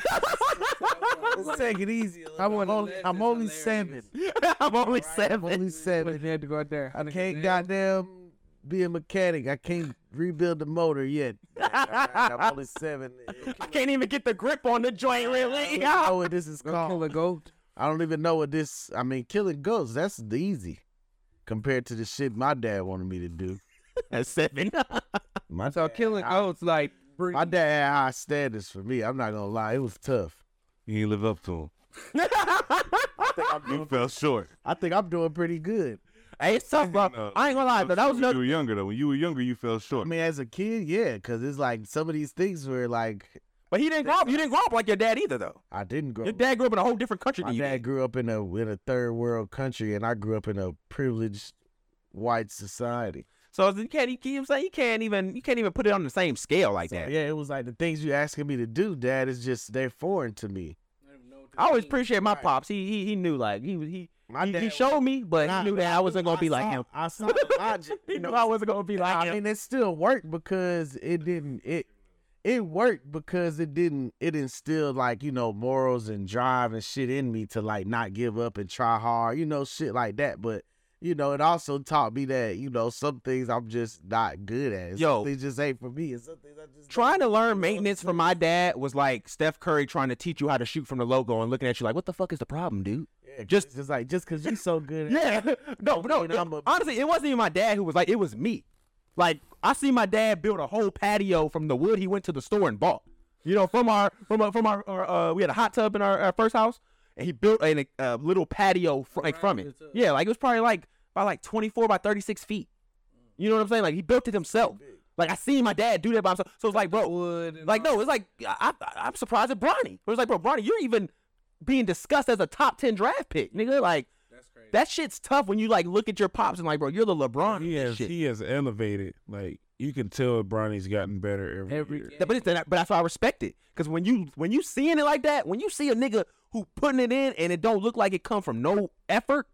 [SPEAKER 4] Let's take it easy.
[SPEAKER 3] I
[SPEAKER 4] I'm
[SPEAKER 3] wanted
[SPEAKER 4] only,
[SPEAKER 3] less.
[SPEAKER 4] I'm
[SPEAKER 3] It's
[SPEAKER 4] only
[SPEAKER 3] hilarious.
[SPEAKER 4] seven.
[SPEAKER 5] I'm only
[SPEAKER 4] I'm
[SPEAKER 5] seven.
[SPEAKER 4] only
[SPEAKER 3] But
[SPEAKER 4] seven.
[SPEAKER 3] he had to go out there.
[SPEAKER 4] I can't goddamn be a mechanic. I can't rebuild the motor yet. I'm only seven.
[SPEAKER 5] I can't even get the grip on the joint really.
[SPEAKER 4] I don't know what this is
[SPEAKER 3] Go kill
[SPEAKER 4] called.
[SPEAKER 3] a goat.
[SPEAKER 4] I don't even know what this. I mean, killing ghosts. That's the easy compared to the shit my dad wanted me to do.
[SPEAKER 5] At seven.
[SPEAKER 4] My
[SPEAKER 3] So killing goats like free.
[SPEAKER 4] My dad had high standards for me. I'm not gonna lie, it was tough.
[SPEAKER 2] You ain't live up to him. You fell short.
[SPEAKER 4] I think I'm doing pretty good.
[SPEAKER 5] hey, it's tough, bro.
[SPEAKER 2] No.
[SPEAKER 5] I ain't gonna lie, though. That was
[SPEAKER 2] when you
[SPEAKER 5] another
[SPEAKER 2] were younger though. When you were younger, you fell
[SPEAKER 4] I
[SPEAKER 2] short.
[SPEAKER 4] mean, as a kid, yeah, because it's like some of these things were like
[SPEAKER 5] But he didn't grow up. You didn't grow up like your dad either, though.
[SPEAKER 4] I didn't grow.
[SPEAKER 5] Your
[SPEAKER 4] up.
[SPEAKER 5] dad grew up in a whole different country
[SPEAKER 4] My
[SPEAKER 5] than you.
[SPEAKER 4] dad
[SPEAKER 5] did.
[SPEAKER 4] grew up in a in a third world country, and I grew up in a privileged white society.
[SPEAKER 5] So you can't. You can't, you can't even. You can't even put it on the same scale like that.
[SPEAKER 4] Yeah, it was like the things you asking me to do, Dad, is just they're foreign to me.
[SPEAKER 5] I always appreciate my pops. He he, he knew like he was- he
[SPEAKER 4] My
[SPEAKER 5] he,
[SPEAKER 4] dad
[SPEAKER 5] he
[SPEAKER 4] was-
[SPEAKER 5] showed me, but
[SPEAKER 4] Nah,
[SPEAKER 5] he knew that I wasn't gonna be like him.
[SPEAKER 4] I saw the logic.
[SPEAKER 5] He
[SPEAKER 4] you
[SPEAKER 5] knew
[SPEAKER 4] know,
[SPEAKER 5] I wasn't gonna be like
[SPEAKER 4] I
[SPEAKER 5] him.
[SPEAKER 4] mean, it still worked because it didn't it it worked because it didn't it instilled like you know morals and drive and shit in me to like not give up and try hard, you know, shit like that. But you know, it also taught me that you know some things I'm just not good at.
[SPEAKER 5] Yo.
[SPEAKER 4] they just ain't for me. And some things I just
[SPEAKER 5] Trying to learn maintenance from my dad was like Steph Curry trying to teach you how to shoot from the logo and looking at you like, "What the fuck is the problem, dude?"
[SPEAKER 4] Yeah,
[SPEAKER 5] just-
[SPEAKER 4] it's just like just because you're so good. At
[SPEAKER 5] Yeah, no, no.
[SPEAKER 4] mean, I'm a-
[SPEAKER 5] honestly, it wasn't even my dad who was like, it was me. Like I see my dad build a whole patio from the wood he went to the store and bought. You know, from our from our, from our, our uh, we had a hot tub in our, our first house, and he built a, a little patio fr- like from it. Yeah, like it was probably like by like twenty four by thirty six feet. You know what I'm saying? Like he built it himself. Like I seen my dad do that by himself. So it's like, bro,
[SPEAKER 3] wood. and
[SPEAKER 5] like
[SPEAKER 3] all-
[SPEAKER 5] no, it's like I, I, I'm surprised at Bronny. It was like, bro, Bronny, you're even being discussed as a top ten draft pick, nigga. Like that shit's tough when you like look at your pops and like, bro, you're the LeBron. of
[SPEAKER 1] He
[SPEAKER 5] this
[SPEAKER 1] has
[SPEAKER 5] shit.
[SPEAKER 1] he has elevated. Like you can tell Bronny's gotten better every,
[SPEAKER 3] Every
[SPEAKER 1] year.
[SPEAKER 5] That- but it's that, but that's why I respect it. Cause when you when you seeing it like that, when you see a nigga who putting it in and it don't look like it come from no effort,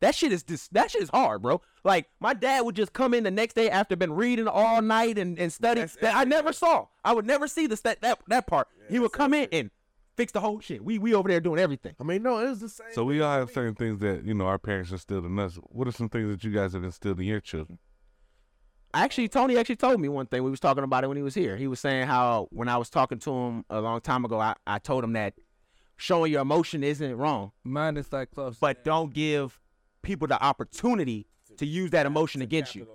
[SPEAKER 5] that shit is just that shit is hard, bro. Like my dad would just come in the next day after been reading all night and, and studying that I never saw. I would never see this that that, that part. he would come in and fix the whole shit. We we over there doing everything.
[SPEAKER 4] I mean, no, it was the same.
[SPEAKER 2] So we all have certain things that you know our parents instilled in us. What are some things that you guys have instilled in your children?
[SPEAKER 5] Actually, Tony actually told me one thing. We was talking about it when he was here. He was saying how when I was talking to him a long time ago, I, I told him that showing your emotion isn't wrong.
[SPEAKER 3] Mine is like close.
[SPEAKER 5] but don't give people the opportunity to use that emotion against you.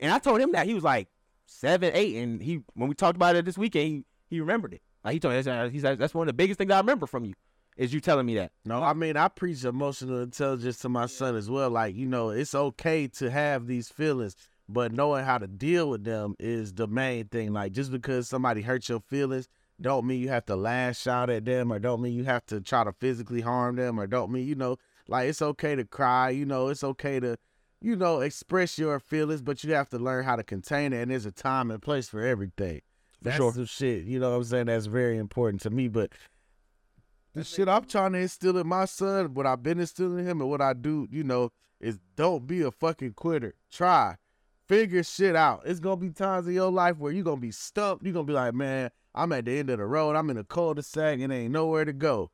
[SPEAKER 5] And I told him that he was like seven, eight, and he when we talked about it this weekend, he, he remembered it. Like he told me, that's- he's like, that's one of the biggest things I remember from you is you telling me that.
[SPEAKER 4] No, I mean I preach emotional intelligence to my son as well. Like you know, it's okay to have these feelings, but knowing how to deal with them is the main thing. Like just because somebody hurts your feelings Don't mean you have to lash out at them, or don't mean you have to try to physically harm them, or don't mean you know, like it's okay to cry. You know, it's okay to, you know, express your feelings, but you have to learn how to contain it. And there's a time and place for everything. That's
[SPEAKER 5] sure.
[SPEAKER 4] some shit. You know what I'm saying? That's very important to me. But the shit I'm trying to instill in my son, what I've been instilling in him, and what I do, you know, is don't be a fucking quitter. Try. Figure shit out. It's gonna be times in your life where you're gonna be stumped. You're gonna be like, man, I'm at the end of the road. I'm in a cul-de-sac and ain't nowhere to go.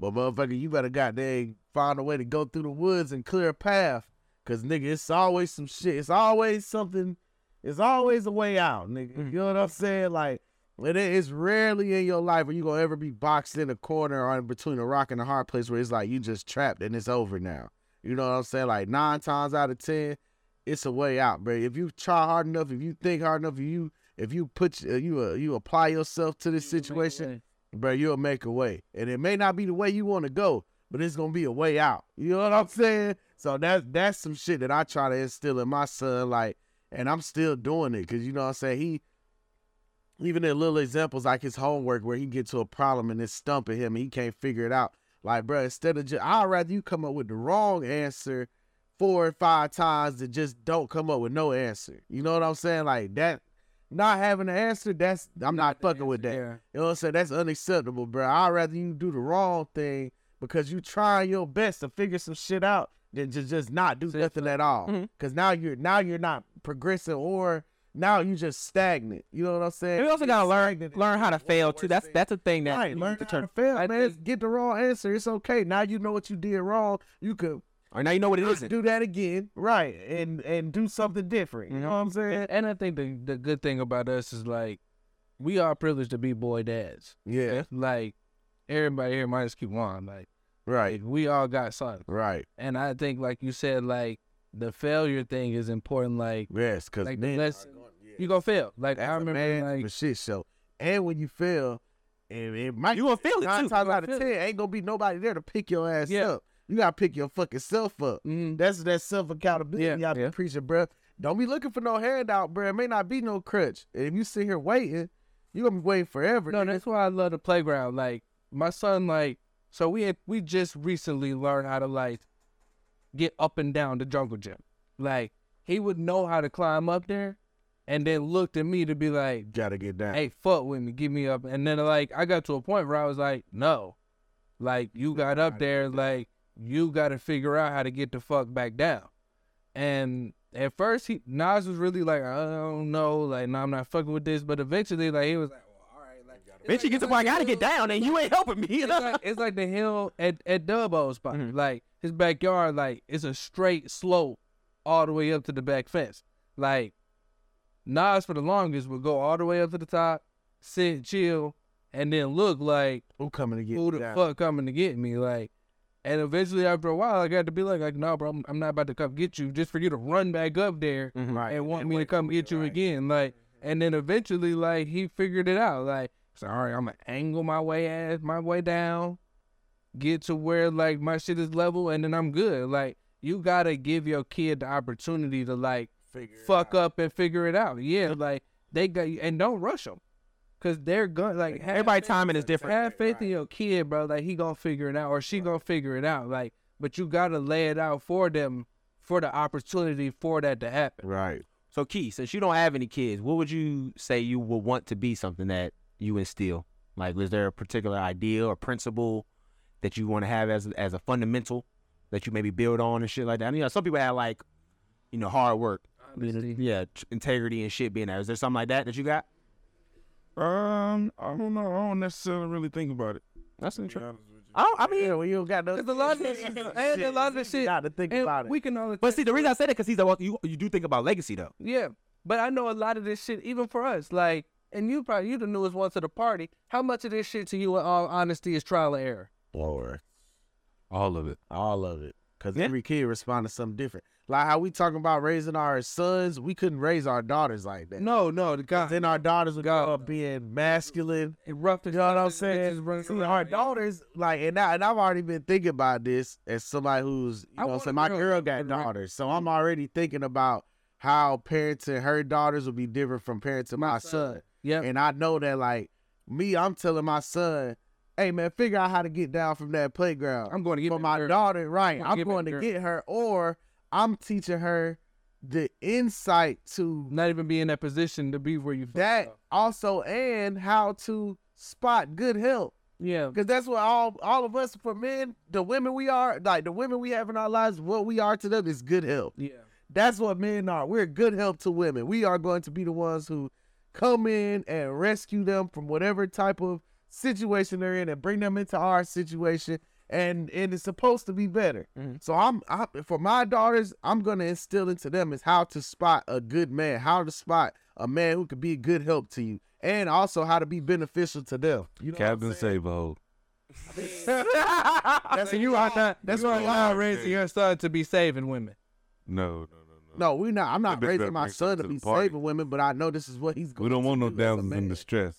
[SPEAKER 4] But motherfucker, you better goddamn find a way to go through the woods and clear a path. Cause nigga, it's always some shit. It's always something. It's always a way out, nigga. You know what I'm saying? Like, it is rarely in your life where you gonna ever be boxed in a corner or in between a rock and a hard place where it's like you just trapped and it's over now. You know what I'm saying? Like nine times out of ten, it's a way out, bro. If you try hard enough, if you think hard enough, if you if you put uh, you uh, you apply yourself to this situation, bro, you'll make a way. And it may not be the way you want to go, but it's gonna be a way out. You know what I'm saying? So that's that's some shit that I try to instill in my son, like, and I'm still doing it because you know what I'm saying. He even in little examples like his homework where he get to a problem and it's stumping him and he can't figure it out. Like, bro, instead of just I'd rather you come up with the wrong answer four or five times than just don't come up with no answer. You know what I'm saying? Like that not having an answer, that's I'm not, fucking with that. You know what I'm saying? That's unacceptable, bro. I'd rather you do the wrong thing because you trying your best to figure some shit out than to just not do nothing at all.
[SPEAKER 5] Mm-hmm.
[SPEAKER 4] Cause now you're now you're not progressing or now you just stagnant. You know what I'm saying?
[SPEAKER 5] And we also gotta learn
[SPEAKER 4] Stagnant.
[SPEAKER 5] learn how to fail too. That's that's a thing that
[SPEAKER 4] Right, learn
[SPEAKER 5] to
[SPEAKER 4] how to
[SPEAKER 5] turn.
[SPEAKER 4] fail,
[SPEAKER 3] I
[SPEAKER 4] man.
[SPEAKER 3] think-
[SPEAKER 4] Get the wrong answer. It's okay. Now you know what you did wrong. You could
[SPEAKER 5] Or now you know what it isn't.
[SPEAKER 4] do that again, right? And and do something different.
[SPEAKER 5] Mm-hmm.
[SPEAKER 4] You know what I'm saying?
[SPEAKER 3] And, and I think the the good thing about us is like we are privileged to be boy dads.
[SPEAKER 4] Yeah,
[SPEAKER 3] Like everybody here minus Q1. Like
[SPEAKER 4] right,
[SPEAKER 3] we all got sons.
[SPEAKER 4] right.
[SPEAKER 3] And I think like you said, like the failure thing is important. Like
[SPEAKER 4] Yes, because
[SPEAKER 3] like the lesson, you gonna fail. Like I
[SPEAKER 4] That's a
[SPEAKER 3] remember
[SPEAKER 4] man
[SPEAKER 3] like
[SPEAKER 4] for shit show. And when you fail, it, it might
[SPEAKER 5] You gonna feel it
[SPEAKER 4] nine
[SPEAKER 5] too.
[SPEAKER 4] times out
[SPEAKER 3] feel
[SPEAKER 4] of ten ain't gonna be nobody there to pick your ass
[SPEAKER 3] Yeah.
[SPEAKER 4] up. You gotta pick your fucking self up.
[SPEAKER 3] mhm,
[SPEAKER 4] That's that self accountability
[SPEAKER 3] Yeah,
[SPEAKER 4] y'all
[SPEAKER 3] yeah.
[SPEAKER 4] be preaching, bruh. Don't be looking for no handout, bruh. It may not be no crutch. And if you sit here waiting, you gonna be waiting forever.
[SPEAKER 3] No,
[SPEAKER 4] nigga.
[SPEAKER 3] that's why I love the playground. Like my son, like so we had, we just recently learned how to like get up and down the jungle gym. Like he would know how to climb up there, and then looked at me to be like,
[SPEAKER 4] gotta get down.
[SPEAKER 3] "Hey, fuck with me, give me up." And then like I got to a point where I was like, "No, like you got up there, like you got to figure out how to get the fuck back down." And at first, he Nas was really like, "I don't know, like no, I'm not fucking with this." But eventually, like he was like, well, "All right, like." it's
[SPEAKER 5] Bitch, you
[SPEAKER 3] like-
[SPEAKER 5] get to
[SPEAKER 3] it's
[SPEAKER 5] the point I
[SPEAKER 3] like
[SPEAKER 5] gotta
[SPEAKER 3] the
[SPEAKER 5] get down, and you ain't helping me.
[SPEAKER 3] it's like it's like the hill at at Dubbo's spot.
[SPEAKER 5] Mhm.
[SPEAKER 3] Like his backyard, like it's a straight slope all the way up to the back fence. Like Nas for the longest would go all the way up to the top, sit, chill, and then look like
[SPEAKER 4] Who coming to get
[SPEAKER 3] who the
[SPEAKER 4] down?
[SPEAKER 3] fuck coming to get me? Like, and eventually after a while, I got to be like, like, no, bro, I'm, I'm not about to come get you just for you to run back up there
[SPEAKER 4] Right.
[SPEAKER 3] and want me to come get you again. Like, and then eventually, like, he figured it out. Like, so all right, I'm gonna angle my way ass, my way down, get to where like my shit is level, and then I'm good. Like, you gotta give your kid the opportunity to like
[SPEAKER 4] Figure it
[SPEAKER 3] fuck
[SPEAKER 4] out.
[SPEAKER 3] up and figure it out. Yeah, like they got and don't rush them, cause they're going like have
[SPEAKER 5] Everybody
[SPEAKER 3] faith-
[SPEAKER 5] timing is different.
[SPEAKER 3] Have faith in your kid, bro. Like he gonna figure it out, or she gonna figure it out. Like, but you gotta lay it out for them for the opportunity for that to happen.
[SPEAKER 4] Right.
[SPEAKER 5] So, Key, since you don't have any kids, what would you say you would want to be something that you instill? Like, is there a particular idea or principle that you want to have as as a fundamental that you maybe build on and shit like that? I mean, you know, some people have like, you know, hard work, yeah, tr- integrity and shit being there. Is there something like that that you got?
[SPEAKER 1] Um, I don't know. I don't necessarily really think about it.
[SPEAKER 5] That's
[SPEAKER 1] to be
[SPEAKER 5] interesting.
[SPEAKER 1] honest with you.
[SPEAKER 5] I, don't, I mean,
[SPEAKER 4] Yeah, when you don't got no.
[SPEAKER 3] There's a lot of and a lot of the shit.
[SPEAKER 4] Got to think
[SPEAKER 3] and
[SPEAKER 4] about it.
[SPEAKER 3] We can all,
[SPEAKER 5] but see, the reason I say that because he's a, you you do think about legacy though.
[SPEAKER 3] yeah. But I know a lot of this shit, even for us. Like, and you probably you the newest one to the party. How much of this shit to you, in all honesty, is trial and error?
[SPEAKER 4] Lord,
[SPEAKER 2] All of it.
[SPEAKER 4] all of it. Because
[SPEAKER 5] Yeah.
[SPEAKER 4] every kid responds to something different. Like how we talking about raising our sons, we couldn't raise our daughters like that.
[SPEAKER 3] No, no, the guy.
[SPEAKER 4] Then our daughters would
[SPEAKER 3] God.
[SPEAKER 4] grow up being masculine,
[SPEAKER 3] It rough
[SPEAKER 4] You know what I'm saying? See, our daughters, like, and, I, and I've already been thinking about this as somebody who's, you
[SPEAKER 3] I
[SPEAKER 4] know,
[SPEAKER 3] want
[SPEAKER 4] so
[SPEAKER 3] a
[SPEAKER 4] my
[SPEAKER 3] girl.
[SPEAKER 4] girl got daughters. So I'm already thinking about how parenting her daughters will be different from parenting my son.
[SPEAKER 3] Yeah.
[SPEAKER 4] And I know that, like, Me, I'm telling my son, hey man, figure out how to get down from that playground.
[SPEAKER 3] I'm going to get
[SPEAKER 4] for
[SPEAKER 3] that
[SPEAKER 4] my
[SPEAKER 3] girl.
[SPEAKER 4] daughter, right?
[SPEAKER 3] Gonna
[SPEAKER 4] I'm
[SPEAKER 3] get back
[SPEAKER 4] going to
[SPEAKER 3] girl.
[SPEAKER 4] get her, or I'm teaching her the insight to
[SPEAKER 3] Not even be in that position to be where you. fucked
[SPEAKER 4] that
[SPEAKER 3] up.
[SPEAKER 4] also and how to spot good help
[SPEAKER 3] Yeah.
[SPEAKER 4] because that's what all all of us for men the women we are like the women we have in our lives what we are to them is good help
[SPEAKER 3] Yeah.
[SPEAKER 4] that's what men are we're good help to women we are going to be the ones who come in and rescue them from whatever type of situation they're in and bring them into our situation and and it's supposed to be better so I'm, i for my daughters i'm going to instill into them is how to spot a good man how to spot a man who could be good help to you and also how to be beneficial to them you know
[SPEAKER 2] Captain Sabo.
[SPEAKER 3] That's you are not. That's why you are raising your son to be saving women.
[SPEAKER 2] No, no, no, no.
[SPEAKER 4] no we're not i'm not
[SPEAKER 2] That bitch better
[SPEAKER 4] raising my
[SPEAKER 2] bring
[SPEAKER 4] son to
[SPEAKER 2] something to
[SPEAKER 4] be
[SPEAKER 2] the party.
[SPEAKER 4] saving women but i know this is what he's going
[SPEAKER 2] We don't want no
[SPEAKER 4] do as a
[SPEAKER 2] downs
[SPEAKER 4] man.
[SPEAKER 2] and distress.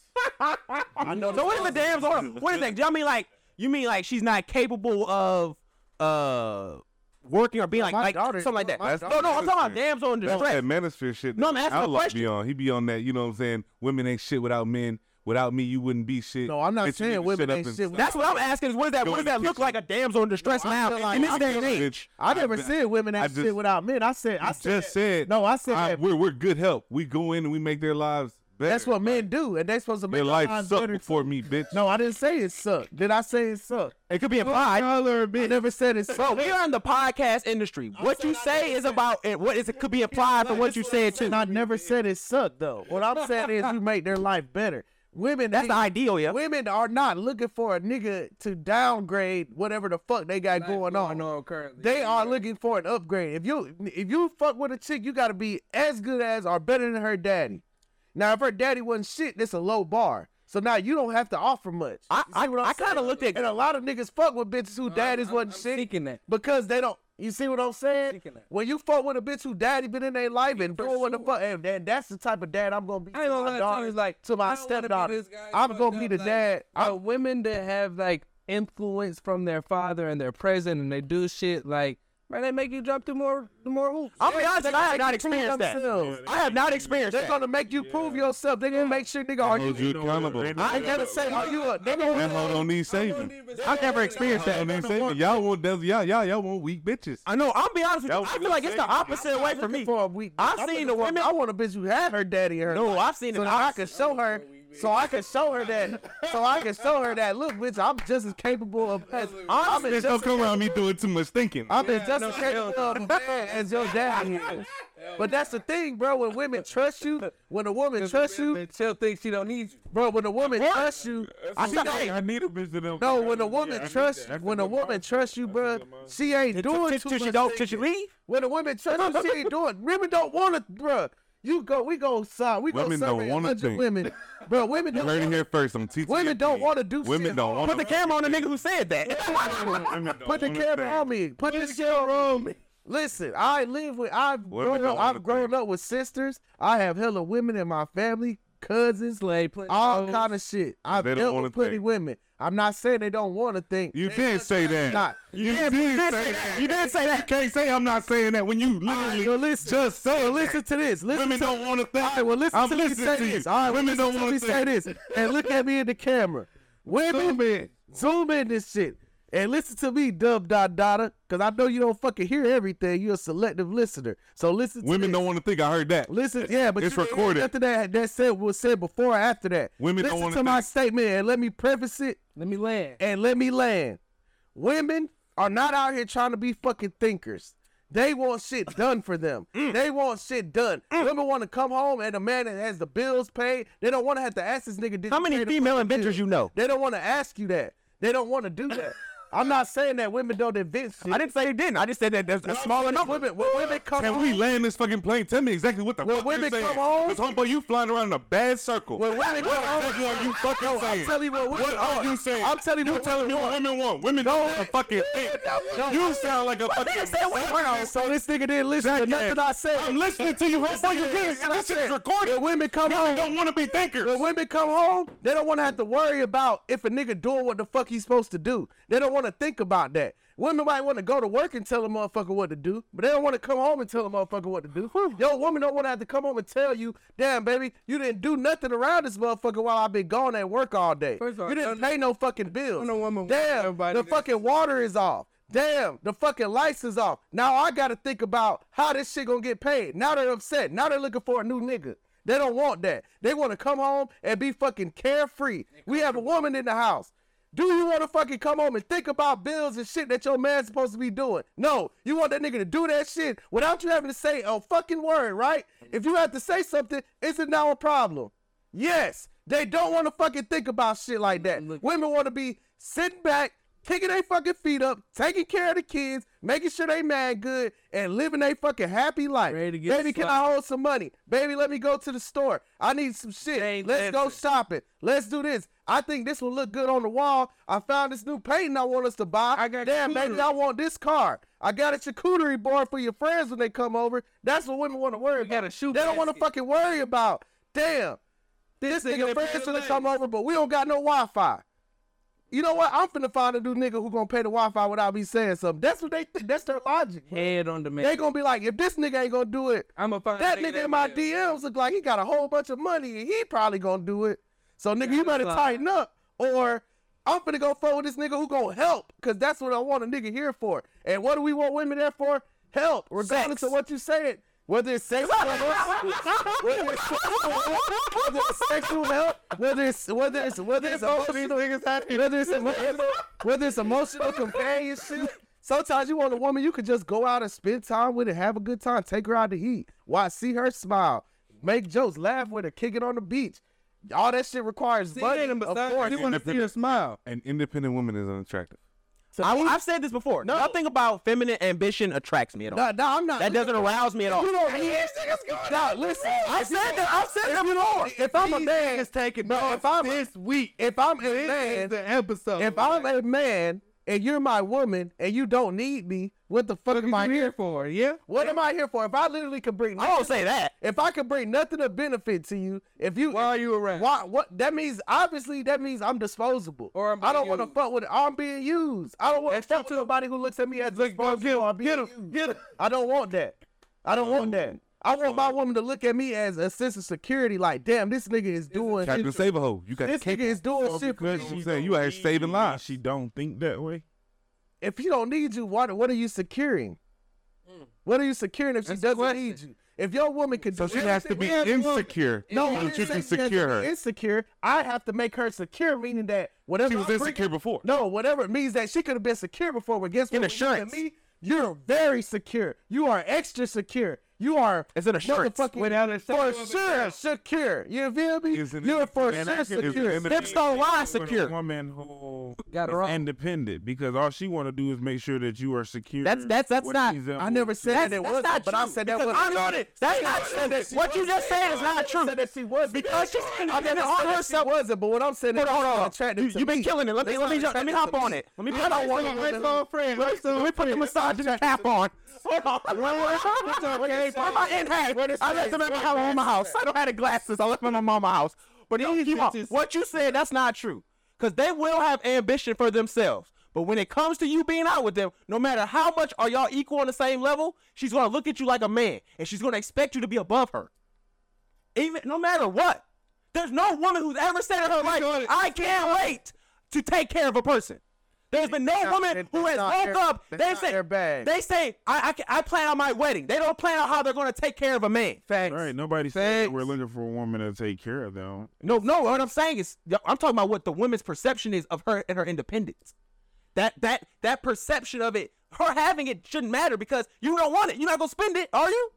[SPEAKER 5] I know. So what if the damn? Hold on. What is that? Do you mean like you mean like she's not capable of uh working or being like
[SPEAKER 4] my
[SPEAKER 5] like
[SPEAKER 4] daughter-
[SPEAKER 5] something like that?
[SPEAKER 4] my
[SPEAKER 5] no, no. I'm talking about damsel in
[SPEAKER 2] That's
[SPEAKER 5] distress.
[SPEAKER 2] that manosphere shit.
[SPEAKER 5] No, I'm
[SPEAKER 2] that
[SPEAKER 5] asking a
[SPEAKER 2] Outlaw
[SPEAKER 5] question.
[SPEAKER 2] Be on. He be on that. You know what I'm saying? Women ain't shit without men. Without me, you wouldn't be shit.
[SPEAKER 4] No, I'm not
[SPEAKER 2] Bitch, you
[SPEAKER 4] saying
[SPEAKER 2] need to
[SPEAKER 4] women
[SPEAKER 2] shut up
[SPEAKER 4] ain't
[SPEAKER 2] and
[SPEAKER 4] shit
[SPEAKER 2] stop.
[SPEAKER 5] That's what I'm asking. Is what is that?
[SPEAKER 2] Go
[SPEAKER 5] What
[SPEAKER 2] in
[SPEAKER 5] does
[SPEAKER 2] the
[SPEAKER 5] that look
[SPEAKER 2] kitchen.
[SPEAKER 5] like? A damsel in distress
[SPEAKER 4] No, I
[SPEAKER 5] now
[SPEAKER 4] feel like-
[SPEAKER 5] in this
[SPEAKER 4] I
[SPEAKER 5] day and
[SPEAKER 2] feel like-
[SPEAKER 5] age?
[SPEAKER 4] I
[SPEAKER 2] I
[SPEAKER 4] never
[SPEAKER 2] bet-
[SPEAKER 4] said women
[SPEAKER 2] I
[SPEAKER 4] ain't shit
[SPEAKER 2] just-
[SPEAKER 4] without men. I said I said
[SPEAKER 2] just said.
[SPEAKER 4] no. I said
[SPEAKER 2] I-
[SPEAKER 4] that
[SPEAKER 2] we're we're good help. We go in and we make their lives better.
[SPEAKER 4] that's what men do, and they supposed to make
[SPEAKER 2] Their
[SPEAKER 4] our
[SPEAKER 2] life
[SPEAKER 4] lives
[SPEAKER 2] sucked
[SPEAKER 4] better.
[SPEAKER 2] before me, bitch.
[SPEAKER 4] No, I didn't say it sucked. Did I say it sucked?
[SPEAKER 5] It could be implied.
[SPEAKER 4] I never said it
[SPEAKER 5] Bro,
[SPEAKER 4] sucked.
[SPEAKER 5] we are in the podcast industry. What you say is about and what is it could be applied from what you said too.
[SPEAKER 4] And I never said it sucked though. What I'm saying is you make their life better. Women
[SPEAKER 5] That's the
[SPEAKER 4] ain't-
[SPEAKER 5] ideal, yeah.
[SPEAKER 4] Women are not looking for a nigga to downgrade whatever the fuck they got going
[SPEAKER 3] Oh, I
[SPEAKER 4] on.
[SPEAKER 3] know currently.
[SPEAKER 4] They are looking for an upgrade. If you if you fuck with a chick, you gotta be as good as or better than her daddy. Now, if her daddy wasn't shit, that's a low bar. So now you don't have to offer much.
[SPEAKER 5] I
[SPEAKER 4] You see
[SPEAKER 5] I,
[SPEAKER 4] what I'm
[SPEAKER 5] I kind of
[SPEAKER 4] saying?
[SPEAKER 5] looked at
[SPEAKER 4] and a lot of niggas fuck with bitches who daddies wasn't shit
[SPEAKER 3] Thinking that.
[SPEAKER 4] because they don't. You see what I'm saying?
[SPEAKER 3] Thinking that.
[SPEAKER 4] When you fuck with a bitch who daddy been in their life and doing what the fuck, and, and that's the type of dad I'm gonna be.
[SPEAKER 3] I ain't
[SPEAKER 4] to
[SPEAKER 3] gonna
[SPEAKER 4] my
[SPEAKER 3] lie,
[SPEAKER 4] daughter,
[SPEAKER 3] Tony's like
[SPEAKER 4] to my
[SPEAKER 3] I don't wanna be
[SPEAKER 4] stepdaughter.
[SPEAKER 3] this guy
[SPEAKER 4] I'm
[SPEAKER 3] fucked
[SPEAKER 4] gonna be
[SPEAKER 3] up,
[SPEAKER 4] the
[SPEAKER 3] like,
[SPEAKER 4] dad.
[SPEAKER 3] uh, women that have like influence from their father and they're present and they do shit like man, they make you jump through more the more hoops.
[SPEAKER 5] I'll be honest, I have not
[SPEAKER 4] They prove
[SPEAKER 5] experienced that.
[SPEAKER 4] themselves.
[SPEAKER 5] I have not experienced
[SPEAKER 4] They're
[SPEAKER 5] that.
[SPEAKER 4] gonna make you prove yourself. They're gonna make sure, nigga, are you?
[SPEAKER 2] Hold you accountable.
[SPEAKER 4] I ain't gotta say, are you a nigga?
[SPEAKER 2] That hoe don't need saving.
[SPEAKER 5] I've never experienced
[SPEAKER 2] That hoe
[SPEAKER 5] that.
[SPEAKER 2] don't need saving. Y'all want that's- y'all y'all y'all want weak bitches.
[SPEAKER 5] I know. I'll be honest with you.
[SPEAKER 2] That was
[SPEAKER 5] I feel like it's the
[SPEAKER 2] good.
[SPEAKER 5] opposite way for me.
[SPEAKER 4] For a week,
[SPEAKER 5] I've seen
[SPEAKER 4] I'm looking
[SPEAKER 5] the
[SPEAKER 4] for-
[SPEAKER 5] women-
[SPEAKER 4] I want a bitch who had her daddy in her.
[SPEAKER 5] No,
[SPEAKER 4] life.
[SPEAKER 5] I've seen
[SPEAKER 4] so
[SPEAKER 5] it.
[SPEAKER 4] now I can show her. So I can show her that. So I can show her that. Look, bitch, I'm just as capable of. As, I'm
[SPEAKER 2] Bitch,
[SPEAKER 4] as
[SPEAKER 2] don't
[SPEAKER 4] just,
[SPEAKER 2] come around me doing too much thinking.
[SPEAKER 4] I'm as just as capable of a man as your daddy is. But that's the thing, bro. When women trust you, when a woman trusts you,
[SPEAKER 3] She'll think she don't need you.
[SPEAKER 4] bro. When a woman trusts you,
[SPEAKER 2] I,
[SPEAKER 4] she don't-
[SPEAKER 2] I need a bitch to them.
[SPEAKER 4] no. When a woman trusts,
[SPEAKER 1] That's a
[SPEAKER 4] when a
[SPEAKER 1] good
[SPEAKER 4] woman
[SPEAKER 1] mindset.
[SPEAKER 4] trusts you,
[SPEAKER 1] That's a
[SPEAKER 4] bro,
[SPEAKER 1] good mindset.
[SPEAKER 4] she ain't doing too
[SPEAKER 5] Till she
[SPEAKER 4] much
[SPEAKER 5] don't, till she
[SPEAKER 4] thinking.
[SPEAKER 5] leave.
[SPEAKER 4] When a woman tells you she ain't doing, women don't want to, bruh. You go, we go side, we go
[SPEAKER 2] Women don't
[SPEAKER 4] survey a
[SPEAKER 2] wanna
[SPEAKER 4] bunch of
[SPEAKER 2] think.
[SPEAKER 4] women, bro. Women
[SPEAKER 2] You
[SPEAKER 4] don't.
[SPEAKER 2] heard it here first. I'm teaching.
[SPEAKER 4] Women
[SPEAKER 2] you
[SPEAKER 4] don't
[SPEAKER 2] things.
[SPEAKER 4] wanna do
[SPEAKER 2] Women
[SPEAKER 4] shit
[SPEAKER 2] don't want
[SPEAKER 5] Put the camera on the nigga who said that.
[SPEAKER 4] Put the camera on me. Put the camera on me. Listen, I live with I've
[SPEAKER 2] Women
[SPEAKER 4] grown up,
[SPEAKER 2] don't wanna
[SPEAKER 4] I've grown
[SPEAKER 2] think.
[SPEAKER 4] up with sisters. I have hella women in my family, cousins,
[SPEAKER 3] Play, play.
[SPEAKER 4] all
[SPEAKER 3] those.
[SPEAKER 4] kind of shit. I've
[SPEAKER 2] They don't
[SPEAKER 4] dealt
[SPEAKER 2] wanna
[SPEAKER 4] with plenty
[SPEAKER 2] think.
[SPEAKER 4] women. I'm not saying they don't want to think.
[SPEAKER 2] You did say that.
[SPEAKER 4] Not.
[SPEAKER 2] You did say that. You did say that. You can't say I'm not saying that when you literally
[SPEAKER 4] So listen,
[SPEAKER 2] just say
[SPEAKER 4] so
[SPEAKER 2] it.
[SPEAKER 4] listen to this. Listen
[SPEAKER 2] Women
[SPEAKER 4] to
[SPEAKER 2] don't want to think.
[SPEAKER 4] All right, well, listen
[SPEAKER 2] I'm
[SPEAKER 4] to me
[SPEAKER 2] listening
[SPEAKER 4] say
[SPEAKER 2] to you.
[SPEAKER 4] this. All right, well,
[SPEAKER 2] Women
[SPEAKER 4] listen
[SPEAKER 2] don't wanna
[SPEAKER 4] me say
[SPEAKER 2] think.
[SPEAKER 4] this. And look at me in the camera. Women, zoom in, this shit. And listen to me, dub dot dotta, because I know you don't fucking hear everything. You're a selective listener. So listen to
[SPEAKER 2] Women
[SPEAKER 4] this.
[SPEAKER 2] don't want to think. I heard that.
[SPEAKER 4] Listen, yeah, but
[SPEAKER 2] It's
[SPEAKER 4] you didn't hear
[SPEAKER 2] recorded.
[SPEAKER 4] Nothing that that said was said before or after that.
[SPEAKER 2] Women don't
[SPEAKER 4] listen
[SPEAKER 2] wanna
[SPEAKER 4] to my
[SPEAKER 2] think.
[SPEAKER 4] statement and let me preface it
[SPEAKER 3] Let me land.
[SPEAKER 4] and let me land. Women are not out here trying to be fucking thinkers. They want shit done for them.
[SPEAKER 2] Mm.
[SPEAKER 4] They want shit done. Women want to come home and a man that has the bills paid. They don't want to have to ask this nigga. Did
[SPEAKER 5] How
[SPEAKER 4] you pay
[SPEAKER 5] many
[SPEAKER 4] the
[SPEAKER 5] female
[SPEAKER 4] fucking
[SPEAKER 5] inventors
[SPEAKER 4] bill?
[SPEAKER 5] you know?
[SPEAKER 4] They don't want to ask you that. They don't want to do that. I'm not saying that women don't invent shit.
[SPEAKER 5] I didn't say they didn't. I just said that there's a smaller number.
[SPEAKER 4] Women, when women come
[SPEAKER 2] Can
[SPEAKER 4] home,
[SPEAKER 2] we land this fucking plane? Tell me exactly what the
[SPEAKER 4] When
[SPEAKER 2] fuck
[SPEAKER 4] women
[SPEAKER 2] you're saying.
[SPEAKER 4] come home-
[SPEAKER 2] Cause homeboy, you flying around in a bad circle.
[SPEAKER 4] when women come
[SPEAKER 2] what
[SPEAKER 4] home,
[SPEAKER 2] exactly are you fucking
[SPEAKER 4] I'm
[SPEAKER 2] saying?
[SPEAKER 4] telling you what women
[SPEAKER 2] what are you saying?
[SPEAKER 4] I'm telling you
[SPEAKER 2] you
[SPEAKER 4] what
[SPEAKER 2] telling me
[SPEAKER 4] women
[SPEAKER 2] what
[SPEAKER 4] want.
[SPEAKER 2] women want. Women don't want to fucking think.
[SPEAKER 4] No.
[SPEAKER 2] You sound like a fucking.
[SPEAKER 5] Nigga said women-
[SPEAKER 4] So this nigga didn't listen to
[SPEAKER 2] jackass.
[SPEAKER 4] nothing I said.
[SPEAKER 2] I'm listening to you, homeboy. You really?
[SPEAKER 4] And I
[SPEAKER 2] This shit's
[SPEAKER 4] said,
[SPEAKER 2] recorded.
[SPEAKER 4] When women come
[SPEAKER 2] Women
[SPEAKER 4] home,
[SPEAKER 2] don't want to be thinkers.
[SPEAKER 4] When women come home, they don't want to have to worry about if a nigga doing what the fuck he's supposed to do. They don't want to think about that. Women might want to go to work and tell a motherfucker what to do, but they don't want to come home and tell a motherfucker what to do. Yo, woman don't want to have to come home and tell you, damn, baby, you didn't do nothing around this motherfucker while I've been gone at work all day.
[SPEAKER 3] First of all,
[SPEAKER 4] you didn't
[SPEAKER 3] none-
[SPEAKER 4] pay no fucking bills.
[SPEAKER 3] none of women-
[SPEAKER 4] damn,
[SPEAKER 3] everybody
[SPEAKER 4] the
[SPEAKER 3] that-
[SPEAKER 4] fucking water is off. Damn, the fucking lights is off. Now I gotta think about how this shit gonna get paid. Now they're upset. Now they're looking for a new nigga. They don't want that. They want to come home and be fucking carefree. We have a woman in the house. Do you want to fucking come home and think about bills and shit that your man's supposed to be doing? No, you want that nigga to do that shit without you having to say a fucking word, right? If you have to say something, is it now a problem? Yes, they don't want to fucking think about shit like that. Women want to be sitting back, kicking their fucking feet up, taking care of the kids, making sure they mad good, and living their fucking happy life.
[SPEAKER 3] Ready to get
[SPEAKER 4] Baby, can
[SPEAKER 3] slapped.
[SPEAKER 4] I hold some money? Baby, let me go to the store. I need some shit.
[SPEAKER 3] They ain't
[SPEAKER 4] Let's go
[SPEAKER 3] listen.
[SPEAKER 4] shopping. Let's do this. I think this will look good on the wall. I found this new painting I want us to buy.
[SPEAKER 3] I got
[SPEAKER 4] Damn, baby,
[SPEAKER 3] charcuterie.
[SPEAKER 4] I want this car. I got a charcuterie board for your friends when they come over. That's what women want to worry
[SPEAKER 3] We got
[SPEAKER 4] about.
[SPEAKER 3] a shoe
[SPEAKER 4] They don't want to
[SPEAKER 3] basket.
[SPEAKER 4] fucking worry about. Damn, this, nigga friends finna come over, but we don't got no Wi-Fi. You know what? I'm finna find a new nigga who gonna pay the Wi-Fi without me saying something. That's what they think. That's their logic.
[SPEAKER 3] Head on the man.
[SPEAKER 4] They gonna be like, if this nigga ain't gonna do it,
[SPEAKER 3] I'm a find
[SPEAKER 4] that nigga in my DMs look like he got a whole bunch of money and he probably gonna do it. So nigga, you better
[SPEAKER 3] slide.
[SPEAKER 4] tighten up or I'm finna go forward with this nigga who gonna help because that's what I want a nigga here for. And what do we want women there for? Help, regardless of what you said. Whether it's sex, whether it's whether it's sexual help, whether it's whether it's whether it's emotional, whether it's emotional, whether it's emotional companionship. Sometimes you want a woman you could just go out and spend time with and have a good time. Take her out to eat, watch, see her smile, make jokes, laugh with her, kick it on the beach. All that shit requires money, of course.
[SPEAKER 3] You want to see her smile.
[SPEAKER 2] An independent woman is unattractive.
[SPEAKER 5] I, have said this before. Nothing about feminine ambition attracts me at all.
[SPEAKER 4] No, no, I'm not.
[SPEAKER 5] that doesn't arouse me at all.
[SPEAKER 4] You don't need Nah, listen.
[SPEAKER 5] I said that. I've said that before.
[SPEAKER 4] If I'm a man, it's taking no. If I'm this week, if I'm a man,
[SPEAKER 3] episode.
[SPEAKER 4] if I'm a man and you're my woman and you don't need me, what the fuck am I here?
[SPEAKER 3] for, yeah?
[SPEAKER 4] What am I here for? If I literally could bring,
[SPEAKER 5] I
[SPEAKER 4] nothing,
[SPEAKER 5] don't say that.
[SPEAKER 4] if I could bring nothing of benefit to you, if you,
[SPEAKER 3] Why are you around?
[SPEAKER 4] why, what? That means obviously that means I'm disposable.
[SPEAKER 3] Or I'm
[SPEAKER 4] I don't
[SPEAKER 3] being
[SPEAKER 4] want to
[SPEAKER 3] used.
[SPEAKER 4] fuck with. Oh, I'm being used. I don't want to
[SPEAKER 3] That's
[SPEAKER 4] fuck with somebody who looks at me as disposable. or being used.
[SPEAKER 3] Get him.
[SPEAKER 4] I don't want that. I don't want that. I want my woman to look at me as a sense of security. Like, damn, this nigga is doing.
[SPEAKER 2] Captain Save-A-Ho, you got
[SPEAKER 4] This nigga
[SPEAKER 2] cake.
[SPEAKER 4] is doing shit for
[SPEAKER 2] because
[SPEAKER 4] me.
[SPEAKER 2] she's saying you out here saving lives.
[SPEAKER 1] She don't think that way.
[SPEAKER 4] if you don't need you, what what are you securing? What are you securing
[SPEAKER 3] Mm.
[SPEAKER 4] if she
[SPEAKER 3] That's a
[SPEAKER 4] doesn't
[SPEAKER 3] question.
[SPEAKER 4] need you? If your woman could,
[SPEAKER 2] So
[SPEAKER 4] do
[SPEAKER 2] she has to be insecure
[SPEAKER 4] No,
[SPEAKER 2] so
[SPEAKER 4] I
[SPEAKER 2] that
[SPEAKER 4] didn't
[SPEAKER 2] you
[SPEAKER 4] say she
[SPEAKER 2] can
[SPEAKER 4] has to
[SPEAKER 2] secure
[SPEAKER 4] be
[SPEAKER 2] her.
[SPEAKER 4] Insecure. I have to make her secure, meaning that whatever
[SPEAKER 2] She was
[SPEAKER 4] I'm
[SPEAKER 2] insecure
[SPEAKER 4] bringing-
[SPEAKER 2] before.
[SPEAKER 4] No, whatever it means that she could have been secure before, but guess what?
[SPEAKER 5] An
[SPEAKER 4] When you look at
[SPEAKER 5] assurance.
[SPEAKER 4] me, you're very secure. You are extra secure. You are
[SPEAKER 5] It's an assurance.
[SPEAKER 4] motherfucking
[SPEAKER 3] Without a
[SPEAKER 4] for
[SPEAKER 3] sexual
[SPEAKER 4] sure secure. You feel me?
[SPEAKER 2] Isn't it-
[SPEAKER 4] You're for
[SPEAKER 2] Man,
[SPEAKER 4] sure
[SPEAKER 2] I can-
[SPEAKER 4] secure.
[SPEAKER 2] isn't it-
[SPEAKER 4] Hips don't lie secure.
[SPEAKER 1] A woman who
[SPEAKER 3] Got it
[SPEAKER 1] is
[SPEAKER 3] wrong.
[SPEAKER 1] independent because all she want to do is make sure that you are secure.
[SPEAKER 5] That's that's that's
[SPEAKER 1] What
[SPEAKER 5] not.
[SPEAKER 1] she's up
[SPEAKER 4] I never said
[SPEAKER 5] That's,
[SPEAKER 4] that it
[SPEAKER 5] that's
[SPEAKER 4] wasn't,
[SPEAKER 5] not
[SPEAKER 4] but
[SPEAKER 5] true.
[SPEAKER 4] I said that
[SPEAKER 5] because
[SPEAKER 4] was.
[SPEAKER 5] I'm on it. That's not true. What you just said is not true.
[SPEAKER 4] Said that she was
[SPEAKER 5] Because she's
[SPEAKER 4] I mean,
[SPEAKER 5] independent
[SPEAKER 4] on
[SPEAKER 5] on
[SPEAKER 4] herself
[SPEAKER 5] herself.
[SPEAKER 4] wasn't, but what I'm saying is
[SPEAKER 5] Hold on, hold on.
[SPEAKER 4] attractive
[SPEAKER 5] You,
[SPEAKER 4] to
[SPEAKER 5] you've been
[SPEAKER 4] me.
[SPEAKER 5] killing it. Let me
[SPEAKER 4] That's
[SPEAKER 5] let me
[SPEAKER 4] not
[SPEAKER 5] jump, let me
[SPEAKER 4] attractive
[SPEAKER 5] hop
[SPEAKER 4] to
[SPEAKER 5] on
[SPEAKER 4] me.
[SPEAKER 5] it. Let me
[SPEAKER 4] I
[SPEAKER 5] put
[SPEAKER 4] don't want
[SPEAKER 5] let
[SPEAKER 4] to
[SPEAKER 5] me-
[SPEAKER 4] go friend.
[SPEAKER 5] Let me- let me put the massage cap on. Hold on.
[SPEAKER 4] okay,
[SPEAKER 5] Where my in
[SPEAKER 4] this
[SPEAKER 5] I left them at my
[SPEAKER 4] face,
[SPEAKER 5] house, on my house. I don't have the glasses. I left them at my mama's house. But you keep on. What you said, that's not true. Because they will have ambition for themselves. But when it comes to you being out with them, no matter how much are y'all equal on the same level, she's gonna look at you like a man, and she's gonna expect you to be above her. Even no matter what, there's no woman who's ever said in her life, "I can't wait to take care of a person." There's been no
[SPEAKER 4] not-
[SPEAKER 5] woman who
[SPEAKER 4] that's
[SPEAKER 5] has
[SPEAKER 4] not
[SPEAKER 5] woke
[SPEAKER 4] their-
[SPEAKER 5] up.
[SPEAKER 4] that's
[SPEAKER 5] They
[SPEAKER 4] not
[SPEAKER 5] say
[SPEAKER 4] their bag.
[SPEAKER 5] they say I, I ca- I plan out my wedding. They don't plan out how they're gonna take care of a man.
[SPEAKER 1] All right, nobody said that we're looking for a woman to take care of them.
[SPEAKER 5] No, no. What I'm saying is, I'm talking about what the woman's perception is of her and her independence. That that that perception of it, her having it shouldn't matter because you don't want it. You're not gonna spend it, are you?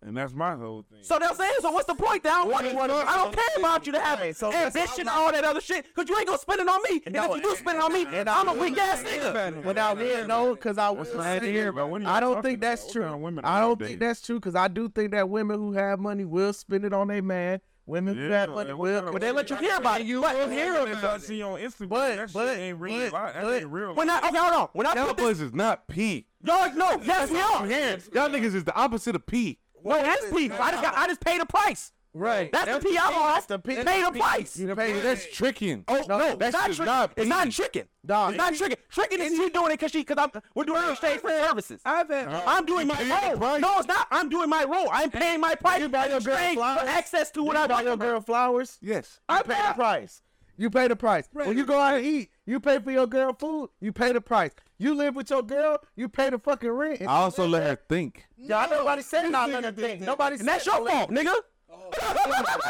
[SPEAKER 1] And that's my whole thing.
[SPEAKER 5] So that's saying. So what's the point? That I don't, want it. I don't care about you to have
[SPEAKER 4] Right, so-
[SPEAKER 5] ambition and all that other shit because you ain't gonna spend it on me. And
[SPEAKER 4] No,
[SPEAKER 5] if you do spend it on me,
[SPEAKER 4] and I-
[SPEAKER 5] I'm a weak ass nigga.
[SPEAKER 4] Without me, no, because I was
[SPEAKER 1] That's what I'm saying,
[SPEAKER 4] here.
[SPEAKER 1] bro. What are you
[SPEAKER 4] I don't
[SPEAKER 1] talking
[SPEAKER 4] think that's
[SPEAKER 1] about? What
[SPEAKER 4] true.
[SPEAKER 1] kind of women
[SPEAKER 4] I
[SPEAKER 1] are
[SPEAKER 4] don't
[SPEAKER 1] you
[SPEAKER 4] think
[SPEAKER 1] dating?
[SPEAKER 4] that's true because I do think that women who have money will spend it on their man. Women who
[SPEAKER 1] Yeah,
[SPEAKER 4] have money
[SPEAKER 1] and what
[SPEAKER 4] will,
[SPEAKER 1] kind of
[SPEAKER 5] But they let you hear about it. You but,
[SPEAKER 1] Hear I see on Instagram.
[SPEAKER 4] But-
[SPEAKER 1] that shit
[SPEAKER 4] but-
[SPEAKER 1] ain't real.
[SPEAKER 4] but-
[SPEAKER 1] that
[SPEAKER 4] but-
[SPEAKER 1] ain't real.
[SPEAKER 5] When I okay, hold on. When I
[SPEAKER 2] Y'all
[SPEAKER 5] put this,
[SPEAKER 2] boys is not P.
[SPEAKER 5] y'all no, yes we are.
[SPEAKER 2] Y'all niggas is the opposite of P.
[SPEAKER 5] Well, that's peak. I just got, I just paid a price.
[SPEAKER 3] Right.
[SPEAKER 5] That's the PR. That's the
[SPEAKER 4] P-
[SPEAKER 5] Pay the price.
[SPEAKER 4] You pay
[SPEAKER 2] That's tricking.
[SPEAKER 5] Oh no, that's not
[SPEAKER 4] just
[SPEAKER 5] tricking.
[SPEAKER 4] not
[SPEAKER 5] it's not tricking.
[SPEAKER 4] Dog,
[SPEAKER 5] it's not tricking. Tricking is you doing it because she because I'm we're doing her exchange for services. Uh-huh.
[SPEAKER 3] I've had
[SPEAKER 5] I'm doing my
[SPEAKER 4] the
[SPEAKER 5] role.
[SPEAKER 4] price.
[SPEAKER 5] No, it's not. I'm doing my role. I'm paying my price. You
[SPEAKER 4] buy your girl
[SPEAKER 5] for
[SPEAKER 4] flowers?
[SPEAKER 5] access to what I
[SPEAKER 4] You buy your
[SPEAKER 5] want.
[SPEAKER 4] girl flowers.
[SPEAKER 2] Yes.
[SPEAKER 4] You pay the price. You pay the price. When you go out and eat, you pay for your girl food. You pay the price. You live with your girl. You pay the fucking rent.
[SPEAKER 2] I also let her think.
[SPEAKER 4] Y'all, nobody said not another thing. Nobody
[SPEAKER 5] And that's your fault, nigga.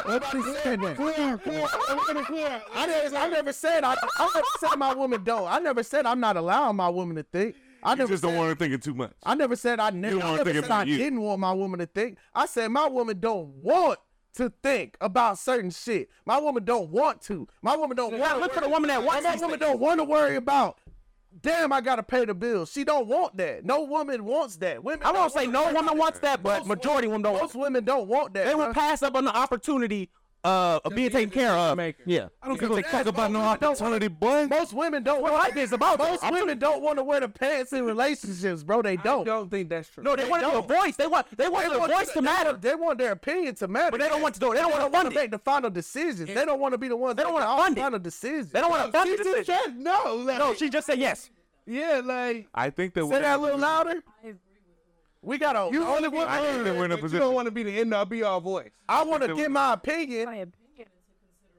[SPEAKER 4] Nobody said that. I never, I never said I, I never said my woman don't. I never said I'm not allowing my woman to think. I
[SPEAKER 2] You
[SPEAKER 4] never
[SPEAKER 2] just
[SPEAKER 4] said,
[SPEAKER 2] don't want her thinking too much.
[SPEAKER 4] I never said I, ne-
[SPEAKER 2] You don't
[SPEAKER 4] I
[SPEAKER 2] wanna
[SPEAKER 4] never
[SPEAKER 2] think
[SPEAKER 4] said
[SPEAKER 2] about
[SPEAKER 4] I
[SPEAKER 2] you.
[SPEAKER 4] didn't want my woman to think. I said my woman don't want to think about certain shit. My woman don't want to. My woman don't
[SPEAKER 5] Now
[SPEAKER 4] want.
[SPEAKER 5] look for the woman that wants
[SPEAKER 4] my
[SPEAKER 5] these
[SPEAKER 4] woman
[SPEAKER 5] things.
[SPEAKER 4] don't want to worry about. Damn, I gotta pay the bills. She don't want that. No woman wants that. Women
[SPEAKER 5] I won't
[SPEAKER 4] don't
[SPEAKER 5] say
[SPEAKER 4] want-
[SPEAKER 5] no woman wants that, but majority women don't. want
[SPEAKER 4] Most women don't want that.
[SPEAKER 5] They
[SPEAKER 4] bruh.
[SPEAKER 5] will pass up on the opportunity uh, of being taken care of.
[SPEAKER 3] maker.
[SPEAKER 5] Yeah.
[SPEAKER 2] I don't give a fuck about no opportunity, boy.
[SPEAKER 4] Most women don't want like this about most women don't want to wear the pants in relationships, bro. They
[SPEAKER 3] don't.
[SPEAKER 4] don't.
[SPEAKER 3] don't think that's true.
[SPEAKER 5] No, they, want their voice. They want they want their voice to matter,
[SPEAKER 4] They want their opinion to matter.
[SPEAKER 5] but they don't want to do it. They don't want to
[SPEAKER 4] want
[SPEAKER 5] fund
[SPEAKER 4] to
[SPEAKER 5] it.
[SPEAKER 4] make the final decisions. They don't want to be the ones. They
[SPEAKER 5] don't
[SPEAKER 4] want
[SPEAKER 5] wanna
[SPEAKER 4] all
[SPEAKER 5] fund it.
[SPEAKER 4] final decisions.
[SPEAKER 5] They don't want to fund
[SPEAKER 4] She just
[SPEAKER 5] it.
[SPEAKER 4] said no. Like,
[SPEAKER 5] No, she just said yes.
[SPEAKER 3] Yeah, like
[SPEAKER 2] I think that
[SPEAKER 4] say that a little louder.
[SPEAKER 5] We got a
[SPEAKER 4] You only want.
[SPEAKER 2] I think that we're in a
[SPEAKER 3] but you don't
[SPEAKER 2] position.
[SPEAKER 3] want to be the end all be all voice.
[SPEAKER 4] I want to get my opinion,
[SPEAKER 6] my opinion into consideration.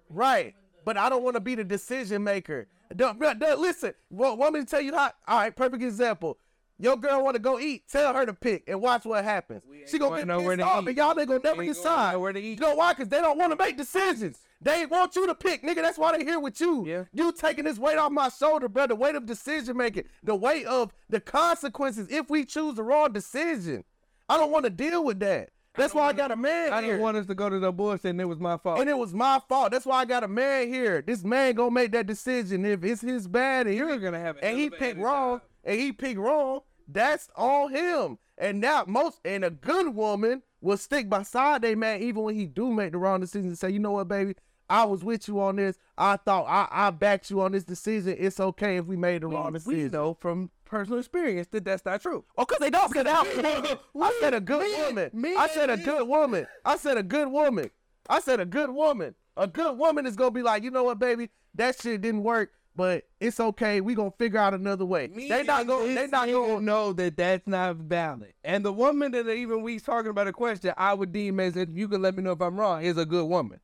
[SPEAKER 4] right? But I don't want to be the decision maker. Don't, bruh, don't- listen. Want, want me to tell you how? All right, perfect example. Your girl want to go eat. Tell her to pick and watch what happens. She gonna
[SPEAKER 3] going
[SPEAKER 4] get
[SPEAKER 3] nowhere
[SPEAKER 4] pissed
[SPEAKER 3] to
[SPEAKER 4] off,
[SPEAKER 3] eat.
[SPEAKER 4] and y'all ain't gonna never
[SPEAKER 3] Ain't going
[SPEAKER 4] decide.
[SPEAKER 3] nowhere to eat.
[SPEAKER 4] You know why? Cause they don't want to make decisions. They want you to pick, nigga. That's why they here with you.
[SPEAKER 3] Yeah.
[SPEAKER 4] You taking this weight off my shoulder, bro. The weight of decision making, the weight of the consequences if we choose the wrong decision. I don't want to deal with that. That's why I got a man.
[SPEAKER 3] I
[SPEAKER 4] here.
[SPEAKER 3] didn't want us to go to the bush and it was my fault.
[SPEAKER 4] And it was my fault. That's why I got a man here. This man gonna make that decision. If it's his bad and,
[SPEAKER 3] You're
[SPEAKER 4] he,
[SPEAKER 3] gonna have an
[SPEAKER 4] and he
[SPEAKER 3] elevated
[SPEAKER 4] picked wrong, and he picked wrong, that's on him. And now most and a good woman will stick beside they man even when he do make the wrong decision and say, you know what, baby, I was with you on this. I thought I, I backed you on this decision. It's okay if we made the wrong
[SPEAKER 3] we
[SPEAKER 4] decision.
[SPEAKER 3] know from personal experience that that's not true.
[SPEAKER 5] Oh, cause they don't. Cause they don't.
[SPEAKER 4] I said a good woman. I said a good woman. I said a good woman. I said a good woman. A good woman is gonna be like, you know what, baby, that shit didn't work, but it's okay. We gonna figure out another way. They not gonna. They not
[SPEAKER 3] gonna
[SPEAKER 4] gonna.
[SPEAKER 3] know that that's not valid. And the woman that even we talking about a question, I would deem as if you can let me know if I'm wrong, is a good woman.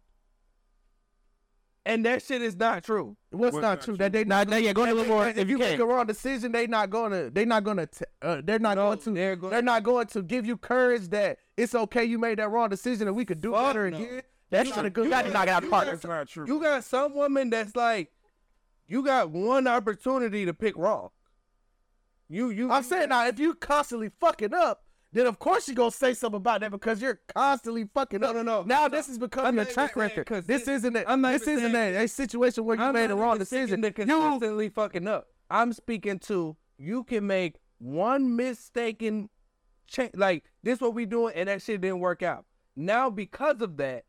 [SPEAKER 3] And that shit is not true.
[SPEAKER 4] What's not true? That they not.
[SPEAKER 5] yeah, go ahead a little more if you
[SPEAKER 4] Make
[SPEAKER 5] can.
[SPEAKER 4] a wrong decision. They not gonna. They not gonna. T- uh, they're not
[SPEAKER 3] No,
[SPEAKER 4] going to.
[SPEAKER 3] they're go-
[SPEAKER 4] they're not going to give you courage that it's okay. You made that wrong decision, and we could do
[SPEAKER 3] Fuck
[SPEAKER 4] better
[SPEAKER 3] no.
[SPEAKER 4] again.
[SPEAKER 5] That's
[SPEAKER 4] not
[SPEAKER 5] true.
[SPEAKER 4] a good
[SPEAKER 5] You gotta
[SPEAKER 4] woman.
[SPEAKER 5] knock it out the park.
[SPEAKER 1] That's not true.
[SPEAKER 3] You got some woman that's like, you got one opportunity to pick wrong. You you
[SPEAKER 4] I'm saying now, if you constantly fucking up, then of course you gonna say something about that because you're constantly fucking
[SPEAKER 3] No,
[SPEAKER 4] up.
[SPEAKER 3] no, no.
[SPEAKER 4] Now this is becoming
[SPEAKER 3] I'm
[SPEAKER 4] a
[SPEAKER 3] not
[SPEAKER 4] track
[SPEAKER 3] even saying
[SPEAKER 4] record.
[SPEAKER 3] consist-
[SPEAKER 4] This isn't a,
[SPEAKER 3] I'm not
[SPEAKER 4] this
[SPEAKER 3] even
[SPEAKER 4] isn't
[SPEAKER 3] saying-
[SPEAKER 4] a, a situation where you made a
[SPEAKER 3] not
[SPEAKER 4] wrong
[SPEAKER 3] even speaking
[SPEAKER 4] decision.
[SPEAKER 3] To consistently fucking up. I'm speaking to you can make one mistaken change. Like this, what we doing, and that shit didn't work out. Now because of that,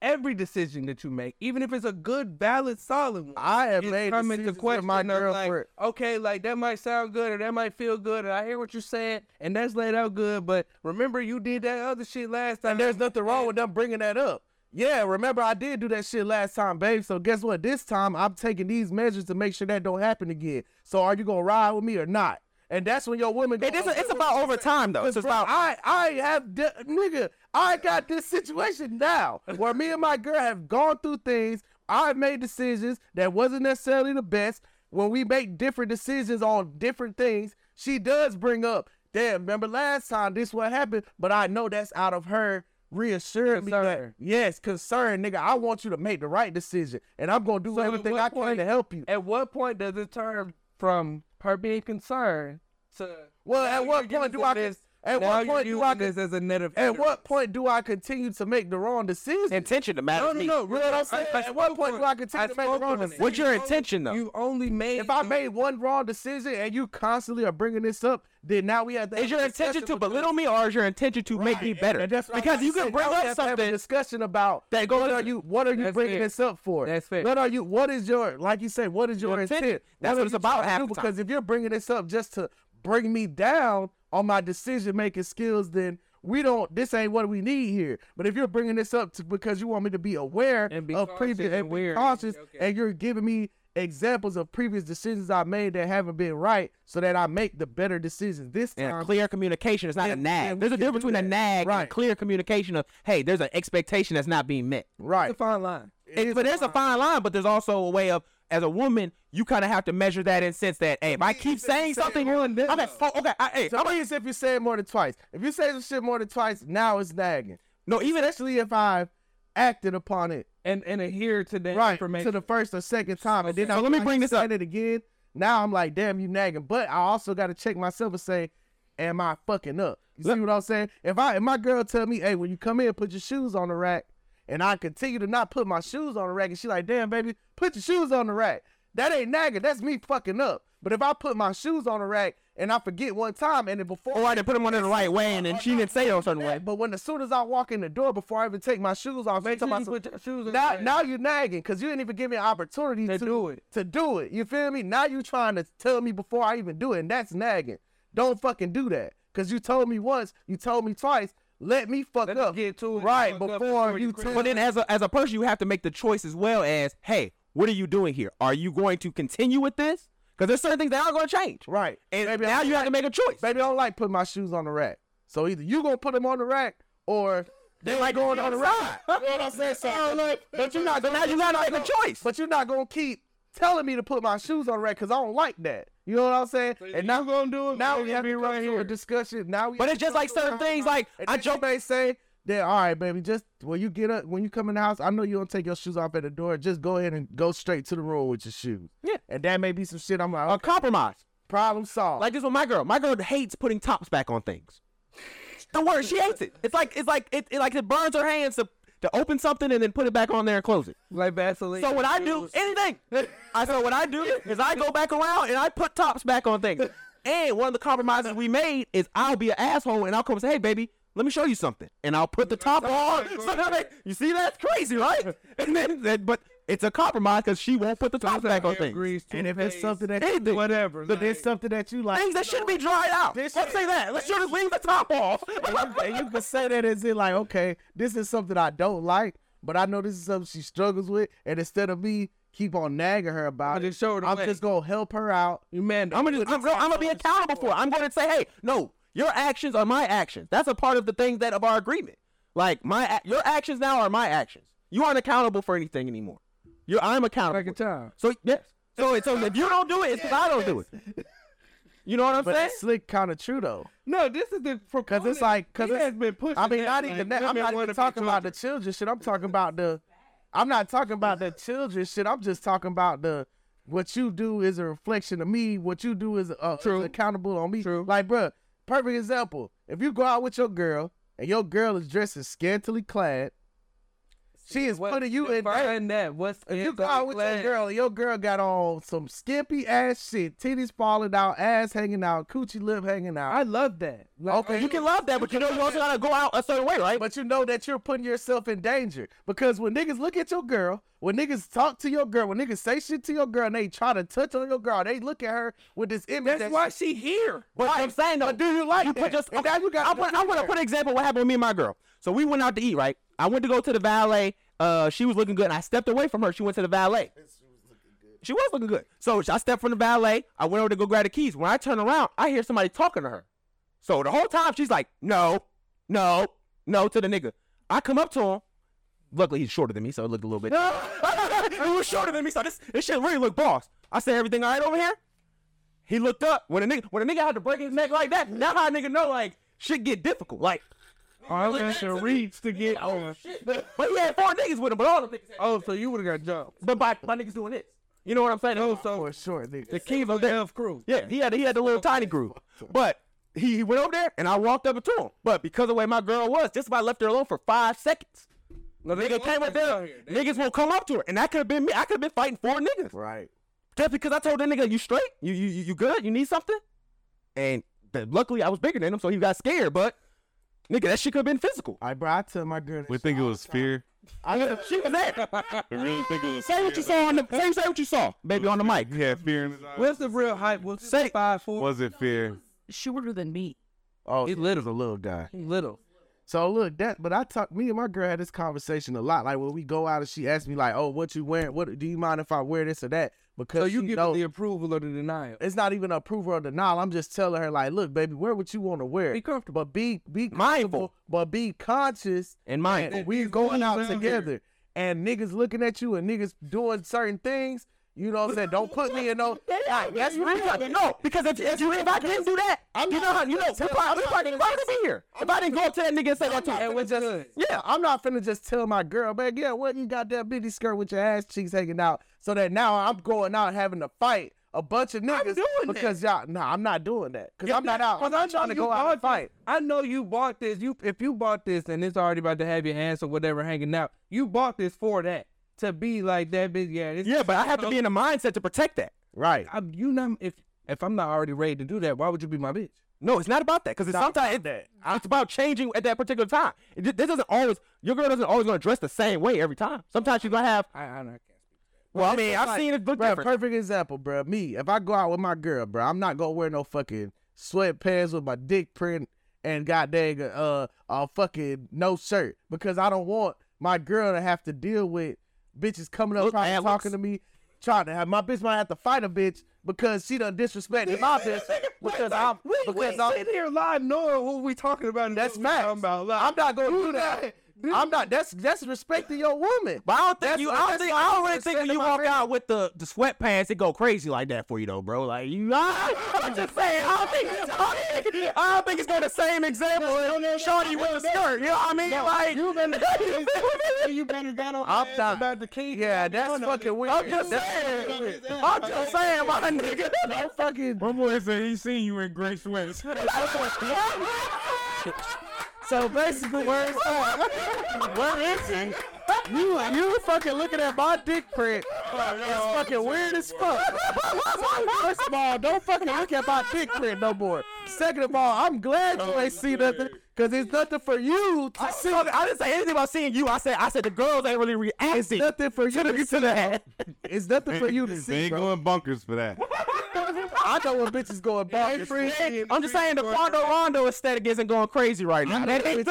[SPEAKER 3] every decision that you make, even if it's a good, valid, solid one,
[SPEAKER 4] I have
[SPEAKER 3] is
[SPEAKER 4] made
[SPEAKER 3] coming to
[SPEAKER 4] decisions with
[SPEAKER 3] question
[SPEAKER 4] my
[SPEAKER 3] of
[SPEAKER 4] girl
[SPEAKER 3] like,
[SPEAKER 4] for
[SPEAKER 3] okay, like that might sound good or that might feel good, and I hear what you're saying, and that's laid out good. But remember, you did that other shit last time.
[SPEAKER 4] and there's nothing wrong with them bringing that up. Yeah, remember I did do that shit last time, babe. So guess what? This time I'm taking these measures to make sure that don't happen again. So are you gonna ride with me or not? And that's when your "Oh, woman.
[SPEAKER 5] It
[SPEAKER 4] gonna-
[SPEAKER 5] is. It's about over time though. It's
[SPEAKER 4] Cause, bro,
[SPEAKER 5] about.
[SPEAKER 4] I I have de- nigga, I got this situation now where me and my girl have gone through things. I made decisions that wasn't necessarily the best. When we make different decisions on different things, she does bring up, damn, remember last time this what happened, but I know that's out of her reassuring me that
[SPEAKER 3] Concern.
[SPEAKER 4] yes, concern, nigga, I want you to make the right decision, and I'm gonna do
[SPEAKER 3] So at
[SPEAKER 4] everything
[SPEAKER 3] what
[SPEAKER 4] I can
[SPEAKER 3] point-
[SPEAKER 4] to help you.
[SPEAKER 3] At what point does it turn from her being concerned to
[SPEAKER 4] Well,
[SPEAKER 3] now
[SPEAKER 4] at
[SPEAKER 3] you're
[SPEAKER 4] what
[SPEAKER 3] using
[SPEAKER 4] point do I?
[SPEAKER 3] this-
[SPEAKER 4] At
[SPEAKER 3] now
[SPEAKER 4] what
[SPEAKER 3] you're
[SPEAKER 4] point do
[SPEAKER 3] using
[SPEAKER 4] I?
[SPEAKER 3] this as a net of
[SPEAKER 4] At what
[SPEAKER 3] ignorance.
[SPEAKER 4] point do I continue to make the wrong decision?
[SPEAKER 5] Intention to matter.
[SPEAKER 3] No, no, no.
[SPEAKER 4] You know what I'm saying?
[SPEAKER 3] I- I
[SPEAKER 4] At what
[SPEAKER 3] spoke
[SPEAKER 4] point
[SPEAKER 3] on
[SPEAKER 4] do I
[SPEAKER 3] it.
[SPEAKER 4] continue to make
[SPEAKER 3] spoke
[SPEAKER 4] the wrong
[SPEAKER 3] on it.
[SPEAKER 4] decision?
[SPEAKER 5] What's your intention though?
[SPEAKER 3] You only made.
[SPEAKER 4] If I made one wrong decision and you constantly are bringing this up, then now we have to.
[SPEAKER 5] Is your intention to belittle me or is your intention to make me better?
[SPEAKER 4] And that's what I'm
[SPEAKER 5] Because
[SPEAKER 4] about
[SPEAKER 5] you
[SPEAKER 4] to
[SPEAKER 5] can
[SPEAKER 4] say.
[SPEAKER 5] bring
[SPEAKER 4] Now we
[SPEAKER 5] up
[SPEAKER 4] have to have a
[SPEAKER 5] something.
[SPEAKER 4] discussion about
[SPEAKER 5] that goes
[SPEAKER 4] what are
[SPEAKER 5] to-
[SPEAKER 4] you what are you
[SPEAKER 3] That's
[SPEAKER 4] bringing
[SPEAKER 3] fair.
[SPEAKER 4] this up for?
[SPEAKER 3] That's fair.
[SPEAKER 4] What are you? What is your like you said? What is your,
[SPEAKER 5] Your
[SPEAKER 4] intent?
[SPEAKER 5] intention. That's
[SPEAKER 4] are
[SPEAKER 5] what it's
[SPEAKER 4] you
[SPEAKER 5] about
[SPEAKER 4] trying to
[SPEAKER 5] half
[SPEAKER 4] do?
[SPEAKER 5] the time.
[SPEAKER 4] Because if you're bringing this up just to bring me down on my decision making skills, then we don't. This ain't what we need here. But if you're bringing this up to, because you want me to be aware
[SPEAKER 3] And be
[SPEAKER 4] of
[SPEAKER 3] cautious
[SPEAKER 4] previous
[SPEAKER 3] and
[SPEAKER 4] and be
[SPEAKER 3] weary.
[SPEAKER 4] cautious,
[SPEAKER 3] Okay.
[SPEAKER 4] and you're giving me examples of previous decisions I made that haven't been right, so that I make the better decisions this
[SPEAKER 5] And
[SPEAKER 4] time.
[SPEAKER 5] clear communication is not a
[SPEAKER 4] Um, and-
[SPEAKER 5] nag.
[SPEAKER 4] and we
[SPEAKER 5] There's a
[SPEAKER 4] can
[SPEAKER 5] difference
[SPEAKER 4] do
[SPEAKER 5] between a
[SPEAKER 4] that.
[SPEAKER 5] nag and
[SPEAKER 4] Right.
[SPEAKER 5] clear communication of, hey, there's an expectation that's not being met.
[SPEAKER 4] Right.
[SPEAKER 3] It's a fine line.
[SPEAKER 4] It is
[SPEAKER 5] but there's a fine line, but there's also a way of, as a woman, you kind of have to measure that in sense that, hey, if I keep saying something, I'm at fault. Okay, I, hey,
[SPEAKER 4] So
[SPEAKER 5] I'm
[SPEAKER 4] I'm is if you say it more than twice. If you say some shit more than twice, now it's nagging.
[SPEAKER 5] no, even
[SPEAKER 4] Especially if I've acted upon it
[SPEAKER 3] And and adhere to that
[SPEAKER 4] right
[SPEAKER 3] information.
[SPEAKER 4] to the first or second time, and then
[SPEAKER 5] So
[SPEAKER 4] I,
[SPEAKER 5] let me
[SPEAKER 4] I
[SPEAKER 5] bring this
[SPEAKER 4] said
[SPEAKER 5] up.
[SPEAKER 4] it again. Now I'm like, damn, you nagging. But I also got to check myself and say, am I fucking up? You see what I'm saying? If I if my girl tell me, hey, when you come in, put your shoes on the rack, and I continue to not put my shoes on the rack, and she like, damn, baby, put your shoes on the rack. That ain't nagging. That's me fucking up. But if I put my shoes on the rack and I forget one time, and then before
[SPEAKER 5] or Oh, I didn't put them on in the right way, and then she didn't say it a certain way.
[SPEAKER 4] but when as soon as I walk in the door, before I even take my shoes off,
[SPEAKER 3] Make
[SPEAKER 4] she tell
[SPEAKER 3] sure you
[SPEAKER 4] myself,
[SPEAKER 3] put your shoes on
[SPEAKER 4] now,
[SPEAKER 3] first."
[SPEAKER 4] now you're nagging because you didn't even give me an opportunity
[SPEAKER 3] To do it.
[SPEAKER 4] To do it, you feel me? Now you trying to tell me before I even do it, and that's nagging. Don't fucking do that because you told me once, you told me twice. Let me fuck
[SPEAKER 3] Let me
[SPEAKER 4] up,
[SPEAKER 3] get to it and
[SPEAKER 4] right
[SPEAKER 3] fuck up
[SPEAKER 4] before
[SPEAKER 3] before
[SPEAKER 4] you
[SPEAKER 3] you
[SPEAKER 4] tell
[SPEAKER 5] But then, as a as a person, you have to make the choice as well as, hey, what are you doing here? Are you going to continue with this? Because there's certain things that are going to change.
[SPEAKER 4] right.
[SPEAKER 5] And
[SPEAKER 4] Baby,
[SPEAKER 5] now
[SPEAKER 4] I'm-
[SPEAKER 5] you have to make a choice.
[SPEAKER 4] baby, I don't like putting my shoes on the rack. So either you gonna put them on the rack or
[SPEAKER 5] They like going on the ride. you know what I'm saying? So, but you're not. But now you got to make a choice.
[SPEAKER 4] But you're not gonna keep telling me to put my shoes on the rack because I don't like that. You know what I'm saying? and now gonna do it. Now we have to be right here with discussion. Now we.
[SPEAKER 5] But
[SPEAKER 4] have
[SPEAKER 5] it's
[SPEAKER 4] to
[SPEAKER 5] just
[SPEAKER 4] come
[SPEAKER 5] like
[SPEAKER 4] to a
[SPEAKER 5] certain things,
[SPEAKER 4] compromise.
[SPEAKER 5] like,
[SPEAKER 4] And
[SPEAKER 5] I
[SPEAKER 4] then she
[SPEAKER 5] joke-
[SPEAKER 4] may say that all right, baby. Just when you get up, when you come in the house, I know you don't take your shoes off at the door. Just go ahead and go straight to the room with your shoes.
[SPEAKER 5] Yeah.
[SPEAKER 4] And that may be some shit. I'm like,
[SPEAKER 5] A
[SPEAKER 4] okay,
[SPEAKER 5] compromise.
[SPEAKER 4] problem solved.
[SPEAKER 5] Like this with my girl. My girl hates putting tops back on things. The word she hates it. It's like it's like it, it like it burns her hands to to open something and then put it back on there and close it.
[SPEAKER 3] like Vaseline.
[SPEAKER 5] So what I do, anything. I so what I do is I go back around and I put tops back on things. And one of the compromises we made is I'll be an asshole and I'll come and say, hey baby, let me show you something. And I'll put the top on. So that way- you see that's crazy, right? And then that, but it's a compromise because she won't put the top back on things.
[SPEAKER 3] agrees to
[SPEAKER 4] and if it's something that
[SPEAKER 5] Anything.
[SPEAKER 4] whatever, but there's something that you like.
[SPEAKER 5] Things that shouldn't be dried out. Let's say that. Let's just leave the top off.
[SPEAKER 4] and, you, and you can say that as in like, okay, this is something I don't like, but I know this is something she struggles with, and instead of me keep on nagging her about
[SPEAKER 3] I
[SPEAKER 4] it,
[SPEAKER 3] just show her the
[SPEAKER 4] I'm
[SPEAKER 3] way.
[SPEAKER 4] just gonna help her out.
[SPEAKER 3] you man,
[SPEAKER 5] I'm gonna, just, I'm, no, I'm gonna be accountable for it. I'm gonna say, hey, no, your actions are my actions. That's a part of the things that of our agreement. Like my, ac- your actions now are my actions. You aren't accountable for anything anymore. You're, I'm accountable.
[SPEAKER 3] like a
[SPEAKER 5] for it.
[SPEAKER 3] child.
[SPEAKER 5] So yes. So it's so if you don't do it, it's because I don't do it. You know what I'm
[SPEAKER 4] But
[SPEAKER 5] saying?
[SPEAKER 4] it's slick kind of true though,
[SPEAKER 3] No, this is the
[SPEAKER 4] because it's like, because
[SPEAKER 3] he
[SPEAKER 4] it's
[SPEAKER 3] has been pushing.
[SPEAKER 4] I mean,
[SPEAKER 3] that,
[SPEAKER 4] not
[SPEAKER 3] like,
[SPEAKER 4] even that. I'm
[SPEAKER 3] women
[SPEAKER 4] not
[SPEAKER 3] wanna
[SPEAKER 4] even
[SPEAKER 3] be
[SPEAKER 4] talking about the
[SPEAKER 3] children.
[SPEAKER 4] children shit. I'm talking about the. I'm not talking about the children shit. I'm just talking about the. What you do is a reflection of me. What you do is, uh, is
[SPEAKER 3] True.
[SPEAKER 4] accountable on me.
[SPEAKER 3] True.
[SPEAKER 4] Like, bruh, perfect example. If you go out with your girl and your girl is dressed as scantily clad, she is
[SPEAKER 3] What-
[SPEAKER 4] putting you in that.
[SPEAKER 3] define that. What's
[SPEAKER 4] If you
[SPEAKER 3] in
[SPEAKER 4] go out with your girl and your girl got on some skimpy ass shit, titties falling out, ass hanging out, coochie lip hanging out.
[SPEAKER 3] I love that. Like,
[SPEAKER 4] okay,
[SPEAKER 5] you can love that, but you know you also gotta go out a certain way, right?
[SPEAKER 4] but you know that you're putting yourself in danger because when niggas look at your girl, when niggas talk to your girl, when niggas say shit to your girl, and they try to touch on your girl, they look at her with this
[SPEAKER 3] that's
[SPEAKER 4] image. that
[SPEAKER 3] why she
[SPEAKER 4] she-
[SPEAKER 3] here.
[SPEAKER 5] But I'm saying though, do you like you
[SPEAKER 4] that?
[SPEAKER 5] Put just,
[SPEAKER 4] And now you got-
[SPEAKER 5] I want, I want to put an example of what happened with me and my girl. So we went out to eat, right? I went to go to the valet. Uh, she was looking good, and I stepped away from her. She went to the valet. She was looking good. So I stepped from the valet. I went over to go grab the keys. When I turn around, I hear somebody talking to her. So the whole time she's like, "No, no, no" to the nigga. I come up to him. Luckily, he's shorter than me, so it looked a little bit. he was shorter than me, so this this shit really looked boss. I said, "Everything all right over here?" He looked up when a nigga when a nigga had to break his neck like that. Now how a nigga know like shit get difficult. Like,
[SPEAKER 3] I was to reach to get over.
[SPEAKER 5] but he had four niggas with him, but all them niggas. Had,
[SPEAKER 3] Oh, so you would have got jumped.
[SPEAKER 5] but my, my niggas doing this. You know what I'm saying? Oh, so
[SPEAKER 4] for sure, nigga.
[SPEAKER 5] the keys over there.
[SPEAKER 3] Of crew.
[SPEAKER 5] Yeah, he had he had the little tiny groove, but he, he went over there and I walked up to him. But because of the way my girl was, just about left her alone for five seconds.
[SPEAKER 3] No, they
[SPEAKER 5] Nigga
[SPEAKER 3] want
[SPEAKER 5] came up
[SPEAKER 3] us out
[SPEAKER 5] there.
[SPEAKER 3] here. They-
[SPEAKER 5] Niggas won't come up to her, and that could have been me. I could have been fighting four niggas.
[SPEAKER 4] Right.
[SPEAKER 5] Just because I told that nigga, you straight? You you you you good? You need something? And th- luckily I was bigger than him, so he got scared. But nigga, that shit could have been physical.
[SPEAKER 4] I bro, I tell my girl.
[SPEAKER 2] We think it was fear.
[SPEAKER 5] I, she was there.
[SPEAKER 2] We really think it was
[SPEAKER 5] say what you saw on the say, say what you saw, baby, on the mic.
[SPEAKER 2] He had fear in his eyes.
[SPEAKER 3] What's the real hype? What's
[SPEAKER 5] Say-
[SPEAKER 3] five four?
[SPEAKER 2] Was it fear?
[SPEAKER 7] shorter than me.
[SPEAKER 4] Oh,
[SPEAKER 3] He
[SPEAKER 4] he
[SPEAKER 3] little,
[SPEAKER 4] little guy.
[SPEAKER 3] little.
[SPEAKER 4] So look, that but I talk me and my girl had this conversation a lot. Like when we go out and she asked me, like, oh, what you wearing? What do you mind if I wear this or that? Because
[SPEAKER 3] So you
[SPEAKER 4] she
[SPEAKER 3] give
[SPEAKER 4] know-
[SPEAKER 3] it the approval or the denial.
[SPEAKER 4] it's not even approval or denial. I'm just telling her, like, look, baby, wear what you want to wear.
[SPEAKER 3] Be comfortable.
[SPEAKER 4] But be be
[SPEAKER 5] Mindful.
[SPEAKER 4] comfortable, but be conscious
[SPEAKER 5] And mind,
[SPEAKER 4] and we going out together and niggas looking at you and niggas doing certain things. You know what I'm saying? Don't put me in no. Like, that's real.
[SPEAKER 5] No, because if, if, you, if I didn't do that, you know how you know we probably, we probably didn't probably be here. If I didn't go up to that nigga and say that to
[SPEAKER 3] And
[SPEAKER 5] him,
[SPEAKER 3] we're just
[SPEAKER 4] Yeah, I'm not finna just tell my girl, man, yeah, what you got that bitty skirt with your ass cheeks hanging out, so that now I'm going out having to fight a bunch of niggas
[SPEAKER 3] doing that.
[SPEAKER 4] because y'all. Nah, I'm not doing that because I'm not out. I'm
[SPEAKER 3] Because I
[SPEAKER 4] not
[SPEAKER 3] know
[SPEAKER 4] trying to
[SPEAKER 3] you
[SPEAKER 4] go out
[SPEAKER 3] bought
[SPEAKER 4] and fight.
[SPEAKER 3] this. I know you bought this. You if you bought this and it's already about to have your hands or whatever hanging out, you bought this for that to be like that. Bitch, yeah, this,
[SPEAKER 5] yeah, but I have to be in the mindset to protect that.
[SPEAKER 4] Right.
[SPEAKER 3] I, you know, if if I'm not already ready to do that, why would you be my bitch?
[SPEAKER 5] No, it's not about that because it's sometimes it- it's about changing at that particular time. It, this doesn't always your girl doesn't always gonna dress the same way every time. Sometimes she's gonna have.
[SPEAKER 3] I, I, don't- I can't.
[SPEAKER 5] Well, I mean, I've seen it look
[SPEAKER 4] Bruh,
[SPEAKER 5] different.
[SPEAKER 4] perfect example, bruh. Me, if I go out with my girl, bruh, I'm not gonna wear no fucking sweatpants with my dick print and goddamn uh a fucking no shirt because I don't want my girl to have to deal with bitches coming up
[SPEAKER 5] Look,
[SPEAKER 4] trying
[SPEAKER 5] Alex.
[SPEAKER 4] talking to me, trying to have my bitch might have to fight a bitch because she done disrespected my bitch because I'm because I'm
[SPEAKER 3] sitting here lying, knowing what we talking about. and
[SPEAKER 4] that's
[SPEAKER 3] what we talking
[SPEAKER 4] facts.
[SPEAKER 3] about. Like,
[SPEAKER 4] I'm not gonna do that. I'm not. That's that's respecting your woman.
[SPEAKER 5] But I don't think
[SPEAKER 4] That's-
[SPEAKER 5] you. I don't
[SPEAKER 4] that's
[SPEAKER 5] think. I don't really think when
[SPEAKER 4] understanding
[SPEAKER 5] you
[SPEAKER 4] my
[SPEAKER 5] walk
[SPEAKER 4] friend.
[SPEAKER 5] out with the, the sweatpants, it go crazy like that for you though, bro. Like you, I, I'm just saying. I don't think. I don't think, I don't think it's going the same example. as Shorty with a skirt. You know what I mean? like you been.
[SPEAKER 3] you better got on
[SPEAKER 4] I'm not-
[SPEAKER 3] about the king.
[SPEAKER 4] Yeah, that's fucking weird.
[SPEAKER 5] Oh, I'm just
[SPEAKER 4] That's-
[SPEAKER 5] saying. I'm just saying, my nigga.
[SPEAKER 4] No fucking.
[SPEAKER 8] My boy said he seen you in gray sweats.
[SPEAKER 4] So basically, where's that? Where is it? You you fucking looking at my dick print? It's fucking weird as fuck. First of all, don't fucking look at my dick print no more. Second of all, I'm glad you ain't see nothing, cause it's nothing for you to
[SPEAKER 5] I,
[SPEAKER 4] see.
[SPEAKER 5] saw that- I didn't say anything about seeing you. I said. I said the girls ain't really reacting to
[SPEAKER 4] Nothing for you to see.
[SPEAKER 5] that.
[SPEAKER 4] It's nothing for you to
[SPEAKER 2] They
[SPEAKER 4] see,
[SPEAKER 2] ain't
[SPEAKER 4] bro.
[SPEAKER 2] going bunkers for that.
[SPEAKER 4] I know when bitches going bonkers.
[SPEAKER 5] I'm just saying the Quando Rondo aesthetic isn't going crazy right now. That ain't-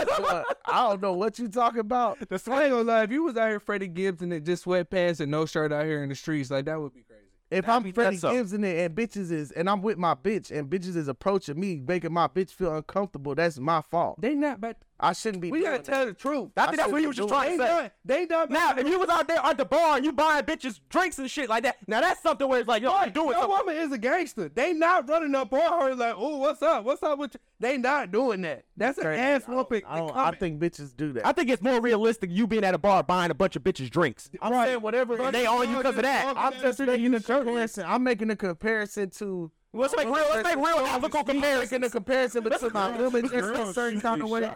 [SPEAKER 4] I don't know what you talking about.
[SPEAKER 3] The I ain't gonna lie. If you was out here Freddie Gibbs and it just sweatpants and no shirt out here in the streets, like that would be crazy.
[SPEAKER 4] If I'm Freddie
[SPEAKER 5] so.
[SPEAKER 4] Gibbs in it and bitches is and I'm with my bitch and bitches is approaching me, making my bitch feel uncomfortable, that's my fault.
[SPEAKER 3] They not, but
[SPEAKER 4] I shouldn't be.
[SPEAKER 3] we gotta
[SPEAKER 4] doing that.
[SPEAKER 3] tell the truth.
[SPEAKER 5] I think that's what he was just trying to say.
[SPEAKER 3] They done.
[SPEAKER 5] Now, if you was out there at the bar and you buying bitches drinks and shit like that, now that's something where it's like, yo, I'm doing
[SPEAKER 3] That
[SPEAKER 5] something.
[SPEAKER 3] woman is a gangster. They not running up on her like, oh, what's up? What's up with you? They not doing that. That's an ass whooping.
[SPEAKER 4] I, don't, I think bitches do that.
[SPEAKER 5] I think it's more realistic you being at a bar buying a bunch of bitches drinks.
[SPEAKER 4] I'm saying whatever.
[SPEAKER 5] And they on you because of that.
[SPEAKER 4] I'm just making a comparison. I'm making a comparison to.
[SPEAKER 5] Let's make real, let's make real ethical
[SPEAKER 4] Making a
[SPEAKER 5] comparisons.
[SPEAKER 4] comparison between my women just a certain kind of way.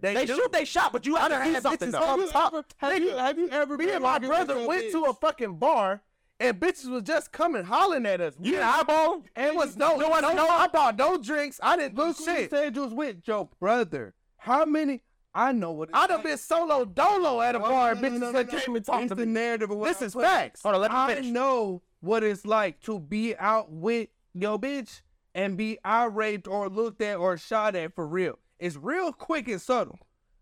[SPEAKER 5] They shoot, they shot, but you out there do
[SPEAKER 4] Have
[SPEAKER 5] something
[SPEAKER 4] bitches
[SPEAKER 5] though.
[SPEAKER 4] up top. Have you, have you ever? Me and my brother went to a fucking bar, and bitches was just coming hollering at us.
[SPEAKER 5] You eyeball?
[SPEAKER 4] And was no, no, no, I bought no drinks. I didn't lose
[SPEAKER 3] You
[SPEAKER 4] shit.
[SPEAKER 3] said you was with your brother. How many? I know what. It
[SPEAKER 4] I done been solo dolo at a bar, and bitches that came and talked
[SPEAKER 3] it's
[SPEAKER 4] to
[SPEAKER 3] the
[SPEAKER 4] me.
[SPEAKER 3] narrative of what
[SPEAKER 4] This
[SPEAKER 3] I
[SPEAKER 4] is
[SPEAKER 3] put-
[SPEAKER 4] facts.
[SPEAKER 5] Hold on, let me
[SPEAKER 3] I
[SPEAKER 5] finish.
[SPEAKER 3] know what it's like to be out with your bitch and be irate or looked at or shot at for real. It's real quick and subtle.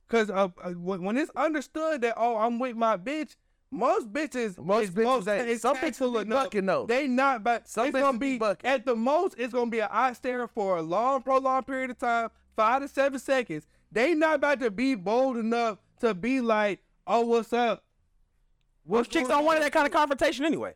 [SPEAKER 3] Cause uh, uh, when when it's understood that oh I'm with my bitch, most bitches
[SPEAKER 4] Most
[SPEAKER 3] is
[SPEAKER 4] bitches ain't.
[SPEAKER 3] it's
[SPEAKER 4] Some bitches
[SPEAKER 3] tactful
[SPEAKER 4] be
[SPEAKER 3] enough.
[SPEAKER 4] bucking, though.
[SPEAKER 3] They not, but
[SPEAKER 4] Some
[SPEAKER 3] it's
[SPEAKER 4] bitches
[SPEAKER 3] gonna
[SPEAKER 4] be
[SPEAKER 3] be
[SPEAKER 4] bucking.
[SPEAKER 3] at the most. It's gonna be an eye stare for a long, prolonged period of time, five to seven seconds. They not about to be bold enough to be like, oh what's up?
[SPEAKER 5] Well, chicks don't want that kind of confrontation anyway.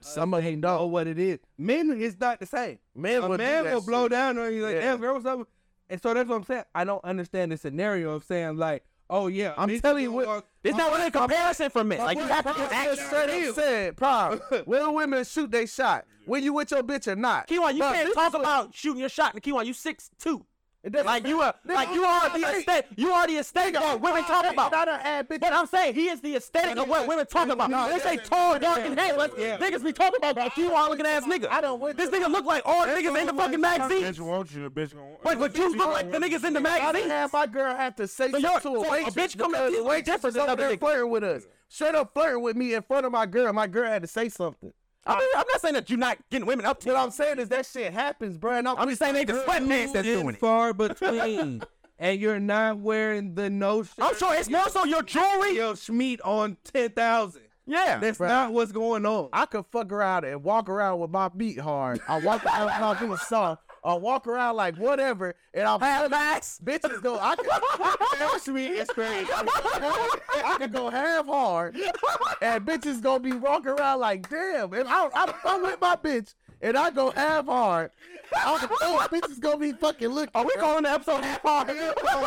[SPEAKER 4] Some of
[SPEAKER 3] they
[SPEAKER 4] you
[SPEAKER 3] know
[SPEAKER 4] know.
[SPEAKER 3] what it is. Men is not the same.
[SPEAKER 4] Men
[SPEAKER 3] a
[SPEAKER 4] will do
[SPEAKER 3] man
[SPEAKER 4] that
[SPEAKER 3] will blow
[SPEAKER 4] shit.
[SPEAKER 3] down on you like,
[SPEAKER 4] Yeah.
[SPEAKER 3] damn girl, what's up? And so that's what I'm saying. I don't understand the scenario of saying like, oh yeah,
[SPEAKER 4] I'm
[SPEAKER 3] bitch,
[SPEAKER 4] telling you
[SPEAKER 3] gonna
[SPEAKER 4] what-
[SPEAKER 3] walk-
[SPEAKER 5] It's not really a comparison for men. Like you have to just
[SPEAKER 4] Straight
[SPEAKER 5] action.
[SPEAKER 4] up said, prom. Will women shoot they shot? When you with your bitch or not?
[SPEAKER 5] Kiwan, you
[SPEAKER 4] Bruh,
[SPEAKER 5] can't
[SPEAKER 4] this
[SPEAKER 5] talk
[SPEAKER 4] is what-
[SPEAKER 5] about shooting your shot. Kiwan, you six two.
[SPEAKER 4] It doesn't
[SPEAKER 5] Like you
[SPEAKER 4] matter.
[SPEAKER 5] are, like you are the aesthetic. You are the aesthetic of what women talk about.
[SPEAKER 4] Not an ad, bitch.
[SPEAKER 5] But I'm saying he is the aesthetic of what women talk about. This ain't tall, dark, and hairless. Niggas be talking about like you all looking ass nigga. I don't. This nigga look like all the niggas in the fucking
[SPEAKER 8] Bitch
[SPEAKER 5] magazines.
[SPEAKER 8] wants you, bitch gonna.
[SPEAKER 5] But but you look like the niggas in the
[SPEAKER 4] I didn't
[SPEAKER 5] magazines.
[SPEAKER 4] have my girl have to say
[SPEAKER 5] So
[SPEAKER 4] something
[SPEAKER 5] you're-
[SPEAKER 4] to
[SPEAKER 5] so
[SPEAKER 4] a
[SPEAKER 5] a
[SPEAKER 4] waitress.
[SPEAKER 5] bitch come up to
[SPEAKER 4] because
[SPEAKER 5] you,
[SPEAKER 4] the waitress
[SPEAKER 5] different
[SPEAKER 4] was
[SPEAKER 5] than
[SPEAKER 4] up
[SPEAKER 5] other
[SPEAKER 4] there
[SPEAKER 5] niggas.
[SPEAKER 4] flirting with us. Straight up flirting with me in front of my girl. My girl had to say something.
[SPEAKER 5] I mean, I'm not saying that you're not getting women up to.
[SPEAKER 4] What
[SPEAKER 5] you.
[SPEAKER 4] I'm saying is that shit happens, bro. And I'm,
[SPEAKER 5] I'm just saying ain't the sweatpants that's doing it.
[SPEAKER 3] far between. and you're not wearing the no shirt,
[SPEAKER 5] I'm sure it's more so your jewelry.
[SPEAKER 3] your schmeat on ten thousand.
[SPEAKER 5] Yeah.
[SPEAKER 3] That's not what's going on.
[SPEAKER 4] I could fuck around and walk around with my beat hard. I walk around like it was soft. I walk around like whatever, and I'll
[SPEAKER 5] Halifax.
[SPEAKER 4] bitches go. I could cherish me experience. I could go half hard, and bitches gonna be walking around like damn. And I, I, I'm with my bitch, and I go half hard. I can tell bitches gonna be fucking looking.
[SPEAKER 5] Are we calling the episode half hard?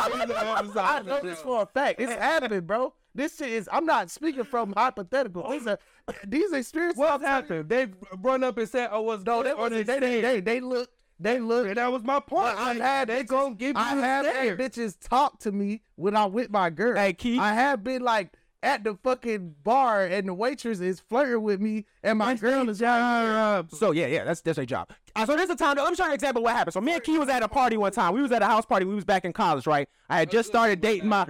[SPEAKER 4] I know this for a fact. It's happened, bro. This shit is. I'm not speaking from hypothetical. These are these experiences.
[SPEAKER 3] What happened? They run up and said, "Oh, was
[SPEAKER 4] No, that
[SPEAKER 3] or
[SPEAKER 4] wasn't. They, they, they, they look. They look.
[SPEAKER 3] that was my point. Like,
[SPEAKER 4] I've had
[SPEAKER 3] they
[SPEAKER 4] bitches-
[SPEAKER 3] gonna give you
[SPEAKER 4] I have
[SPEAKER 3] the
[SPEAKER 4] had
[SPEAKER 3] stare.
[SPEAKER 4] bitches talk to me when I'm with my girl.
[SPEAKER 5] Hey, Keith.
[SPEAKER 4] I have been like at the fucking bar and the waitress is flirting with me and my girl is
[SPEAKER 5] So yeah, yeah, that's that's a job. Uh, so there's a time. Let me show you an example of what happened. So me and Key was at a party one time. We was at a house party. We was back in college, right? I had just started dating my.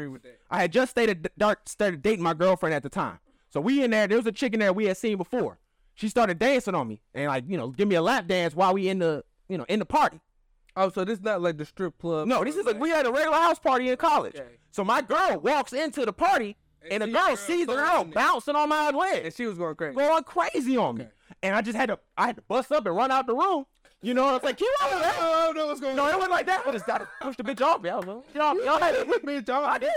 [SPEAKER 5] I had just started dark started dating my girlfriend at the time. So we in there. There was a chick in there we had seen before. She started dancing on me and like you know give me a lap dance while we in the you know in the party.
[SPEAKER 3] Oh, so this not like the strip club.
[SPEAKER 5] No, this is like we had a regular house party in college. So my girl walks into the party and, the girl sees the girl bouncing on my leg
[SPEAKER 3] and she was going crazy.
[SPEAKER 5] going crazy on me. And I just had to I had to bust up and run out the room. You know what I'm saying? Keep out of that. I don't know what's going on. No, it wasn't like that. I just I just pushed the bitch off me. I was like, y'all, y'all had it with me, y'all. I did.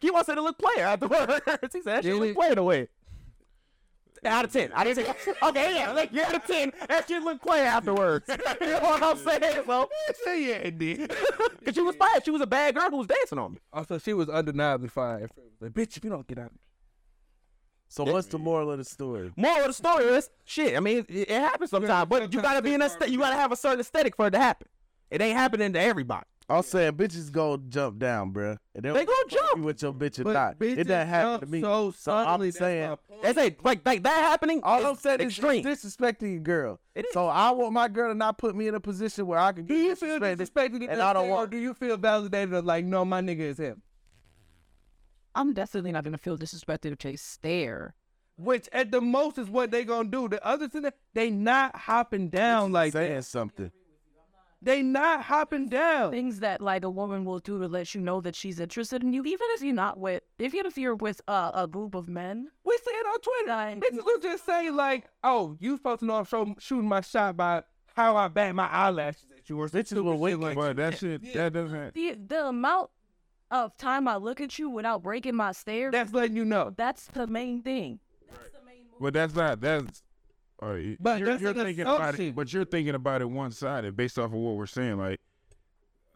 [SPEAKER 5] Keep on said it looked player afterwards. he said that shit
[SPEAKER 3] Did we-
[SPEAKER 5] looked player away. Out of ten, I didn't say. Okay, yeah, like yeah, out of ten. That shit looked player afterwards. you know what I'm saying? So yeah, it did. Cause she was fine. She was a bad girl who was dancing on me.
[SPEAKER 3] Also, Oh, she was undeniably fine. Like, bitch, if you don't get out,
[SPEAKER 9] So what's the moral of the story?
[SPEAKER 5] Moral of the story is shit. I mean, it, it happens sometimes, but you gotta be in a sta- you gotta have a certain aesthetic for it to happen. It ain't happening to everybody.
[SPEAKER 9] I'm saying bitches go jump down, bruh. And
[SPEAKER 5] They gonna
[SPEAKER 9] you
[SPEAKER 5] jump.
[SPEAKER 9] with your bitch or
[SPEAKER 3] But
[SPEAKER 9] not. It
[SPEAKER 3] bitches
[SPEAKER 9] didn't happen to
[SPEAKER 3] jump
[SPEAKER 9] me.
[SPEAKER 3] so suddenly, that's
[SPEAKER 9] saying,
[SPEAKER 3] my point.
[SPEAKER 5] That's it. Like like that happening.
[SPEAKER 4] all I'm
[SPEAKER 5] is
[SPEAKER 4] saying
[SPEAKER 5] extreme.
[SPEAKER 4] is disrespecting your girl.
[SPEAKER 5] It is.
[SPEAKER 4] So I want my girl to not put me in a position where I could
[SPEAKER 3] Do you feel disrespected
[SPEAKER 4] and I don't
[SPEAKER 3] or
[SPEAKER 4] want.
[SPEAKER 3] do you feel validated or like, no, my nigga is him?
[SPEAKER 10] I'm definitely not gonna feel disrespected if they stare.
[SPEAKER 3] Which at the most is what they gonna do. The other thing, that- they not hopping down like
[SPEAKER 9] saying
[SPEAKER 3] that.
[SPEAKER 9] something.
[SPEAKER 3] They not hopping down.
[SPEAKER 10] Things that like a woman will do to let you know that she's interested in you, even if you're not with, if you're if you're with uh, a group of men.
[SPEAKER 3] We see it on Twitter.
[SPEAKER 10] Like-
[SPEAKER 3] Bitches will just say like, oh, you supposed to know I'm show, shooting my shot by how I bat my eyelashes at you or some
[SPEAKER 9] Bitches will
[SPEAKER 3] stupid
[SPEAKER 9] wait.
[SPEAKER 3] shit like
[SPEAKER 1] But that shit, that doesn't.
[SPEAKER 10] The the amount of time I look at you without breaking my stare,
[SPEAKER 3] That's letting you know.
[SPEAKER 10] that's the main thing.
[SPEAKER 1] But that's not. That's. All right,
[SPEAKER 3] But
[SPEAKER 1] you're,
[SPEAKER 3] that's
[SPEAKER 1] you're
[SPEAKER 3] an
[SPEAKER 1] thinking about
[SPEAKER 3] assumption.
[SPEAKER 1] it, but you're thinking about it one sided based off of what we're saying. Like,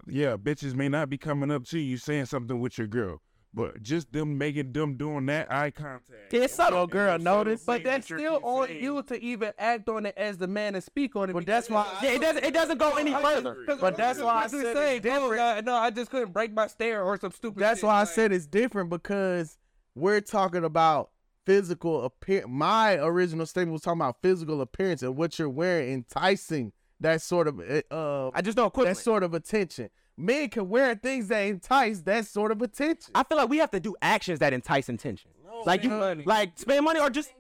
[SPEAKER 1] yeah, bitches may not be coming up to you saying something with your girl, but just them making them doing that eye contact.
[SPEAKER 5] it's subtle, girl.
[SPEAKER 1] notice,
[SPEAKER 3] Oh, But that's still on you to even act on it as the man and speak on it. But
[SPEAKER 4] that's why-
[SPEAKER 5] Yeah, it doesn't it doesn't go any further.
[SPEAKER 3] But
[SPEAKER 4] that's why I said it's different.
[SPEAKER 3] no, I just couldn't break my stare or some stupid.
[SPEAKER 4] That's
[SPEAKER 3] shit,
[SPEAKER 4] why I
[SPEAKER 3] like-
[SPEAKER 4] said it's different because we're talking about physical appear. My original statement was talking about physical appearance and what you're wearing, enticing that sort of uh, uh
[SPEAKER 5] I just don't quit.
[SPEAKER 4] that sort of attention. Men can wear things that entice that sort of attention.
[SPEAKER 5] I feel like we have to do actions that entice intention. like you,
[SPEAKER 3] money.
[SPEAKER 5] like spend money or just.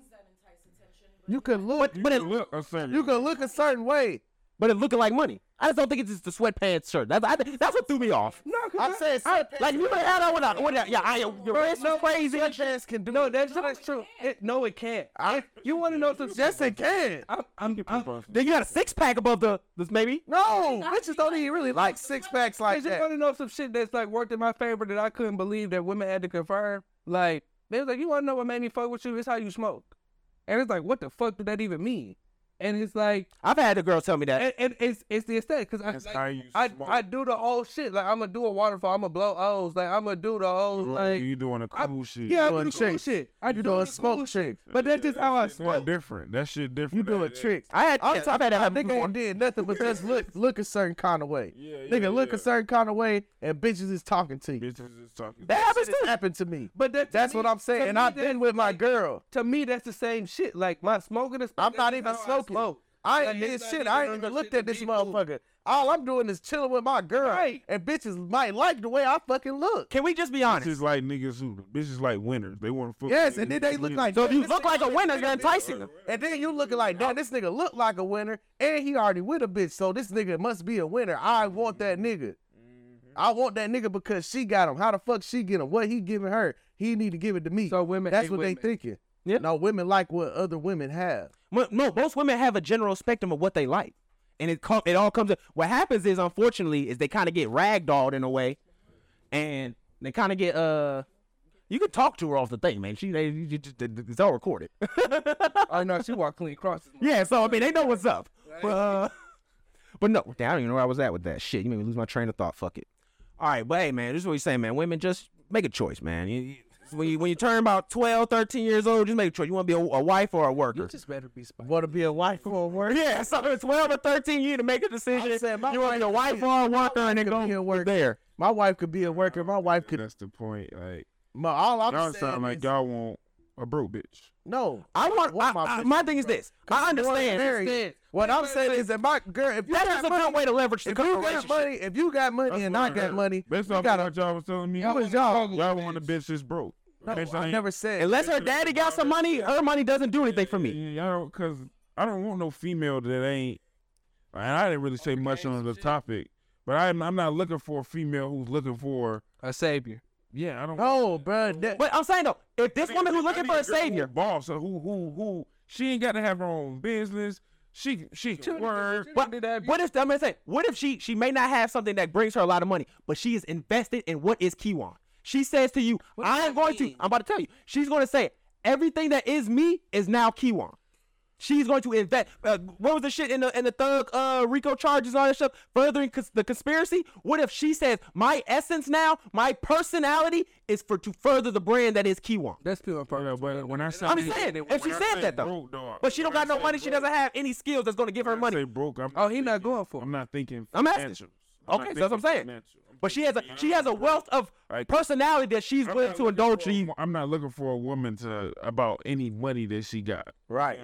[SPEAKER 4] You can look,
[SPEAKER 5] But, but it
[SPEAKER 1] Look, I'm saying
[SPEAKER 4] you can look a certain way.
[SPEAKER 5] but it looking like money. I just don't think it's just the sweatpants shirt. That's I, think- that's what threw me off.
[SPEAKER 3] No, 'cause
[SPEAKER 4] I said sweatpants.
[SPEAKER 5] Like you better have that one out. What that? Yeah, I am. Your wrist is crazy.
[SPEAKER 4] sweatpants can do
[SPEAKER 3] no, that's not true. It, no, it can't.
[SPEAKER 4] I,
[SPEAKER 3] You want to know some?
[SPEAKER 4] yes, it can.
[SPEAKER 3] I'm, I'm, I'm
[SPEAKER 5] Then you got a six pack above the this maybe.
[SPEAKER 4] No, bitches don't even really like six packs
[SPEAKER 3] I
[SPEAKER 4] like
[SPEAKER 3] just want to
[SPEAKER 4] that.
[SPEAKER 3] know some shit that's like worked in my favor that I couldn't believe that women had to confirm. Like they was like, you want to know what made me fuck with you? It's how you smoke. And it's like, what the fuck did that even mean? And it's like,
[SPEAKER 5] I've had the girl tell me that.
[SPEAKER 3] and, and it's it's the aesthetic because I
[SPEAKER 1] that's
[SPEAKER 3] like,
[SPEAKER 1] how you
[SPEAKER 3] I,
[SPEAKER 1] smoke.
[SPEAKER 3] I do the whole shit. Like I'm gonna do a waterfall. I'm gonna blow O's. Like I'm gonna do the whole like
[SPEAKER 1] you doing a
[SPEAKER 3] I-
[SPEAKER 1] cool shit.
[SPEAKER 3] yeah, I do
[SPEAKER 4] doing
[SPEAKER 3] the cool
[SPEAKER 4] chicks.
[SPEAKER 3] shit. I
[SPEAKER 4] You
[SPEAKER 3] do
[SPEAKER 4] doing
[SPEAKER 3] the cool
[SPEAKER 4] smoke
[SPEAKER 3] shit.
[SPEAKER 4] chicks.
[SPEAKER 3] But that's just how I
[SPEAKER 1] It's not
[SPEAKER 3] smoke.
[SPEAKER 1] different. That shit
[SPEAKER 4] You
[SPEAKER 1] different.
[SPEAKER 4] doing
[SPEAKER 1] That-
[SPEAKER 4] tricks.
[SPEAKER 5] I had. yeah, I've had that happen
[SPEAKER 4] Nigga
[SPEAKER 5] before.
[SPEAKER 4] ain't did nothing but just look look a certain kind of way.
[SPEAKER 1] Yeah, yeah,
[SPEAKER 4] Nigga look
[SPEAKER 1] yeah.
[SPEAKER 4] a certain kind of way and bitches is talking to you.
[SPEAKER 1] Bitches is talking.
[SPEAKER 4] That happens
[SPEAKER 5] too.
[SPEAKER 4] Happened to me.
[SPEAKER 3] But that, to
[SPEAKER 4] That's
[SPEAKER 3] me-
[SPEAKER 4] what I'm saying.
[SPEAKER 3] to
[SPEAKER 4] And
[SPEAKER 3] me
[SPEAKER 4] I've
[SPEAKER 3] that's
[SPEAKER 4] been with my
[SPEAKER 3] like-
[SPEAKER 4] girl.
[SPEAKER 3] To me, that's the same shit. Like my smoking is.
[SPEAKER 4] I'm not
[SPEAKER 3] that's
[SPEAKER 4] even
[SPEAKER 3] how I
[SPEAKER 4] smoking.
[SPEAKER 3] smoke.
[SPEAKER 4] I
[SPEAKER 3] Like,
[SPEAKER 4] ain't did
[SPEAKER 3] it's not
[SPEAKER 4] shit. I
[SPEAKER 3] even
[SPEAKER 4] ain't even
[SPEAKER 3] no
[SPEAKER 4] looked
[SPEAKER 3] shit
[SPEAKER 4] at
[SPEAKER 3] to
[SPEAKER 4] this
[SPEAKER 3] be cool.
[SPEAKER 4] motherfucker. All I'm doing is chilling with my girl.
[SPEAKER 3] Right.
[SPEAKER 4] And bitches might like the way I fucking look.
[SPEAKER 5] Can we just be
[SPEAKER 1] This is
[SPEAKER 5] honest?
[SPEAKER 1] like niggas who. This is like winners. They want to.
[SPEAKER 4] Yes, and then they look like
[SPEAKER 5] So if you look like a winner, you're enticing them.
[SPEAKER 4] And then you looking like, damn, this nigga look like a
[SPEAKER 1] Mm-hmm.
[SPEAKER 4] winner, and he already with a bitch, so this nigga must be a winner. I want that nigga. I want that nigga because she got him. How the fuck she get him? What he giving her? He need to give it to me.
[SPEAKER 3] So women
[SPEAKER 4] That's
[SPEAKER 3] hate
[SPEAKER 4] what
[SPEAKER 3] women.
[SPEAKER 4] they thinking.
[SPEAKER 5] Yeah.
[SPEAKER 4] No, women like what other women have.
[SPEAKER 5] Mo- No, most women have a general spectrum of what they like, and it com- it all comes. What happens is, unfortunately, is they kind of get ragdolled in a way, and they kind of get uh. You can talk to her off the thing, man. She, they, you just, it's all recorded.
[SPEAKER 3] Oh no, she walked clean across. this
[SPEAKER 5] yeah, so I mean, they know what's up. But, uh, but no, damn, I don't even know where I was at with that shit. You made me lose my train of thought. Fuck it. All right, but hey, man, this is what you're saying, man. Women, just make a choice, man. You, you, when you when you turn about 12, 13 years old, just make a choice. You want to be a, a wife or a worker?
[SPEAKER 3] You just better be spicy.
[SPEAKER 4] Want to be a wife for a worker?
[SPEAKER 5] Yeah, so it's 12 or 13 you to make a decision.
[SPEAKER 4] I'm saying my
[SPEAKER 5] you want
[SPEAKER 4] wife
[SPEAKER 5] your wife or a worker and it
[SPEAKER 4] be a
[SPEAKER 5] go
[SPEAKER 4] worker.
[SPEAKER 5] there.
[SPEAKER 4] My wife could be a worker. My wife could.
[SPEAKER 1] That's the point. Like
[SPEAKER 4] My, all I'm
[SPEAKER 1] y'all
[SPEAKER 4] saying
[SPEAKER 1] sound like
[SPEAKER 4] is-
[SPEAKER 1] y'all want a broke bitch.
[SPEAKER 4] no.
[SPEAKER 5] I want,
[SPEAKER 4] What
[SPEAKER 5] I-
[SPEAKER 4] my
[SPEAKER 5] I-
[SPEAKER 4] bitch
[SPEAKER 5] my thing is this. I understand.
[SPEAKER 4] Married.
[SPEAKER 3] understand.
[SPEAKER 4] What I'm saying is that my girl, if you
[SPEAKER 5] That's
[SPEAKER 4] got
[SPEAKER 5] just a
[SPEAKER 4] money,
[SPEAKER 5] good way to leverage the
[SPEAKER 4] if you got
[SPEAKER 5] relationship.
[SPEAKER 4] money, if you got money and I got money,
[SPEAKER 1] Based
[SPEAKER 4] you
[SPEAKER 1] off
[SPEAKER 4] gotta-
[SPEAKER 1] what y'all was telling me,
[SPEAKER 4] That was y'all.
[SPEAKER 1] y'all want a bitch that's broke.
[SPEAKER 4] No,
[SPEAKER 1] Bitch,
[SPEAKER 4] I
[SPEAKER 1] ain't-
[SPEAKER 4] never said.
[SPEAKER 5] Unless her daddy got some money, her money doesn't do anything for me.
[SPEAKER 1] Yeah, y'all don't, cause I don't want no female that ain't. And I didn't really say much on the topic, but I'm I'm not looking for a female who's looking for.
[SPEAKER 3] A savior.
[SPEAKER 1] Yeah, I don't.
[SPEAKER 4] no, bro. That,
[SPEAKER 5] But I'm saying though, if this woman who's looking
[SPEAKER 1] I
[SPEAKER 5] for
[SPEAKER 1] need
[SPEAKER 5] a savior,
[SPEAKER 1] girl who boss, or who who who she ain't got to have her own business. She she can work.
[SPEAKER 5] what, what if I'm gonna say, what if she she may not have something that brings her a lot of money, but she is invested in what is Kiwan? She says to you,
[SPEAKER 3] does
[SPEAKER 5] I am
[SPEAKER 3] that
[SPEAKER 5] going to,
[SPEAKER 3] mean?
[SPEAKER 5] I'm about to tell you, she's going to say, everything that is me is now Kiwan. She's going to invest. Uh, what was the shit in the in the thug uh, Rico charges and all that stuff? Furthering cons- the conspiracy. What if she says my essence now, my personality is for to further the brand that is Kiwan?
[SPEAKER 3] That's pure
[SPEAKER 1] You know,
[SPEAKER 3] purpose.
[SPEAKER 1] but when I say
[SPEAKER 5] I'm saying if she
[SPEAKER 1] when I
[SPEAKER 5] said
[SPEAKER 1] say
[SPEAKER 5] that though,
[SPEAKER 1] broke, dog,
[SPEAKER 5] but she don't
[SPEAKER 1] when I
[SPEAKER 5] got no
[SPEAKER 1] say
[SPEAKER 5] money. She
[SPEAKER 1] broke-
[SPEAKER 5] doesn't have any skills that's going to give her
[SPEAKER 1] when I
[SPEAKER 5] money.
[SPEAKER 1] Say broke. I'm
[SPEAKER 3] Oh, he not
[SPEAKER 1] thinking-
[SPEAKER 3] going for it.
[SPEAKER 1] I'm not thinking.
[SPEAKER 5] I'm asking.
[SPEAKER 1] financials. I'm not
[SPEAKER 5] Okay, so that's what I'm
[SPEAKER 1] thinking
[SPEAKER 5] saying.
[SPEAKER 1] financial. I'm
[SPEAKER 5] But she has
[SPEAKER 1] thinking
[SPEAKER 5] a she has a
[SPEAKER 1] financial.
[SPEAKER 5] wealth of
[SPEAKER 1] Like,
[SPEAKER 5] personality that she's
[SPEAKER 1] I'm
[SPEAKER 5] willing
[SPEAKER 1] not
[SPEAKER 5] to
[SPEAKER 1] looking
[SPEAKER 5] indulge
[SPEAKER 1] for a
[SPEAKER 5] you.
[SPEAKER 1] wo- I'm not looking for a woman to about any money that she got.
[SPEAKER 4] right.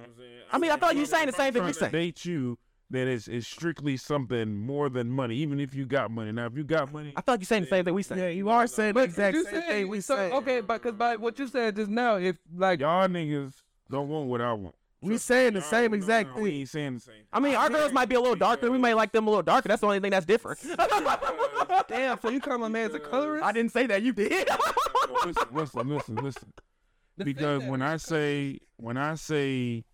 [SPEAKER 5] I mean, I thought you were saying the same thing
[SPEAKER 1] Trying
[SPEAKER 5] we
[SPEAKER 1] to
[SPEAKER 5] saying.
[SPEAKER 1] date you, then it's, it's strictly something more than money. Even if you got money. Now, if you got money,
[SPEAKER 5] I thought you saying the same thing we saying.
[SPEAKER 4] Yeah, you are saying the exact
[SPEAKER 3] you
[SPEAKER 4] same
[SPEAKER 3] said-
[SPEAKER 4] thing we
[SPEAKER 3] so,
[SPEAKER 4] saying.
[SPEAKER 3] Okay, because by what you said just now, if like
[SPEAKER 1] y'all niggas don't want what I want.
[SPEAKER 4] We saying the
[SPEAKER 1] Y'all
[SPEAKER 4] same
[SPEAKER 1] don't-
[SPEAKER 4] exact
[SPEAKER 1] We
[SPEAKER 4] thing.
[SPEAKER 1] ain't saying the same.
[SPEAKER 5] I mean, our girls might be a little darker. We may like them a little darker. That's the only thing that's different.
[SPEAKER 3] damn, so you call my man's a colorist?
[SPEAKER 5] I didn't say that. You did.
[SPEAKER 1] listen, listen, listen, listen. Because when I say when I say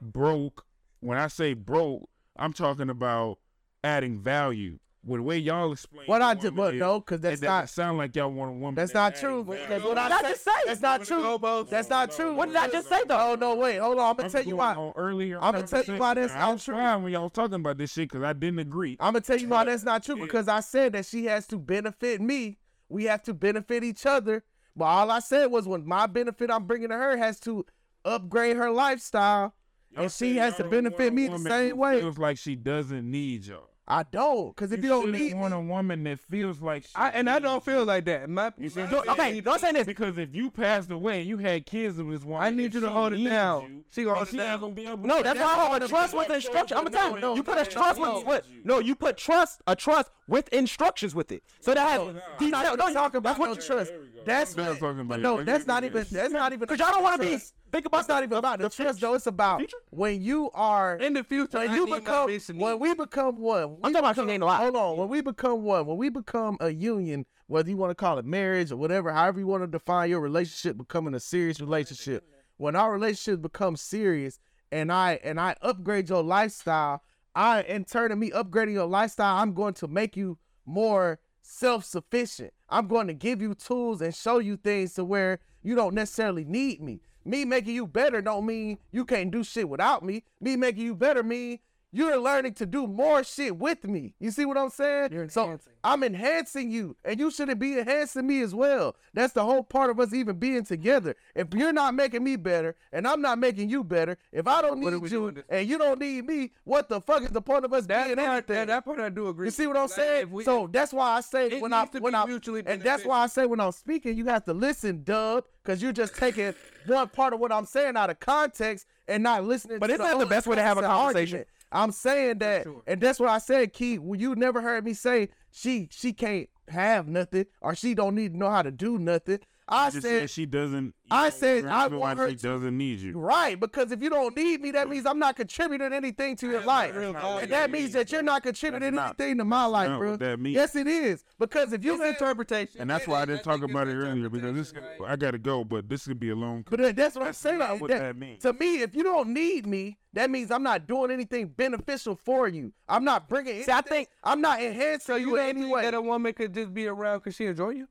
[SPEAKER 1] broke, when I say broke, I'm talking about adding value. With the way y'all explain
[SPEAKER 4] What
[SPEAKER 1] the
[SPEAKER 4] I just,
[SPEAKER 1] woman
[SPEAKER 4] but
[SPEAKER 1] is,
[SPEAKER 4] no, because
[SPEAKER 1] it
[SPEAKER 4] that's
[SPEAKER 1] doesn't
[SPEAKER 4] not
[SPEAKER 1] sound like y'all want a woman.
[SPEAKER 4] That's
[SPEAKER 1] that
[SPEAKER 4] not
[SPEAKER 1] add
[SPEAKER 4] true.
[SPEAKER 1] value.
[SPEAKER 4] That's what I
[SPEAKER 5] That's
[SPEAKER 4] said.
[SPEAKER 5] just saying.
[SPEAKER 4] That's not true. That's not true.
[SPEAKER 5] What did I just say, though?
[SPEAKER 4] Oh no, wait. Hold on. I'm gonna tell you
[SPEAKER 1] going
[SPEAKER 4] why.
[SPEAKER 1] on earlier.
[SPEAKER 4] I'ma tell you why that's
[SPEAKER 1] I'm
[SPEAKER 4] not true.
[SPEAKER 1] trying when y'all talking about this shit because I didn't agree.
[SPEAKER 4] I'm gonna tell you why that's not true because I said that she has to benefit me. We have to benefit each other. But all I said was when my benefit I'm bringing to her has to upgrade her lifestyle, and she has to benefit me the same way.
[SPEAKER 1] Feels like she doesn't need y'all.
[SPEAKER 4] I don't, cause if you don't
[SPEAKER 1] shouldn't
[SPEAKER 4] need,
[SPEAKER 1] want
[SPEAKER 4] me,
[SPEAKER 1] a woman that feels like she
[SPEAKER 3] I and I don't feel like that. My
[SPEAKER 1] You see what I'm
[SPEAKER 5] No, okay, don't say this.
[SPEAKER 1] Because if you passed away and you had kids with this woman,
[SPEAKER 3] I need
[SPEAKER 1] if
[SPEAKER 3] you to
[SPEAKER 1] she
[SPEAKER 3] hold it
[SPEAKER 1] needs
[SPEAKER 3] down.
[SPEAKER 1] you,
[SPEAKER 3] She gonna
[SPEAKER 1] then
[SPEAKER 3] hold it
[SPEAKER 1] she not
[SPEAKER 3] down.
[SPEAKER 1] gonna be able.
[SPEAKER 5] No,
[SPEAKER 1] to-
[SPEAKER 5] that's why I hold a trust with instruction. I'm gonna tell you, you put a trust with what? No, you put trust a trust with instructions with it. So that has
[SPEAKER 4] I
[SPEAKER 5] detail.
[SPEAKER 4] don't
[SPEAKER 5] Don't
[SPEAKER 4] talk about
[SPEAKER 5] that's what
[SPEAKER 4] no
[SPEAKER 5] you-
[SPEAKER 4] trust. That's
[SPEAKER 1] I'm done talking about it.
[SPEAKER 4] no,
[SPEAKER 1] Let's
[SPEAKER 4] that's
[SPEAKER 1] get
[SPEAKER 4] not
[SPEAKER 1] to
[SPEAKER 4] even.
[SPEAKER 1] this.
[SPEAKER 4] That's not even.
[SPEAKER 5] Cause y'all don't want to be.
[SPEAKER 4] trust.
[SPEAKER 5] Think about
[SPEAKER 4] It's not even about the trust though. It's about
[SPEAKER 5] Future?
[SPEAKER 4] when you are
[SPEAKER 3] in the future,
[SPEAKER 4] when
[SPEAKER 3] I
[SPEAKER 4] you
[SPEAKER 3] need my
[SPEAKER 4] become
[SPEAKER 3] bitch to need
[SPEAKER 4] when we become one.
[SPEAKER 5] I'm talking about something ain't a lot.
[SPEAKER 4] Hold on. When we become one, when we become a union, whether you want to call it marriage or whatever, however you want to define your relationship becoming a serious relationship, when our relationship becomes serious and I and I upgrade your lifestyle, I in turn of me upgrading your lifestyle, I'm going to make you more self-sufficient. I'm going to give you tools and show you things to where you don't necessarily need me. Me making you better don't mean you can't do shit without me. Me making you better mean you're learning to do more shit with me. You see what I'm saying?
[SPEAKER 3] You're
[SPEAKER 4] so
[SPEAKER 3] enhancing.
[SPEAKER 4] I'm enhancing you, and you shouldn't be enhancing me as well. That's the whole part of us even being together. If you're not making me better, and I'm not making you better, if I don't
[SPEAKER 3] What are
[SPEAKER 4] need
[SPEAKER 3] we
[SPEAKER 4] you
[SPEAKER 3] doing this-
[SPEAKER 4] and you don't need me, what the fuck is the point of us
[SPEAKER 3] that
[SPEAKER 4] being
[SPEAKER 3] part,
[SPEAKER 4] anything?
[SPEAKER 3] that, that part I do agree.
[SPEAKER 4] You see what I'm
[SPEAKER 3] Like,
[SPEAKER 4] saying?
[SPEAKER 3] if we-
[SPEAKER 4] so that's why I say
[SPEAKER 3] It
[SPEAKER 4] when I
[SPEAKER 3] needs to
[SPEAKER 4] when
[SPEAKER 3] be
[SPEAKER 4] I
[SPEAKER 3] mutually
[SPEAKER 4] and that's why I say when I'm speaking, you have to listen, Dub, because you're just taking one part of what I'm saying out of context and not listening.
[SPEAKER 5] But
[SPEAKER 4] to
[SPEAKER 5] isn't that the
[SPEAKER 4] other
[SPEAKER 5] best way to have a
[SPEAKER 4] parts of the
[SPEAKER 5] conversation?
[SPEAKER 4] argument. I'm saying that,
[SPEAKER 3] sure.
[SPEAKER 4] and that's what I said, Keith. Well, you never heard me say she she can't have nothing or she don't need to know how to do nothing. I
[SPEAKER 2] Just
[SPEAKER 4] said,
[SPEAKER 2] she doesn't.
[SPEAKER 4] I said I
[SPEAKER 2] feel
[SPEAKER 4] want
[SPEAKER 2] like
[SPEAKER 4] her
[SPEAKER 2] she doesn't need you.
[SPEAKER 4] right, because if you don't need me, that means I'm not contributing anything to your life. And that means that you're not contributing anything to my life,
[SPEAKER 2] not
[SPEAKER 4] bro.
[SPEAKER 2] what that means.
[SPEAKER 4] Yes, it is. Because if you interpretation,
[SPEAKER 2] And that's why I didn't talk about it earlier because this. I gotta go, but this could be a long.
[SPEAKER 4] but that- that's what I'm saying.
[SPEAKER 2] not
[SPEAKER 4] like,
[SPEAKER 2] what
[SPEAKER 4] that-
[SPEAKER 2] that means.
[SPEAKER 4] To me, if you don't need me, that means I'm not doing anything beneficial for you. I'm not bringing.
[SPEAKER 5] See, I
[SPEAKER 4] anything-
[SPEAKER 5] think
[SPEAKER 4] I'm not enhancing
[SPEAKER 3] So you
[SPEAKER 4] you in any
[SPEAKER 3] think
[SPEAKER 4] way.
[SPEAKER 3] that a woman could just be around because she enjoy you?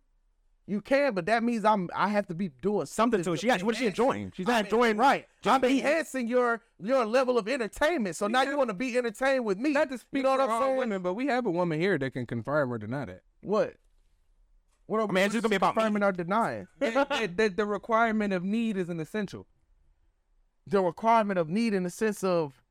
[SPEAKER 4] You can, but that means I'm I have to be doing
[SPEAKER 5] something to it. She got. What is she enjoying? She's not enjoying.
[SPEAKER 4] right.
[SPEAKER 5] Just
[SPEAKER 4] I'm
[SPEAKER 5] being-
[SPEAKER 4] enhancing your your level of entertainment. So now you want to be entertained with me.
[SPEAKER 3] Not to speak
[SPEAKER 4] you know what
[SPEAKER 3] for
[SPEAKER 4] I'm
[SPEAKER 3] all
[SPEAKER 4] saying?
[SPEAKER 3] women, but we have a woman here that can confirm or deny that.
[SPEAKER 4] What? What are
[SPEAKER 5] I mean, it's just gonna be about me.
[SPEAKER 4] confirming or denying?
[SPEAKER 3] that, that the requirement of need is an essential.
[SPEAKER 4] The requirement of need in the sense of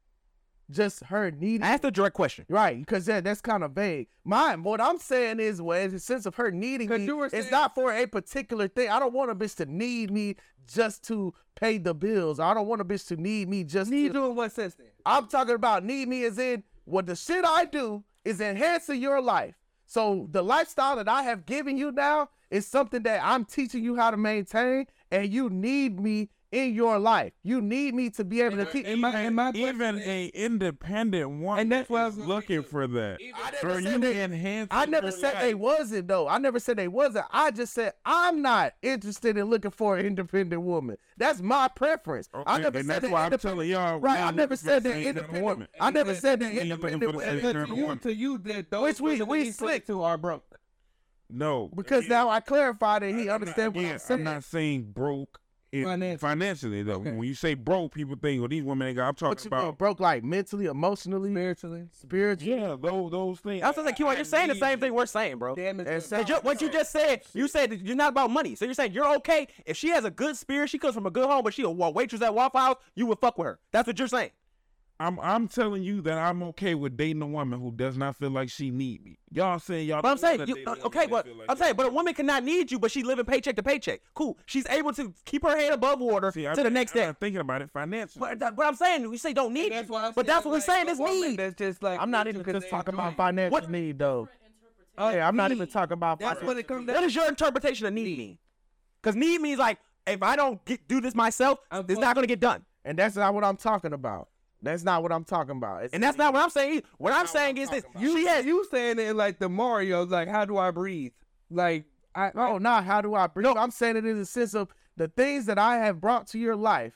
[SPEAKER 4] just her needing
[SPEAKER 5] Ask the direct question.
[SPEAKER 4] Right, because that, that's kind of vague. Mine, what I'm saying is, well, in the sense of her needing
[SPEAKER 3] 'Cause
[SPEAKER 4] me,
[SPEAKER 3] you were
[SPEAKER 4] it's
[SPEAKER 3] saying-
[SPEAKER 4] not for a particular thing. I don't want a bitch to need me just to pay the bills. I don't want a bitch to need me just
[SPEAKER 3] Need
[SPEAKER 4] to.
[SPEAKER 3] you in what sense then?
[SPEAKER 4] I'm talking about need me as in what the shit I do is enhancing your life. So the lifestyle that I have given you now is something that I'm teaching you how to maintain, and you need me in your life. You need me to be able to keep.
[SPEAKER 3] Am I, am I
[SPEAKER 2] Even a independent woman
[SPEAKER 3] And that's why I
[SPEAKER 2] is
[SPEAKER 3] was
[SPEAKER 2] looking for that. For you to enhance.
[SPEAKER 4] I never said they wasn't though. I never said they wasn't. I just said I'm not interested in looking for an independent woman. That's my preference. I
[SPEAKER 2] Okay,
[SPEAKER 4] never said
[SPEAKER 2] and that's
[SPEAKER 4] that
[SPEAKER 2] why I'm
[SPEAKER 4] independ-
[SPEAKER 2] telling y'all,
[SPEAKER 4] Right,
[SPEAKER 2] now
[SPEAKER 4] I
[SPEAKER 2] I'm
[SPEAKER 4] never
[SPEAKER 2] looking for
[SPEAKER 4] said
[SPEAKER 2] the
[SPEAKER 4] that
[SPEAKER 2] same
[SPEAKER 4] independent
[SPEAKER 2] woman.
[SPEAKER 4] woman. I never said that
[SPEAKER 2] And you're looking
[SPEAKER 4] independent
[SPEAKER 2] for the same
[SPEAKER 4] woman.
[SPEAKER 2] Turn
[SPEAKER 3] to
[SPEAKER 2] to
[SPEAKER 3] you,
[SPEAKER 2] one.
[SPEAKER 3] to you that those
[SPEAKER 4] Which we-
[SPEAKER 3] women
[SPEAKER 4] we
[SPEAKER 3] you
[SPEAKER 4] slick.
[SPEAKER 3] to are broke.
[SPEAKER 2] No,
[SPEAKER 4] Because
[SPEAKER 2] again,
[SPEAKER 4] now I clarified it. He
[SPEAKER 2] I'm not-
[SPEAKER 4] understand what
[SPEAKER 2] again,
[SPEAKER 4] I'm saying.
[SPEAKER 2] not saying broke. It,
[SPEAKER 3] Financially.
[SPEAKER 2] financially. though.
[SPEAKER 3] Okay.
[SPEAKER 2] When you say broke, people think, well, these women ain't got. I'm
[SPEAKER 4] what
[SPEAKER 2] talking
[SPEAKER 4] you mean,
[SPEAKER 2] about.
[SPEAKER 4] broke like mentally, emotionally,
[SPEAKER 3] Spiritually,
[SPEAKER 4] spiritually.
[SPEAKER 2] Yeah, those those things.
[SPEAKER 5] I was like, Q, you're saying the same thing we're saying, bro.
[SPEAKER 3] damage.
[SPEAKER 4] And
[SPEAKER 3] to-
[SPEAKER 4] so-
[SPEAKER 5] Ju- what you just said, you said that you're not about money. So you're saying you're okay if she has a good spirit, she comes from a good home, but she a wa- waitress at Waffle House, you would fuck with her. That's what you're saying.
[SPEAKER 2] I'm I'm telling you that I'm okay with dating a woman who does not feel like she need me. Y'all saying y'all.
[SPEAKER 5] But I'm
[SPEAKER 2] don't
[SPEAKER 5] saying,
[SPEAKER 2] wanna
[SPEAKER 5] you, uh,
[SPEAKER 2] date a woman
[SPEAKER 5] okay,
[SPEAKER 2] that
[SPEAKER 5] but
[SPEAKER 2] feel like
[SPEAKER 5] I'm
[SPEAKER 2] that.
[SPEAKER 5] saying, but a woman cannot need you, but she living paycheck to paycheck. Cool, she's able to keep her head above water
[SPEAKER 2] See,
[SPEAKER 5] to
[SPEAKER 2] I'm-
[SPEAKER 5] the next
[SPEAKER 2] I'm
[SPEAKER 5] day.
[SPEAKER 2] not thinking about it financially.
[SPEAKER 5] But that- what I'm saying, we say don't need
[SPEAKER 3] That's
[SPEAKER 5] you,
[SPEAKER 3] why I'm
[SPEAKER 5] but that's what we're saying
[SPEAKER 3] like,
[SPEAKER 5] is
[SPEAKER 3] a woman
[SPEAKER 5] need.
[SPEAKER 3] That's just like
[SPEAKER 4] I'm not
[SPEAKER 3] need
[SPEAKER 4] even
[SPEAKER 3] you 'cause
[SPEAKER 4] just
[SPEAKER 3] they
[SPEAKER 4] talking
[SPEAKER 3] enjoy
[SPEAKER 4] about
[SPEAKER 3] it.
[SPEAKER 4] financial
[SPEAKER 5] What-
[SPEAKER 4] need though.
[SPEAKER 3] Uh,
[SPEAKER 4] Yeah, I'm not even
[SPEAKER 3] need.
[SPEAKER 4] talking about
[SPEAKER 3] That's
[SPEAKER 4] financial.
[SPEAKER 3] what it comes down.
[SPEAKER 5] What is your interpretation of need mean? Because need means like if I don't get, do this myself,
[SPEAKER 3] I'm
[SPEAKER 5] it's not gonna get done.
[SPEAKER 4] And that's not what I'm talking about. That's not what I'm talking about. It's-
[SPEAKER 5] And that's not what I'm saying. either. What I'm saying is this: she
[SPEAKER 3] Yeah,
[SPEAKER 5] has
[SPEAKER 3] you saying it like the Mario, like how do I breathe? Like I
[SPEAKER 4] No, not how do I bring? No, I'm saying it in the sense of the things that I have brought to your life,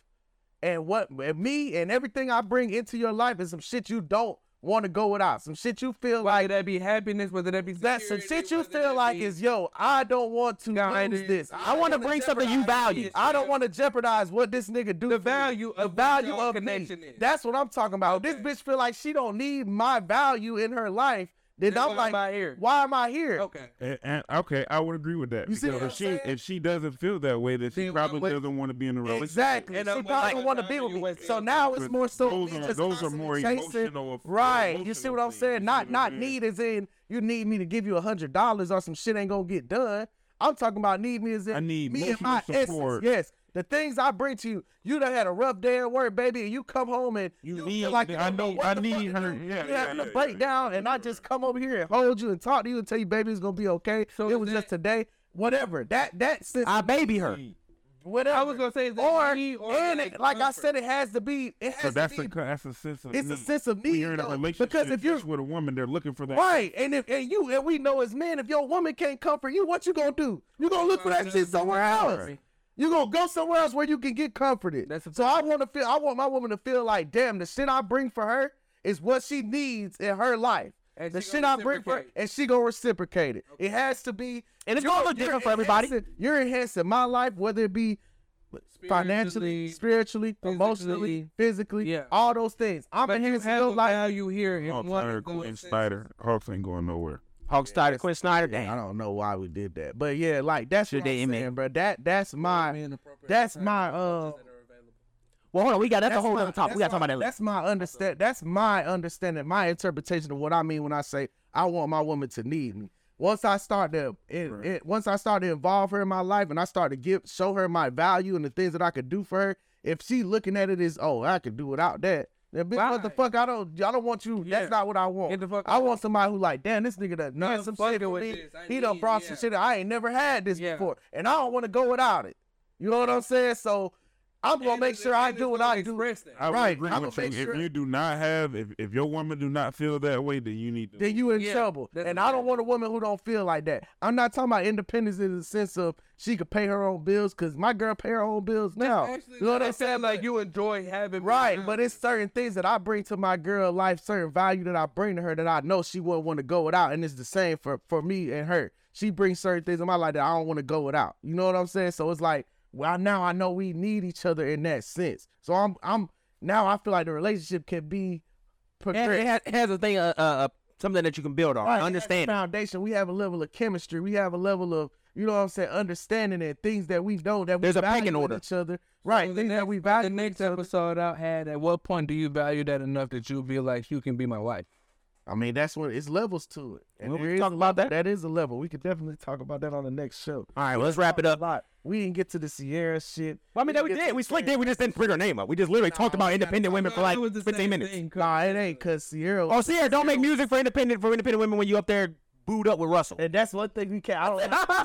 [SPEAKER 4] and what and me and everything I bring into your life is some shit you don't want to go without. Some shit you feel
[SPEAKER 3] whether
[SPEAKER 4] like
[SPEAKER 3] that be happiness, whether that be
[SPEAKER 4] that's some
[SPEAKER 3] security,
[SPEAKER 4] shit you
[SPEAKER 3] whether
[SPEAKER 4] feel
[SPEAKER 3] that
[SPEAKER 4] like
[SPEAKER 3] be-
[SPEAKER 4] is yo. I don't want to lose
[SPEAKER 3] Guidance.
[SPEAKER 4] this.
[SPEAKER 5] I want to bring something you value.
[SPEAKER 4] I don't want to jeopardize what this nigga do.
[SPEAKER 3] The
[SPEAKER 4] for me.
[SPEAKER 3] value
[SPEAKER 4] the
[SPEAKER 3] of what
[SPEAKER 4] value
[SPEAKER 3] y'all
[SPEAKER 4] of me.
[SPEAKER 3] connection is.
[SPEAKER 4] That's what I'm talking about. If This bitch feel like she don't need my value in her life. Then
[SPEAKER 3] Then
[SPEAKER 4] I'm
[SPEAKER 3] why
[SPEAKER 4] like,
[SPEAKER 3] am I here?
[SPEAKER 4] why am I here?
[SPEAKER 3] Okay.
[SPEAKER 2] And, and- okay, I would agree with that.
[SPEAKER 4] You see
[SPEAKER 2] because
[SPEAKER 4] what
[SPEAKER 2] if
[SPEAKER 4] I'm
[SPEAKER 2] she
[SPEAKER 4] saying?
[SPEAKER 2] if she doesn't feel that way, then she
[SPEAKER 3] Then
[SPEAKER 2] probably
[SPEAKER 3] what-
[SPEAKER 2] doesn't want to be in a relationship.
[SPEAKER 4] Exactly.
[SPEAKER 3] And
[SPEAKER 4] she
[SPEAKER 3] I'm
[SPEAKER 4] probably
[SPEAKER 3] like-
[SPEAKER 4] want to be with me.
[SPEAKER 3] Exactly.
[SPEAKER 4] So now it's more so
[SPEAKER 2] Those
[SPEAKER 4] me
[SPEAKER 2] are-
[SPEAKER 4] just
[SPEAKER 2] those are
[SPEAKER 4] constantly
[SPEAKER 2] more
[SPEAKER 4] chasing.
[SPEAKER 2] emotional-
[SPEAKER 4] right. You see what I'm
[SPEAKER 2] emotional things.
[SPEAKER 4] saying?
[SPEAKER 2] You
[SPEAKER 4] Not
[SPEAKER 2] see what
[SPEAKER 4] not
[SPEAKER 2] I'm
[SPEAKER 4] need is in you need me to give you a hundred dollars or some shit ain't gonna get done. I'm talking about need me as in
[SPEAKER 2] I need
[SPEAKER 4] me and
[SPEAKER 2] emotional
[SPEAKER 4] my essence.
[SPEAKER 2] support.
[SPEAKER 4] Yes. The things I bring to you, you done had a rough day at work, baby, and you come home and
[SPEAKER 2] You
[SPEAKER 4] feel
[SPEAKER 2] need-
[SPEAKER 4] like you
[SPEAKER 2] I
[SPEAKER 4] don't
[SPEAKER 2] know-
[SPEAKER 4] what
[SPEAKER 2] I
[SPEAKER 4] the fuck
[SPEAKER 2] need
[SPEAKER 4] to
[SPEAKER 2] her.
[SPEAKER 4] do.
[SPEAKER 2] Yeah,
[SPEAKER 4] you
[SPEAKER 2] yeah,
[SPEAKER 4] having a
[SPEAKER 2] yeah, yeah.
[SPEAKER 4] breakdown, and I just come over here and hold you and talk to you and tell you, baby, it's gonna be okay.
[SPEAKER 3] So
[SPEAKER 4] it
[SPEAKER 3] is
[SPEAKER 4] was
[SPEAKER 3] that-
[SPEAKER 4] just today, whatever. That that sense
[SPEAKER 5] I baby her.
[SPEAKER 4] whatever.
[SPEAKER 3] I was gonna say is that
[SPEAKER 4] or,
[SPEAKER 3] need or
[SPEAKER 4] and
[SPEAKER 3] like
[SPEAKER 4] it, like I
[SPEAKER 3] comfort.
[SPEAKER 4] said, it has to be. It
[SPEAKER 2] So
[SPEAKER 4] has
[SPEAKER 2] that's
[SPEAKER 4] to
[SPEAKER 2] a
[SPEAKER 4] be.
[SPEAKER 2] that's a sense of
[SPEAKER 4] it's
[SPEAKER 2] need.
[SPEAKER 4] a sense of
[SPEAKER 2] When
[SPEAKER 4] need
[SPEAKER 2] you're in a
[SPEAKER 4] though,
[SPEAKER 2] relationship
[SPEAKER 4] because if you're
[SPEAKER 2] with a woman, they're looking for that.
[SPEAKER 4] right, and if and you and we know as men, if your woman can't comfort you, what you gonna do? You gonna look for that shit somewhere else. You gonna go somewhere else where you can get comforted.
[SPEAKER 3] That's a-
[SPEAKER 4] so I want to feel. I want my woman to feel like, damn, the shit I bring for her is what she needs in her life.
[SPEAKER 3] And
[SPEAKER 4] the
[SPEAKER 3] she
[SPEAKER 4] shit
[SPEAKER 3] gonna
[SPEAKER 4] I bring for her,
[SPEAKER 3] reciprocate.
[SPEAKER 4] and she gonna reciprocate it. It has to be,
[SPEAKER 5] And it's
[SPEAKER 4] you're-
[SPEAKER 5] gonna look
[SPEAKER 4] you're
[SPEAKER 5] different for everybody.
[SPEAKER 4] enhancing- You're enhancing my life, whether it be financially, spiritually, emotionally, physically,
[SPEAKER 3] yeah.
[SPEAKER 4] all those things. I'm
[SPEAKER 3] But you
[SPEAKER 4] enhancing
[SPEAKER 3] have
[SPEAKER 4] your
[SPEAKER 3] a
[SPEAKER 4] life.
[SPEAKER 3] value here in
[SPEAKER 2] Hawks
[SPEAKER 3] one
[SPEAKER 2] are
[SPEAKER 3] of those
[SPEAKER 2] Quinn
[SPEAKER 3] senses.
[SPEAKER 2] Snyder. Hawks ain't going nowhere.
[SPEAKER 5] Hawk Snyder, Quinn Snyder,
[SPEAKER 4] I
[SPEAKER 5] damn.
[SPEAKER 4] don't know why we did that, but yeah, like that's
[SPEAKER 5] Should
[SPEAKER 4] what
[SPEAKER 5] they
[SPEAKER 4] I'm
[SPEAKER 5] admit?
[SPEAKER 4] saying, bro. That that's my
[SPEAKER 3] Being appropriate
[SPEAKER 4] that's
[SPEAKER 3] time,
[SPEAKER 4] my
[SPEAKER 3] resources
[SPEAKER 4] uh
[SPEAKER 3] that are available.
[SPEAKER 5] Well, hold on, we got that's, a whole
[SPEAKER 4] my-
[SPEAKER 5] other topic. We got
[SPEAKER 4] that's
[SPEAKER 5] to talk
[SPEAKER 4] my-
[SPEAKER 5] about that later.
[SPEAKER 4] That's my understand. That's my understanding, my interpretation of what I mean when I say I want my woman to need me. Once I start to, it, it- once I start to involve her in my life, and I start to give, show her my value and the things that I could do for her. If she looking at it as, oh, I could do without that, That bitch, what the fuck? I don't. I don't want you.
[SPEAKER 3] Yeah.
[SPEAKER 4] That's not what I want.
[SPEAKER 3] Get the fuck
[SPEAKER 4] I
[SPEAKER 3] out.
[SPEAKER 4] want somebody who like, damn, this nigga done
[SPEAKER 3] No,
[SPEAKER 4] done some shit
[SPEAKER 3] fucking
[SPEAKER 4] for
[SPEAKER 3] with
[SPEAKER 4] me.
[SPEAKER 3] this. I
[SPEAKER 4] He done
[SPEAKER 3] need-
[SPEAKER 4] brought some
[SPEAKER 3] yeah.
[SPEAKER 4] shit that I ain't never had this
[SPEAKER 3] Yeah.
[SPEAKER 4] before, and I don't want to go without it. You know what I'm saying? So I'm gonna make sure I do what I do.
[SPEAKER 1] I would
[SPEAKER 4] Right,
[SPEAKER 1] agree
[SPEAKER 4] I'ma
[SPEAKER 1] with you.
[SPEAKER 4] make sure-
[SPEAKER 1] If you do not have, if, if your woman do not feel that way, then you need to.
[SPEAKER 4] then you in
[SPEAKER 3] Yeah,
[SPEAKER 4] trouble.
[SPEAKER 3] that's
[SPEAKER 4] And
[SPEAKER 3] what
[SPEAKER 4] I
[SPEAKER 3] it
[SPEAKER 4] don't
[SPEAKER 3] is.
[SPEAKER 4] want a woman who don't feel like that. I'm not talking about independence in the sense of she could pay her own bills, because my girl pay her own bills now. you know what I'm saying?
[SPEAKER 3] Like you enjoy having
[SPEAKER 4] Right, but it's certain things that I bring to my girl life, certain value that I bring to her that I know she wouldn't want to go without, and it's the same for for me and her. She brings certain things in my life that I don't want to go without. You know what I'm saying? So it's like, well, now I know we need each other in that sense. So I'm I'm now I feel like the relationship can be
[SPEAKER 5] It,
[SPEAKER 4] progressed.
[SPEAKER 5] it has, it has a thing, uh, uh, uh, something that you can build on.
[SPEAKER 4] Right,
[SPEAKER 5] Understand.
[SPEAKER 4] that's the foundation. We have a level of chemistry. We have a level of you know what I'm saying, understanding and things that we know that we
[SPEAKER 5] There's a
[SPEAKER 4] value
[SPEAKER 5] pecking
[SPEAKER 4] in
[SPEAKER 5] order.
[SPEAKER 4] each other. Right,
[SPEAKER 3] the
[SPEAKER 4] things that
[SPEAKER 3] next-
[SPEAKER 4] we
[SPEAKER 3] the
[SPEAKER 4] value. in
[SPEAKER 3] next
[SPEAKER 4] each other.
[SPEAKER 3] episode I had. At what point do you value that enough that you'll be like, you can be my wife?
[SPEAKER 4] I mean, that's what it's levels to it. And
[SPEAKER 5] Well, we can
[SPEAKER 4] there is
[SPEAKER 5] talk
[SPEAKER 4] a
[SPEAKER 5] about that.
[SPEAKER 4] level- That is a level. We could definitely talk about that on the next show.
[SPEAKER 5] All right, well, let's wrap it up. Well,
[SPEAKER 4] Lot. We didn't get to the Sierra shit.
[SPEAKER 5] I mean, that we
[SPEAKER 4] didn't get
[SPEAKER 5] did.
[SPEAKER 4] to
[SPEAKER 5] We
[SPEAKER 4] the
[SPEAKER 5] slick did. We just didn't bring her name up. We just literally talked about independent women for like 15 minutes.
[SPEAKER 4] Nah, it ain't cause Sierra.
[SPEAKER 5] Oh, Sierra, don't make music for independent for independent women when you up there booed up with Russell.
[SPEAKER 4] and that's one thing we can't. I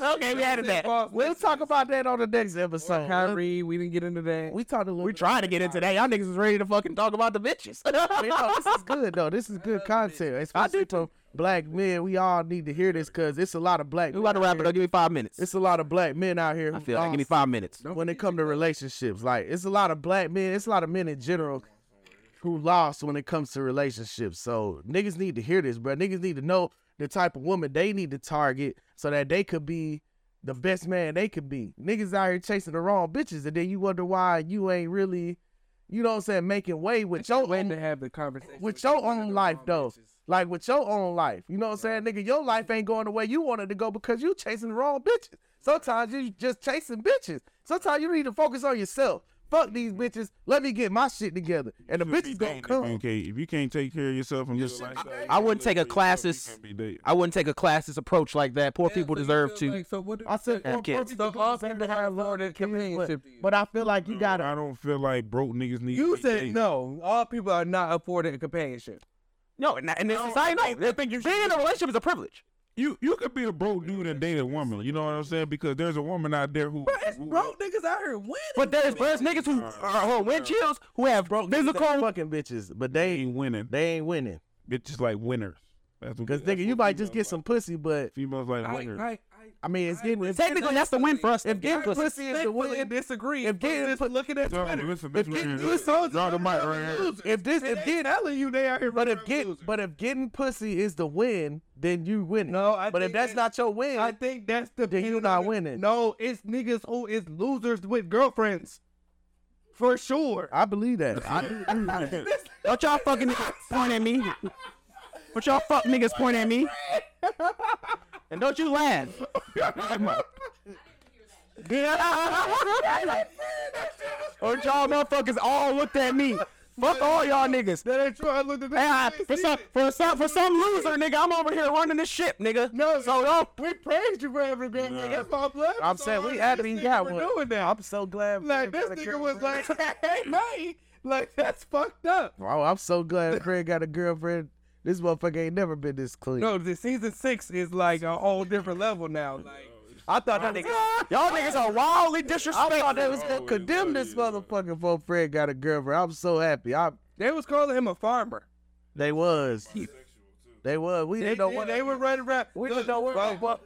[SPEAKER 4] don't.
[SPEAKER 5] okay, we added that.
[SPEAKER 4] we'll talk about that on the next episode.
[SPEAKER 3] Kyrie, we didn't get into that.
[SPEAKER 4] we talked a little.
[SPEAKER 5] We tried to get into that. Y'all niggas was ready to fucking talk about the bitches.
[SPEAKER 4] Man, no, this is good though. This is good content. Especially from black men. We all need to hear this because it's a lot of black.
[SPEAKER 5] we about to wrap it up. Give me five minutes.
[SPEAKER 4] It's a lot of black men out here.
[SPEAKER 5] I
[SPEAKER 4] who
[SPEAKER 5] feel like give me
[SPEAKER 4] lost
[SPEAKER 5] five minutes.
[SPEAKER 4] when it come to relationships. Like it's a lot of black men. It's a lot of men in general who lost when it comes to relationships. So niggas need to hear this, bro. Niggas need to know the type of woman they need to target so that they could be the best man they could be. Niggas out here chasing the wrong bitches, and then you wonder why you ain't really, you know what I'm saying, making way with your
[SPEAKER 3] When
[SPEAKER 4] own
[SPEAKER 3] to have the conversation
[SPEAKER 4] with your own life though. Like with your own life. You know what I'm saying? Nigga, your life ain't going the way you wanted to go because you chasing the wrong bitches. Sometimes you just chasing bitches. Sometimes you need to focus on yourself. Fuck these bitches. Let me get my shit together. And the
[SPEAKER 1] Should be
[SPEAKER 4] bitches gonna
[SPEAKER 1] dating if
[SPEAKER 4] come.
[SPEAKER 1] you can't- if you can't take care of yourself and your lifestyle,
[SPEAKER 5] I wouldn't take a
[SPEAKER 1] you
[SPEAKER 5] classes.
[SPEAKER 1] can't be dating.
[SPEAKER 5] I wouldn't take a classes approach like that. Poor people deserve to.
[SPEAKER 3] so what?
[SPEAKER 4] I said,
[SPEAKER 5] And
[SPEAKER 4] "Well,
[SPEAKER 5] kids.
[SPEAKER 4] perfect
[SPEAKER 3] So often
[SPEAKER 4] example,
[SPEAKER 3] to have Lord and
[SPEAKER 4] but,
[SPEAKER 3] companionship.
[SPEAKER 4] but I feel like you gotta
[SPEAKER 1] I don't feel like broke niggas need.
[SPEAKER 3] You
[SPEAKER 1] to be
[SPEAKER 3] said
[SPEAKER 1] dating.
[SPEAKER 3] no. All people are not afforded companionship.
[SPEAKER 5] No, and, and in
[SPEAKER 4] Oh,
[SPEAKER 5] society, no. They think you being in a relationship is a privilege.
[SPEAKER 1] You you could be a broke dude and date a woman. You know what I'm saying? Because there's a woman out there who.
[SPEAKER 3] It's broke niggas out here winning.
[SPEAKER 5] But there's there's niggas who are who are wind chills who have
[SPEAKER 4] They
[SPEAKER 5] physical.
[SPEAKER 4] fucking bitches, but they
[SPEAKER 1] ain't
[SPEAKER 4] ain't
[SPEAKER 1] winning.
[SPEAKER 4] they ain't winning.
[SPEAKER 1] Bitches like winners. That's what.
[SPEAKER 4] Cause
[SPEAKER 1] that's
[SPEAKER 4] nigga, you
[SPEAKER 1] what
[SPEAKER 4] might just
[SPEAKER 1] females
[SPEAKER 4] get some pussy, but
[SPEAKER 1] like. females like winners.
[SPEAKER 4] I mean it's getting it's
[SPEAKER 5] Technically, that's the win for us.
[SPEAKER 4] if getting pussy is the
[SPEAKER 3] Respectfully
[SPEAKER 4] win,
[SPEAKER 3] disagree.
[SPEAKER 4] if getting
[SPEAKER 3] Just looking at
[SPEAKER 1] So,
[SPEAKER 3] Twitter.
[SPEAKER 1] listen, this right here. Draw the mic right here.
[SPEAKER 4] if this if getting
[SPEAKER 3] telling you they out here.
[SPEAKER 4] But if get but if getting pussy is the win, then you win.
[SPEAKER 3] No, I
[SPEAKER 4] but if
[SPEAKER 3] think
[SPEAKER 4] that's
[SPEAKER 3] that-
[SPEAKER 4] not your win,
[SPEAKER 3] I think that's the
[SPEAKER 4] Then you not winning.
[SPEAKER 3] No, it's niggas who is losers with girlfriends, for sure.
[SPEAKER 4] I believe that. I,
[SPEAKER 5] Don't y'all fucking niggas point at me. Don't y'all fuck niggas point at me. And don't you laugh. or y'all motherfuckers all looked at me. Fuck all y'all niggas. Hey, I- for some for some for some loser nigga, I'm over here running this ship, nigga. No, so don't
[SPEAKER 3] We praised you for having a girlfriend. That's my blood.
[SPEAKER 4] I'm saying we happy he got one.
[SPEAKER 3] doing that.
[SPEAKER 4] I'm so glad.
[SPEAKER 3] Like
[SPEAKER 4] Craig
[SPEAKER 3] this
[SPEAKER 4] got
[SPEAKER 3] nigga
[SPEAKER 4] a
[SPEAKER 3] was like,
[SPEAKER 4] girlfriend.
[SPEAKER 3] hey, mate, like that's fucked up.
[SPEAKER 4] "Oh, I'm so glad Craig got a girlfriend. This motherfucker ain't never been this clean."
[SPEAKER 3] No, the season six is like a whole different level now. Like I thought that nigga.
[SPEAKER 5] y'all niggas are wildly
[SPEAKER 4] I thought
[SPEAKER 5] disrespectful.
[SPEAKER 4] they was gonna condemn this motherfucker for Fred got a girlfriend. I'm so happy. I
[SPEAKER 3] They was calling him a farmer.
[SPEAKER 4] they was they was we
[SPEAKER 3] They,
[SPEAKER 4] didn't know
[SPEAKER 3] they-
[SPEAKER 4] what
[SPEAKER 3] they were running around.
[SPEAKER 4] we didn't know what what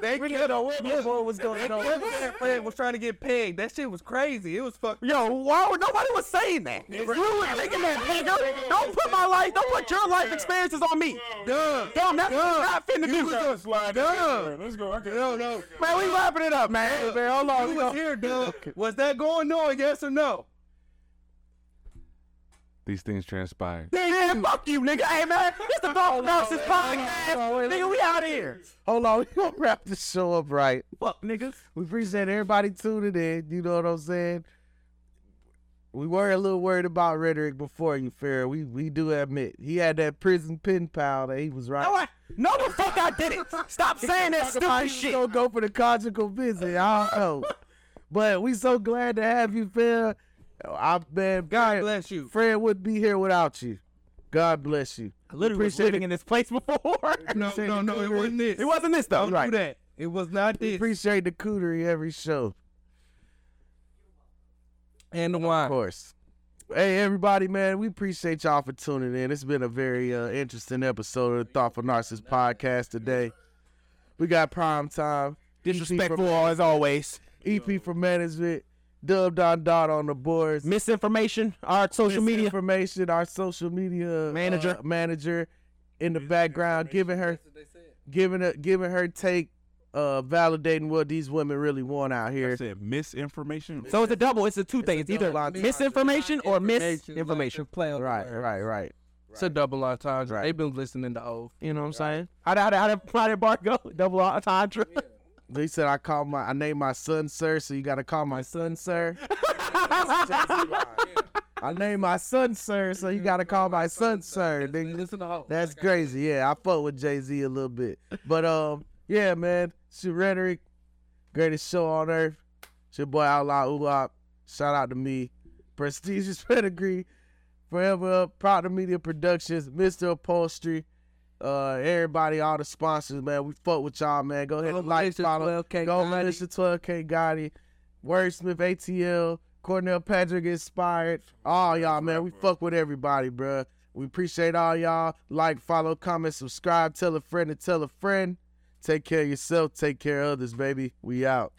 [SPEAKER 3] They
[SPEAKER 4] we
[SPEAKER 3] killed-
[SPEAKER 4] didn't know what what was going
[SPEAKER 3] Kevin
[SPEAKER 4] on.
[SPEAKER 3] Durant fan was trying to get pegged. That shit was crazy. It was fucked.
[SPEAKER 5] Yo, why would nobody was saying that? You were thinking that, nigga. Don't put my life, don't put your life experiences on me.
[SPEAKER 3] Dumb.
[SPEAKER 5] Dumb, that's not finna
[SPEAKER 1] You
[SPEAKER 5] do.
[SPEAKER 1] just slide
[SPEAKER 3] Dumb.
[SPEAKER 1] Let's go. I can
[SPEAKER 3] No, no.
[SPEAKER 5] Man, we wrapping it up, man. Man, hold on.
[SPEAKER 3] You
[SPEAKER 5] we
[SPEAKER 3] was
[SPEAKER 5] gonna-
[SPEAKER 3] here, Doug. Was that going on? Yes or no?
[SPEAKER 2] These things transpired.
[SPEAKER 5] Man, fuck you, nigga. Hey, man, it's the Bone Bouncers podcast. Nigga, we out here.
[SPEAKER 4] Hold on, we gonna wrap this show up right.
[SPEAKER 5] Fuck, niggas.
[SPEAKER 4] We appreciate everybody tuning in. You know what I'm saying? We were a little worried about rhetoric before you, Farrah. We we do admit he had that prison pen pal that he was right.
[SPEAKER 5] No, I- no, the fuck I did it. Stop saying that stupid shit.
[SPEAKER 4] Don't go for the conjugal visit. I don't know. But we so glad to have you, Farrah. I've been
[SPEAKER 3] God
[SPEAKER 4] Fred-
[SPEAKER 3] bless you.
[SPEAKER 4] Fred wouldn't be here without you. God bless you.
[SPEAKER 5] I literally was
[SPEAKER 4] Appreciate
[SPEAKER 5] living
[SPEAKER 4] it.
[SPEAKER 5] in this place before.
[SPEAKER 3] No, no, no, it wasn't this.
[SPEAKER 5] It wasn't this though.
[SPEAKER 3] Don't do that. It was not
[SPEAKER 4] We
[SPEAKER 3] this.
[SPEAKER 4] appreciate the cootery every show,
[SPEAKER 3] and the
[SPEAKER 4] of
[SPEAKER 3] wine.
[SPEAKER 4] course. Hey everybody, man! We appreciate y'all for tuning in. It's been a very uh, interesting episode of the Thoughtful Narcissist podcast today. We got prime time.
[SPEAKER 5] Disrespectful as always.
[SPEAKER 4] EP for management, Dub Don Dot on the boards,
[SPEAKER 5] Misinformation. Our social media.
[SPEAKER 4] information, our social media
[SPEAKER 5] Manager.
[SPEAKER 4] uh, manager in the background, giving her giving her giving her take, uh, validating what these women really want out
[SPEAKER 2] I
[SPEAKER 4] here.
[SPEAKER 2] said misinformation.
[SPEAKER 5] So it's a double. It's a two things.
[SPEAKER 4] double
[SPEAKER 5] Either
[SPEAKER 4] entendre.
[SPEAKER 5] misinformation or
[SPEAKER 3] Information,
[SPEAKER 5] misinformation.
[SPEAKER 3] like the play on
[SPEAKER 4] Right,
[SPEAKER 3] words.
[SPEAKER 4] right, right.
[SPEAKER 3] It's a double entendre.
[SPEAKER 4] Right.
[SPEAKER 3] They've been listening to old.
[SPEAKER 5] You know what I'm saying? How did how did how did, how did Bart go? Double entendre.
[SPEAKER 4] They said I call my I named my son sir, so you gotta call my son sir. I named my son sir, so you gotta call my son sir.
[SPEAKER 3] They
[SPEAKER 4] nigga.
[SPEAKER 3] listen to old.
[SPEAKER 4] That's crazy. Yeah, I fuck with Jay Z a little bit, but um, yeah, man, it's your rhetoric, greatest show on earth. It's your boy Outlaw Uwop. Shout out to me, prestigious pedigree, forever up, Procter Media Productions, Mister Upholstery. Uh, everybody, all the sponsors, man, we fuck with y'all, man. Go ahead, and like, follow, go Militia 12K Gotti, Wordsmith ATL, Cornell Patrick Inspired, all y'all, man. We fuck with everybody, bruh. We appreciate all y'all. Like, follow, comment, subscribe, tell a friend, and tell a friend. Take care of yourself. Take care of others, baby. We out.